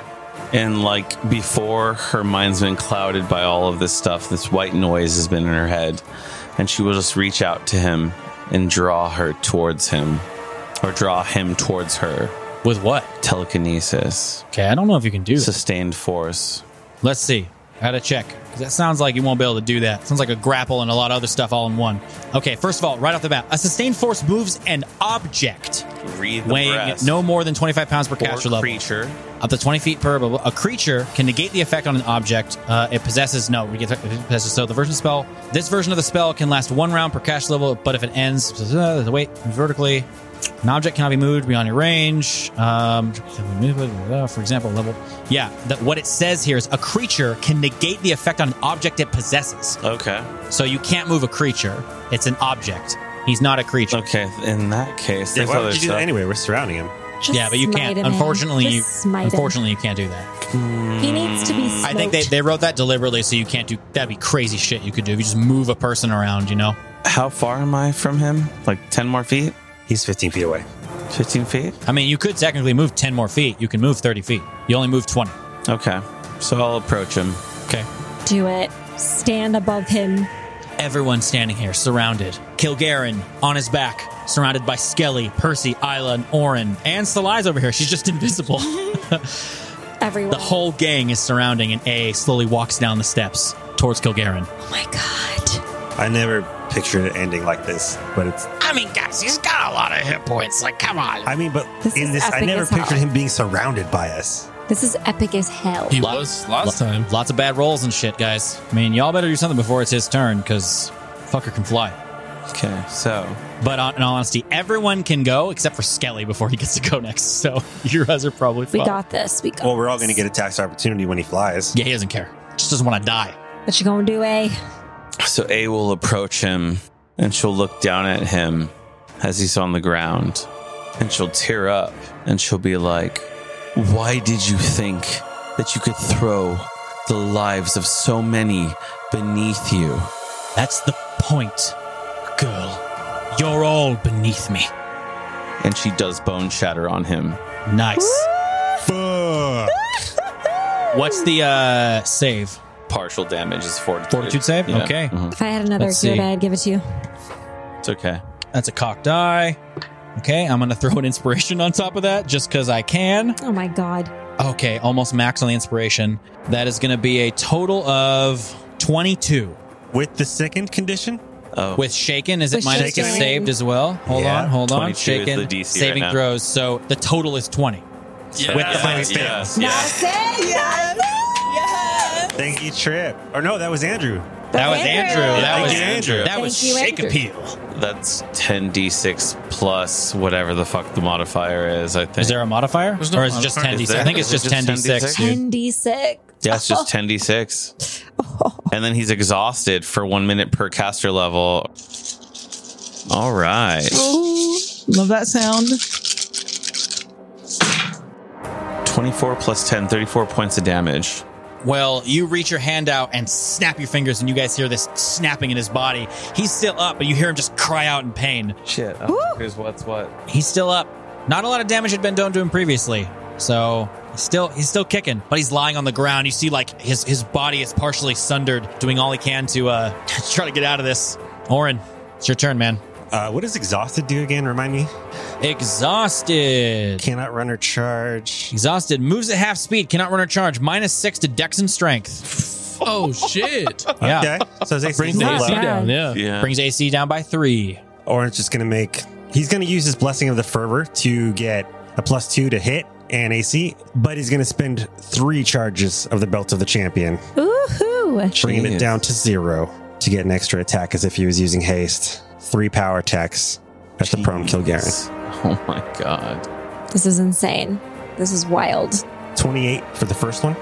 J: And like before, her mind's been clouded by all of this stuff. This white noise has been in her head. And she will just reach out to him and draw her towards him or draw him towards her.
C: With what?
J: Telekinesis,
C: Okay, I don't know if you can do this.
J: sustained force.
C: Let's see. I gotta check. 'Cause That sounds like you won't be able to do that. Sounds like a grapple and a lot of other stuff all in one. Okay, first of all, right off the bat, a sustained force moves an object
J: Read the
C: weighing
J: breath.
C: no more than 25 pounds per
J: Or
C: caster level.
J: creature.
C: up to 20 feet per. Blah, blah. A creature can negate the effect on an object uh, it possesses. No, we get it possesses. So the version spell. This version of the spell can last one round per cash level, but if it ends, uh, the weight vertically. An object cannot be moved beyond your range. Um, for example, level. Yeah, that what it says here is a creature can negate the effect on an object it possesses.
J: Okay.
C: So you can't move a creature. It's an object. He's not a creature.
J: Okay. In that case,
E: Yeah,
J: there's
E: why
J: other
E: would you do
J: stuff.
E: that anyway? We're surrounding him.
H: Just
C: Yeah, but you
H: smite
C: can't.
H: him, A.
C: Unfortunately,
H: Just
C: you,
H: smite him.
C: unfortunately, you can't do that.
H: he needs to be. Smoked.
C: I think they, they wrote that deliberately so you can't do that'd be crazy shit you could do if you just move a person around, you know?
J: How far am I from him? Like 10 more feet?
E: He's 15 feet away.
J: 15 feet?
C: I mean you could technically move ten more feet. You can move thirty feet. You only move twenty.
J: Okay. So I'll approach him.
C: Okay.
H: do it. Stand above him.
C: Everyone standing here, surrounded. Kilgaren on his back, surrounded by Skelly, Percy, Isla, and Orin. And Salai's over here. She's just invisible.
H: Everyone.
C: the whole gang is surrounding and A slowly walks down the steps towards Kilgaren.
H: Oh my god.
E: I never pictured it ending like this, but it's.
G: I mean, guys, he's got a lot of hit points. Like, come on.
E: I mean, but
H: This
E: in
H: is
E: this, I
H: epic
E: never
H: as hell.
E: pictured him being surrounded by us.
H: This is epic as hell.
I: He was last time.
C: Lots of bad rolls and shit, guys. I mean, y'all better do something before it's his turn, cause fucker can fly.
J: Okay. So
C: But on, in all honesty, everyone can go except for Skelly before he gets to go next. So you guys are probably
H: We
C: fine.
H: got this. We got.
E: Well, we're all going to get a tax opportunity when he flies.
C: yeah, he doesn't care. Just doesn't want to die.
H: What you gonna do, A?
J: so A will approach him and she'll look down at him as he's on the ground and she'll tear up and she'll be like, Why did you think that you could throw the lives of so many beneath you?
B: That's the point, girl. You're all beneath me.
J: And she does bone shatter on him.
B: Nice.
E: Fuck.
C: What's the uh save?
J: Partial damage is fortitude.
C: Fortitude save?
J: Yeah.
C: Okay.
J: Mhm.
H: If I had another
C: Hmm. Let's
H: good,
C: see.
H: I'd give it to you.
J: It's okay.
C: That's a cocked eye. Okay, I'm gonna throw an inspiration on top of that just because I can.
H: Oh my god.
C: Okay, almost max on the inspiration. That is gonna be a total of 22.
E: With the second condition?
J: Oh,
C: With shaken, is it
H: With
C: minus
E: Shaken.
C: to saved as well? Hold
E: Yeah,
C: on, hold on.
J: 22 is
C: Shaken,
J: the DC right
C: saving
J: now.
C: throws. So the total is 20. With the minus
J: yes, yes.
H: That's it. That's it.
E: Thank you, Trip. Or no, that was Andrew.
C: That was Andrew. That
E: Thank
C: was
E: you, Andrew.
C: That was
H: Thank you,
C: shake
H: Andrew.
C: appeal.
J: That's 10d6 plus whatever the fuck the modifier is, I think.
C: Is there a modifier?
F: There's no
C: or is it just
F: modifier.
C: 10d6?
J: Is there?
C: I think it's
J: Is it
C: just
J: just
C: 10d6,
J: 10d6?
C: dude.
H: 10d6.
J: Yeah, it's just 10d6. And then he's exhausted for one minute per caster level. All right.
D: Love that sound.
J: 24 plus 10, 34 points of damage.
C: Well, you reach your hand out and snap your fingers, and you guys hear this snapping in his body. He's still up, but you hear him just cry out in pain.
J: Shit. Oh, here's what's what.
C: He's still up. Not a lot of damage had been done to him previously, so he's still he's still kicking, but he's lying on the ground. You see, like his his body is partially sundered, doing all he can to uh try to get out of this. Orin, it's your turn, man.
E: Uh, what does exhausted do again? Remind me.
C: Exhausted.
E: Cannot run or charge.
C: Exhausted moves at half speed, cannot run or charge. Minus six to Dex and Strength.
I: Oh shit!
C: Yeah,
E: Okay. So his AC
I: Brings
E: is
I: the
H: Not
I: AC
H: bad.
E: low.
I: down. Yeah.
J: Yeah.
C: brings AC down by three.
E: Orange just going to make. He's going to use his blessing of the fervor to get a plus two to hit and AC, but he's going to spend three charges of the belt of the champion,
H: Ooh-hoo.
E: bringing
J: Jeez.
E: it down to zero to get an extra attack as if he was using haste. Three power attacks at the prone kill
J: Jeez. Oh my god.
H: This is insane. This is wild.
E: 28 for the first one,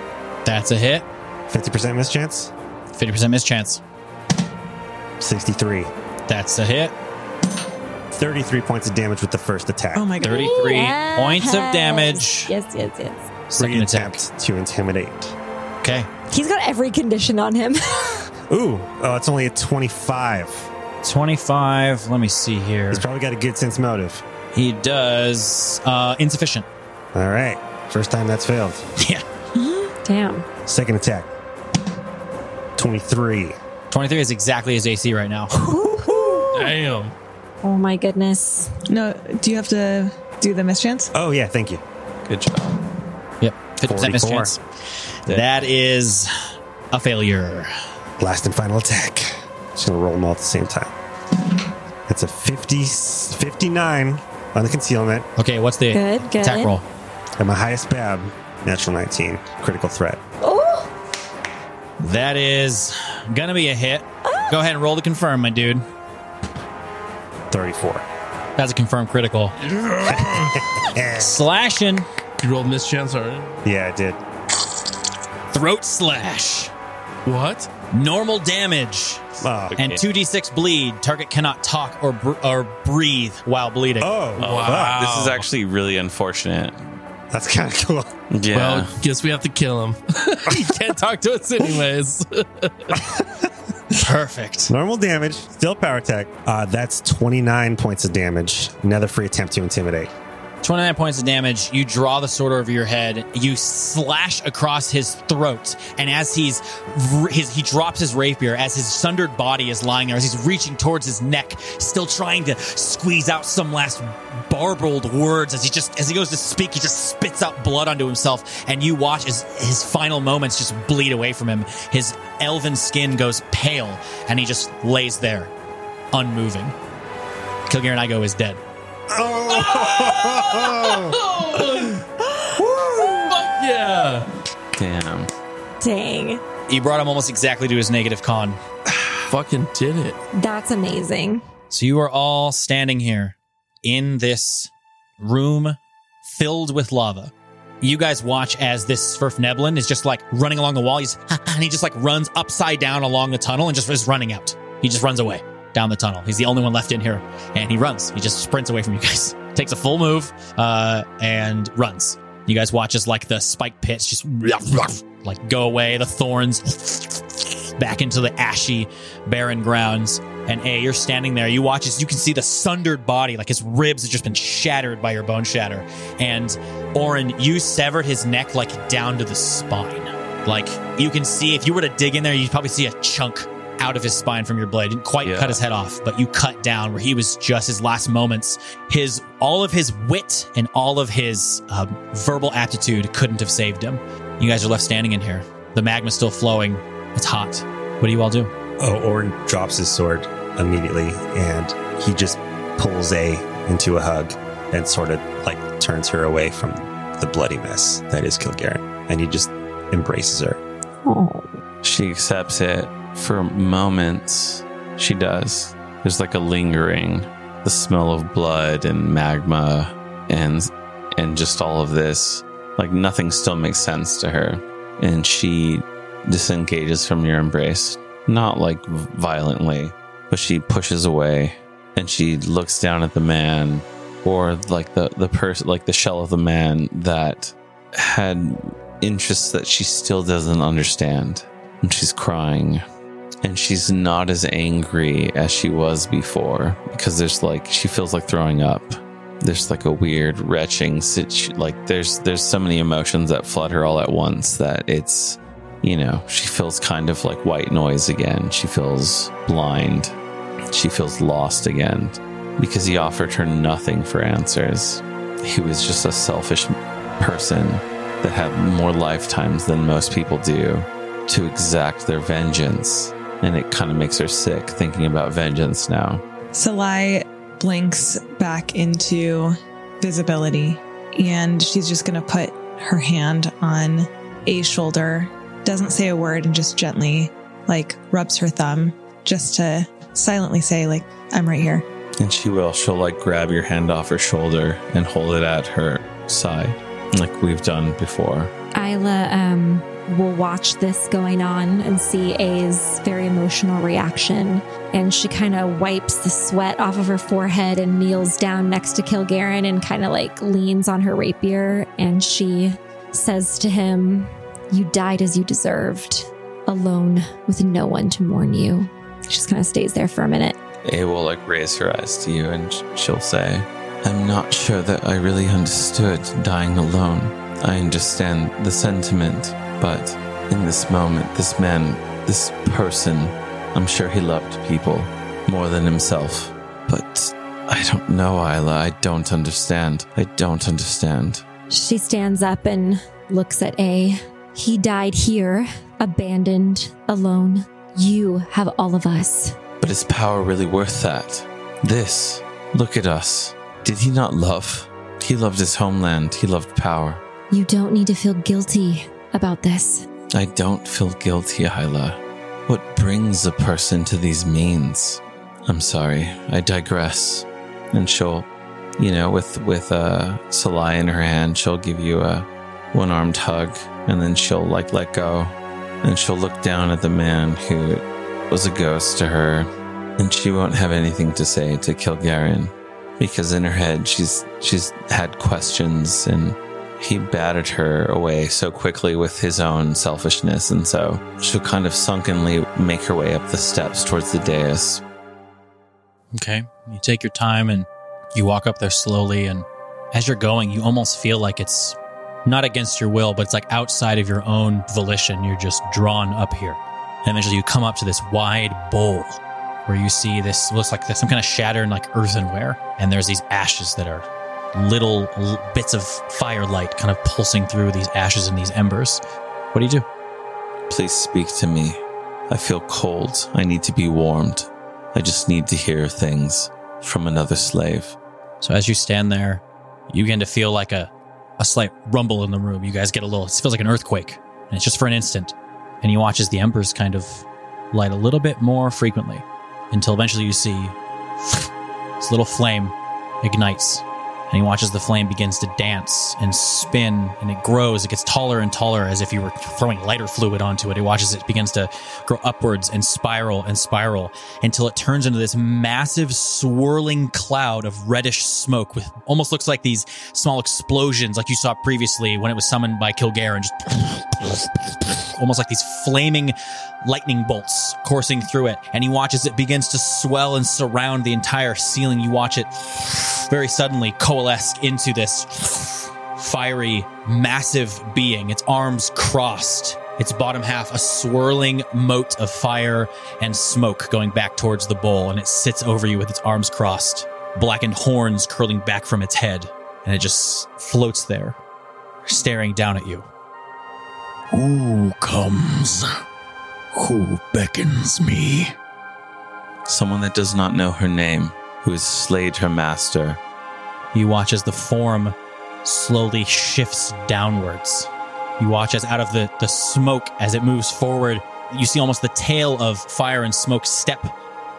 C: That's a hit.
E: 50% mischance,
C: Fifty percent mischance.
E: 63.
C: That's a hit.
E: 33 points of damage with the first attack.
D: Oh my god.
C: Thirty-three
H: Yes.
C: points of damage.
H: Yes, yes, yes.
C: Second attack.
E: attempt to intimidate.
C: Okay.
H: He's got every condition on him.
E: Ooh, oh, it's only a 25.
C: 25. Let me see here.
E: He's probably got a good sense motive.
C: He does. Uh, insufficient.
E: All right. First time that's failed.
C: Yeah.
H: Damn.
E: Second attack. 23.
C: 23 is exactly his AC right now.
I: Damn.
H: Oh my goodness.
D: No, do you have to do the mischance?
E: Oh, yeah. Thank you.
J: Good job.
C: Yep. 50% mischance. That is a failure.
E: Last and final attack. Just going to roll them all at the same time. That's a 50, 59 on the concealment
C: Okay, what's the
H: Good, good.
C: attack roll?
E: and my highest BAB, natural 19, critical threat.
H: Oh,
C: That is going to be a hit. Go ahead and roll to confirm, my dude.
E: 34.
C: That's a confirmed critical.
E: Eh,
C: Slashing.
I: You rolled mischance already.
E: yeah, I did.
C: Throat slash.
I: What?
C: Normal damage.
E: Oh,
C: And 2d6 bleed. Target cannot talk or, br- or breathe while bleeding.
E: oh
I: Wow.
J: This is actually really unfortunate.
E: fuck. that's kind of cool.
J: Yeah.
I: Well, guess we have to kill him. he can't talk to us anyways.
C: Perfect.
E: Normal damage, still power attack. Uh, that's 29 points of damage. Another free attempt to intimidate.
C: 29 points of damage. You draw the sword over your head. You slash across his throat. And as he's, his, he drops his rapier, as his sundered body is lying there, as he's reaching towards his neck, still trying to squeeze out some last barbled words. As he just, as he goes to speak, he just spits out blood onto himself. And you watch as his final moments just bleed away from him. His elven skin goes pale and he just lays there, unmoving. Kilgare and I go is dead.
I: yeah.
J: Damn.
H: dang.
C: You brought him almost exactly to his negative con.
I: Fucking did it.
H: That's amazing.
C: So you are all standing here in this room filled with lava. You guys watch as this Sverf Neblin is just like running along the wall. He's and he just like runs upside down along the tunnel and just is running out. He just runs away. down the tunnel. He's the only one left in here, and he runs. He just sprints away from you guys, takes a full move, uh, and runs. You guys watch as like the spike pits just like go away, the thorns back into the ashy, barren grounds. And A, you're standing there. You watch as you can see the sundered body, like his ribs have just been shattered by your bone shatter. And Orin, you severed his neck like down to the spine. Like you can see, if you were to dig in there, you'd probably see a chunk out of his spine from your blade. Didn't quite
J: Yeah.
C: cut his head off, but you cut down where he was just his last moments. His all of his wit and all of his um, verbal aptitude couldn't have saved him. You guys are left standing in here. The magma's still flowing. It's hot. What do you all do?
E: Oh, Orin drops his sword immediately and he just pulls A into a hug and sort of like turns her away from the bloody mess that is Kilgaren. And he just embraces her.
H: Oh.
J: She accepts it for moments. She does. There's like a lingering, the smell of blood and magma and and just all of this. Like nothing still makes sense to her. And she disengages from your embrace. Not like violently, but she pushes away and she looks down at the man or like the the person like the shell of the man that had interests that she still doesn't understand and she's crying and she's not as angry as she was before because there's like she feels like throwing up there's like a weird retching situ- like there's there's so many emotions that flood her all at once that it's you know she feels kind of like white noise again she feels blind she feels lost again because he offered her nothing for answers he was just a selfish person that had more lifetimes than most people do to exact their vengeance. And it kind of makes her sick thinking about vengeance now.
D: Salai blinks back into visibility and she's just going to put her hand on A's shoulder, doesn't say a word, and just gently, like, rubs her thumb just to silently say, like, I'm right here.
J: And she will. She'll like grab your hand off her shoulder and hold it at her side, like we've done before.
H: Isla um, will watch this going on and see A's very emotional reaction. And she kind of wipes the sweat off of her forehead and kneels down next to Kilgaren and kind of like leans on her rapier. And she says to him, You died as you deserved, alone with no one to mourn you. She just kind of stays there for a minute.
J: A will like raise her eyes to you and sh- she'll say, I'm not sure that I really understood dying alone. I understand the sentiment, but in this moment, this man, this person, I'm sure he loved people more than himself. But I don't know, Isla. I don't understand. I don't understand.
H: She stands up and looks at A. He died here, abandoned, alone. You have all of us.
J: But is power really worth that? This, look at us. Did he not love? He loved his homeland, he loved power.
H: You don't need to feel guilty about this.
J: I don't feel guilty, Hyla. What brings a person to these means? I'm sorry, I digress. And she'll, you know, with with uh, Salai in her hand, she'll give you a one-armed hug, and then she'll like let go, and she'll look down at the man who was a ghost to her, and she won't have anything to say to Kilgaren, because in her head she's she's had questions and he batted her away so quickly with his own selfishness, and so she'll kind of sunkenly make her way up the steps towards the dais.
C: Okay. You take your time and you walk up there slowly. And as you're going, you almost feel like it's not against your will, but it's like outside of your own volition. You're just drawn up here. And eventually you come up to this wide bowl where you see this looks like there's some kind of shattered like earthenware. And there's these ashes that are little l- bits of firelight kind of pulsing through these ashes and these embers. What do you do?
J: Please speak to me. I feel cold. I need to be warmed. I just need to hear things from another slave.
C: So as you stand there, you begin to feel like a, a slight rumble in the room. You guys get a little, it feels like an earthquake, and it's just for an instant. And you watch as the embers kind of light a little bit more frequently until eventually you see this little flame ignites he watches the flame begins to dance and spin, and it grows. It gets taller and taller as if you were throwing lighter fluid onto it. He watches it begins to grow upwards and spiral and spiral until it turns into this massive swirling cloud of reddish smoke with almost looks like these small explosions like you saw previously when it was summoned by Kilgare and just almost like these flaming lightning bolts coursing through it. And he watches it begins to swell and surround the entire ceiling. You watch it very suddenly coalesce into this fiery, massive being, its arms crossed, its bottom half a swirling moat of fire and smoke going back towards the bowl. And it sits over you with its arms crossed, blackened horns curling back from its head. And it just floats there, staring down at you.
G: Who comes? Who beckons me?
J: Someone that does not know her name, who has slayed her master.
C: You watch as the form slowly shifts downwards. You watch as out of the, the smoke, as it moves forward, you see almost the tail of fire and smoke step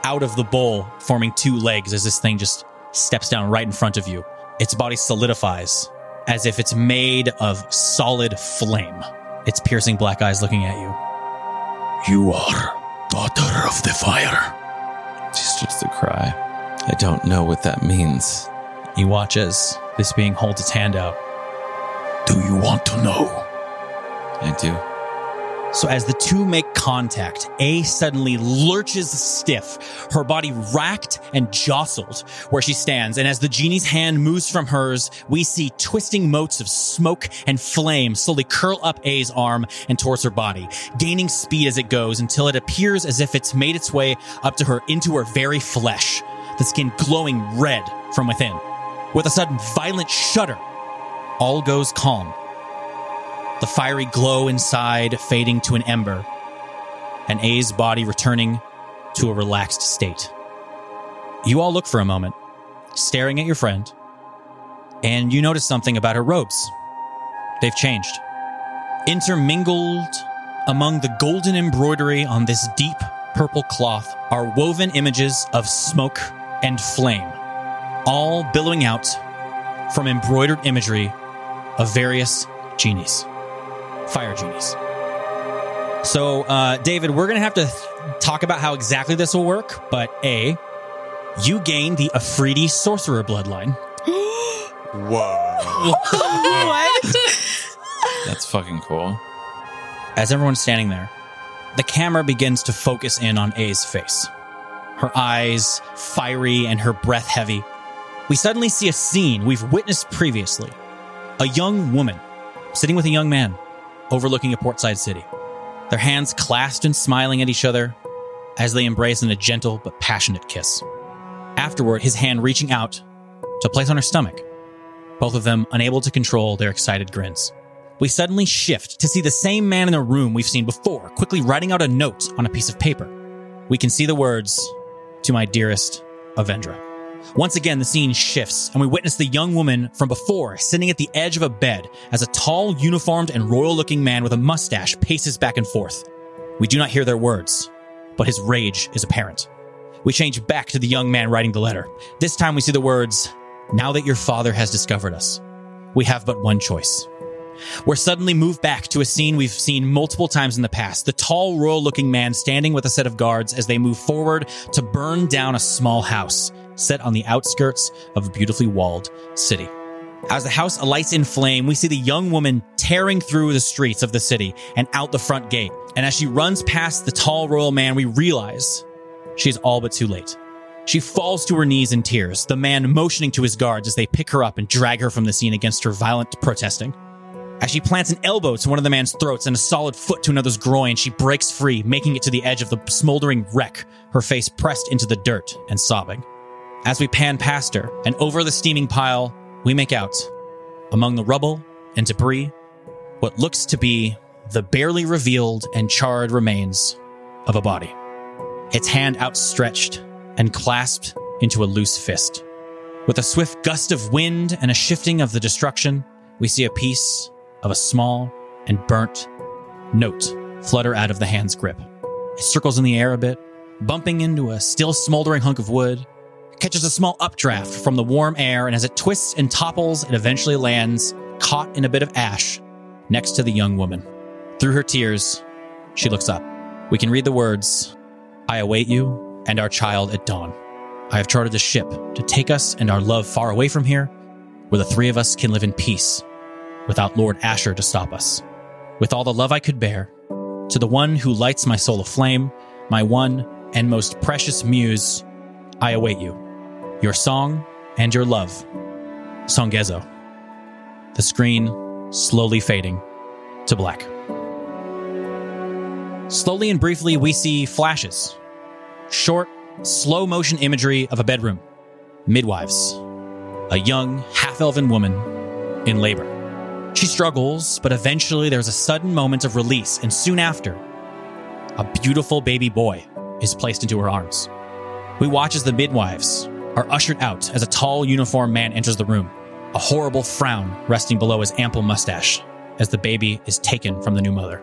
C: out of the bowl, forming two legs as this thing just steps down right in front of you. Its body solidifies as if it's made of solid flame, its piercing black eyes looking at you.
G: You are daughter of the fire.
J: She starts to cry. I don't know what that means.
C: You watch as this being holds its hand out.
G: Do you want to know?
J: I do.
C: So as the two make contact, A suddenly lurches stiff, her body racked and jostled where she stands. And as the genie's hand moves from hers, we see twisting motes of smoke and flame slowly curl up A's arm and towards her body, gaining speed as it goes until it appears as if it's made its way up to her into her very flesh, the skin glowing red from within. With a sudden violent shudder, all goes calm the fiery glow inside fading to an ember, and A's body returning to a relaxed state. You all look for a moment, staring at your friend, and you notice something about her robes. They've changed. Intermingled among the golden embroidery on this deep purple cloth are woven images of smoke and flame, all billowing out from embroidered imagery of various genies fire genies. So, uh, David, we're going to have to th- talk about how exactly this will work. But A, you gain the Afridi sorcerer bloodline.
E: Whoa.
J: That's fucking cool.
C: As everyone's standing there, the camera begins to focus in on A's face. Her eyes fiery and her breath heavy. We suddenly see a scene we've witnessed previously. A young woman sitting with a young man overlooking a portside city. Their hands clasped and smiling at each other as they embrace in a gentle but passionate kiss. Afterward, his hand reaching out to place on her stomach, both of them unable to control their excited grins. We suddenly shift to see the same man in the room we've seen before, quickly writing out a note on a piece of paper. We can see the words, To my dearest Avendra. Once again, the scene shifts, and we witness the young woman from before sitting at the edge of a bed as a tall, uniformed, and royal looking man with a mustache paces back and forth. We do not hear their words, but his rage is apparent. We change back to the young man writing the letter. This time we see the words Now that your father has discovered us, we have but one choice. We're suddenly moved back to a scene we've seen multiple times in the past the tall, royal looking man standing with a set of guards as they move forward to burn down a small house set on the outskirts of a beautifully walled city. As the house alights in flame, we see the young woman tearing through the streets of the city and out the front gate. And as she runs past the tall royal man, we realize she's all but too late. She falls to her knees in tears, the man motioning to his guards as they pick her up and drag her from the scene against her violent protesting. As she plants an elbow to one of the man's throats and a solid foot to another's groin, she breaks free, making it to the edge of the smoldering wreck, her face pressed into the dirt and sobbing. As we pan past her and over the steaming pile, we make out, among the rubble and debris, what looks to be the barely revealed and charred remains of a body, its hand outstretched and clasped into a loose fist. With a swift gust of wind and a shifting of the destruction, we see a piece of a small and burnt note flutter out of the hand's grip. It circles in the air a bit, bumping into a still smoldering hunk of wood, catches a small updraft from the warm air, and as it twists and topples, it eventually lands, caught in a bit of ash, next to the young woman. Through her tears, she looks up. We can read the words I await you and our child at dawn. I have chartered a ship to take us and our love far away from here, where the three of us can live in peace without Lord Asher to stop us. With all the love I could bear, to the one who lights my soul aflame, my one and most precious muse, I await you, your song and your love. Songezo. The screen slowly fading to black. Slowly and briefly, we see flashes short, slow motion imagery of a bedroom, midwives, a young, half elven woman in labor. She struggles, but eventually there's a sudden moment of release, and soon after, a beautiful baby boy is placed into her arms. We watch as the midwives are ushered out as a tall, uniformed man enters the room, a horrible frown resting below his ample mustache as the baby is taken from the new mother,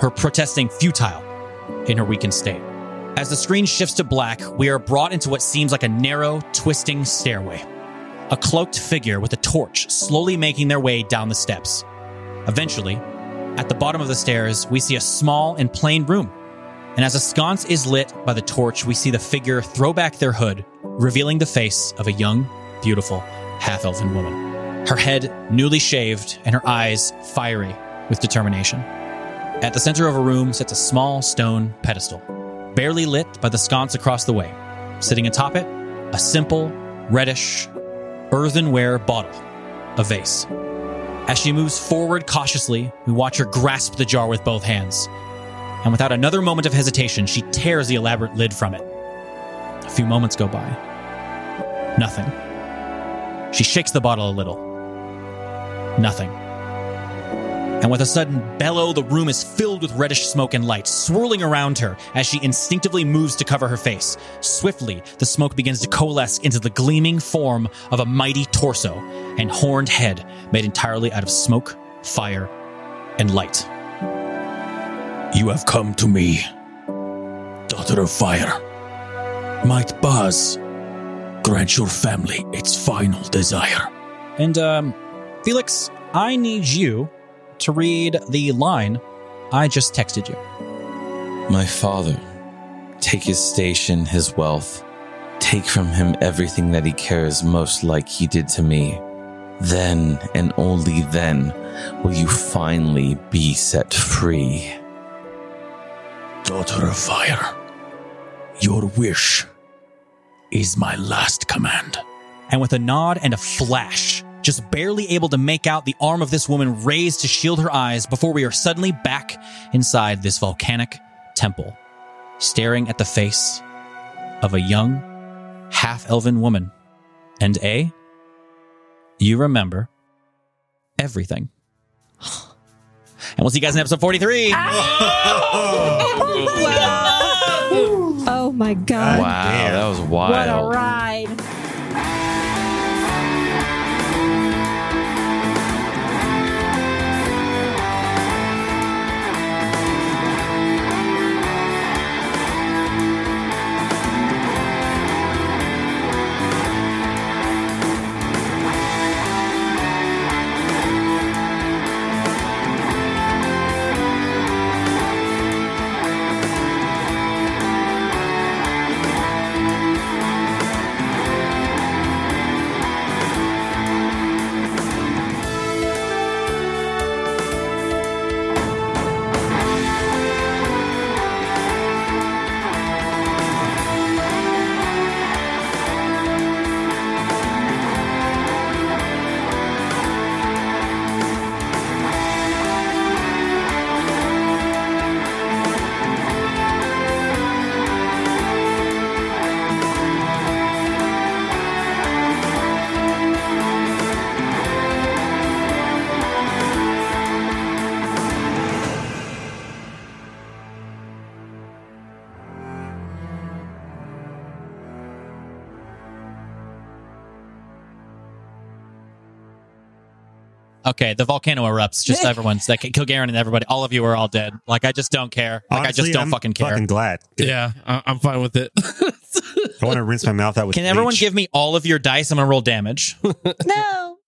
C: her protesting futile in her weakened state. As the screen shifts to black, we are brought into what seems like a narrow, twisting stairway a cloaked figure with a torch slowly making their way down the steps. Eventually, at the bottom of the stairs, we see a small and plain room. And as a sconce is lit by the torch, we see the figure throw back their hood, revealing the face of a young, beautiful, half elven woman. Her head newly shaved and her eyes fiery with determination. At the center of a room sits a small stone pedestal, barely lit by the sconce across the way. Sitting atop it, a simple, reddish, earthenware bottle, a vase. As she moves forward cautiously, we watch her grasp the jar with both hands. And without another moment of hesitation, she tears the elaborate lid from it. A few moments go by. Nothing. She shakes the bottle a little. Nothing. And with a sudden bellow, the room is filled with reddish smoke and light, swirling around her as she instinctively moves to cover her face. Swiftly, the smoke begins to coalesce into the gleaming form of a mighty torso and horned head made entirely out of smoke, fire, and light.
G: You have come to me, daughter of fire. Might Baz grant your family its final desire?
C: And, um, Felix, I need you to read the line I just texted you.
F: My father, take his station, his wealth. Take from him everything that he cares most, like he did to me. Then and only then will you finally be set free.
G: Daughter of fire, your wish is my last command.
C: And with a nod and a flash, just barely able to make out the arm of this woman raised to shield her eyes before we are suddenly back inside this volcanic temple, staring at the face of a young, half elven woman. And A, you remember everything. And we'll see you guys in episode 43.
E: Ah!
H: Oh my god.
F: Wow,
E: Damn.
F: that was
H: What a
F: wild.
H: ride.
C: Okay, the volcano erupts. Just everyone's like Kilgaren and everybody. All of you are all dead. Like I just don't care. Like I
E: Honestly,
C: just don't
E: I'm
C: fucking care.
E: Fucking glad.
I: Yeah, I- I'm fine with it.
E: I want to rinse my mouth out with.
C: Can everyone
E: bleach.
C: give me all of your dice? I'm gonna roll damage.
H: No.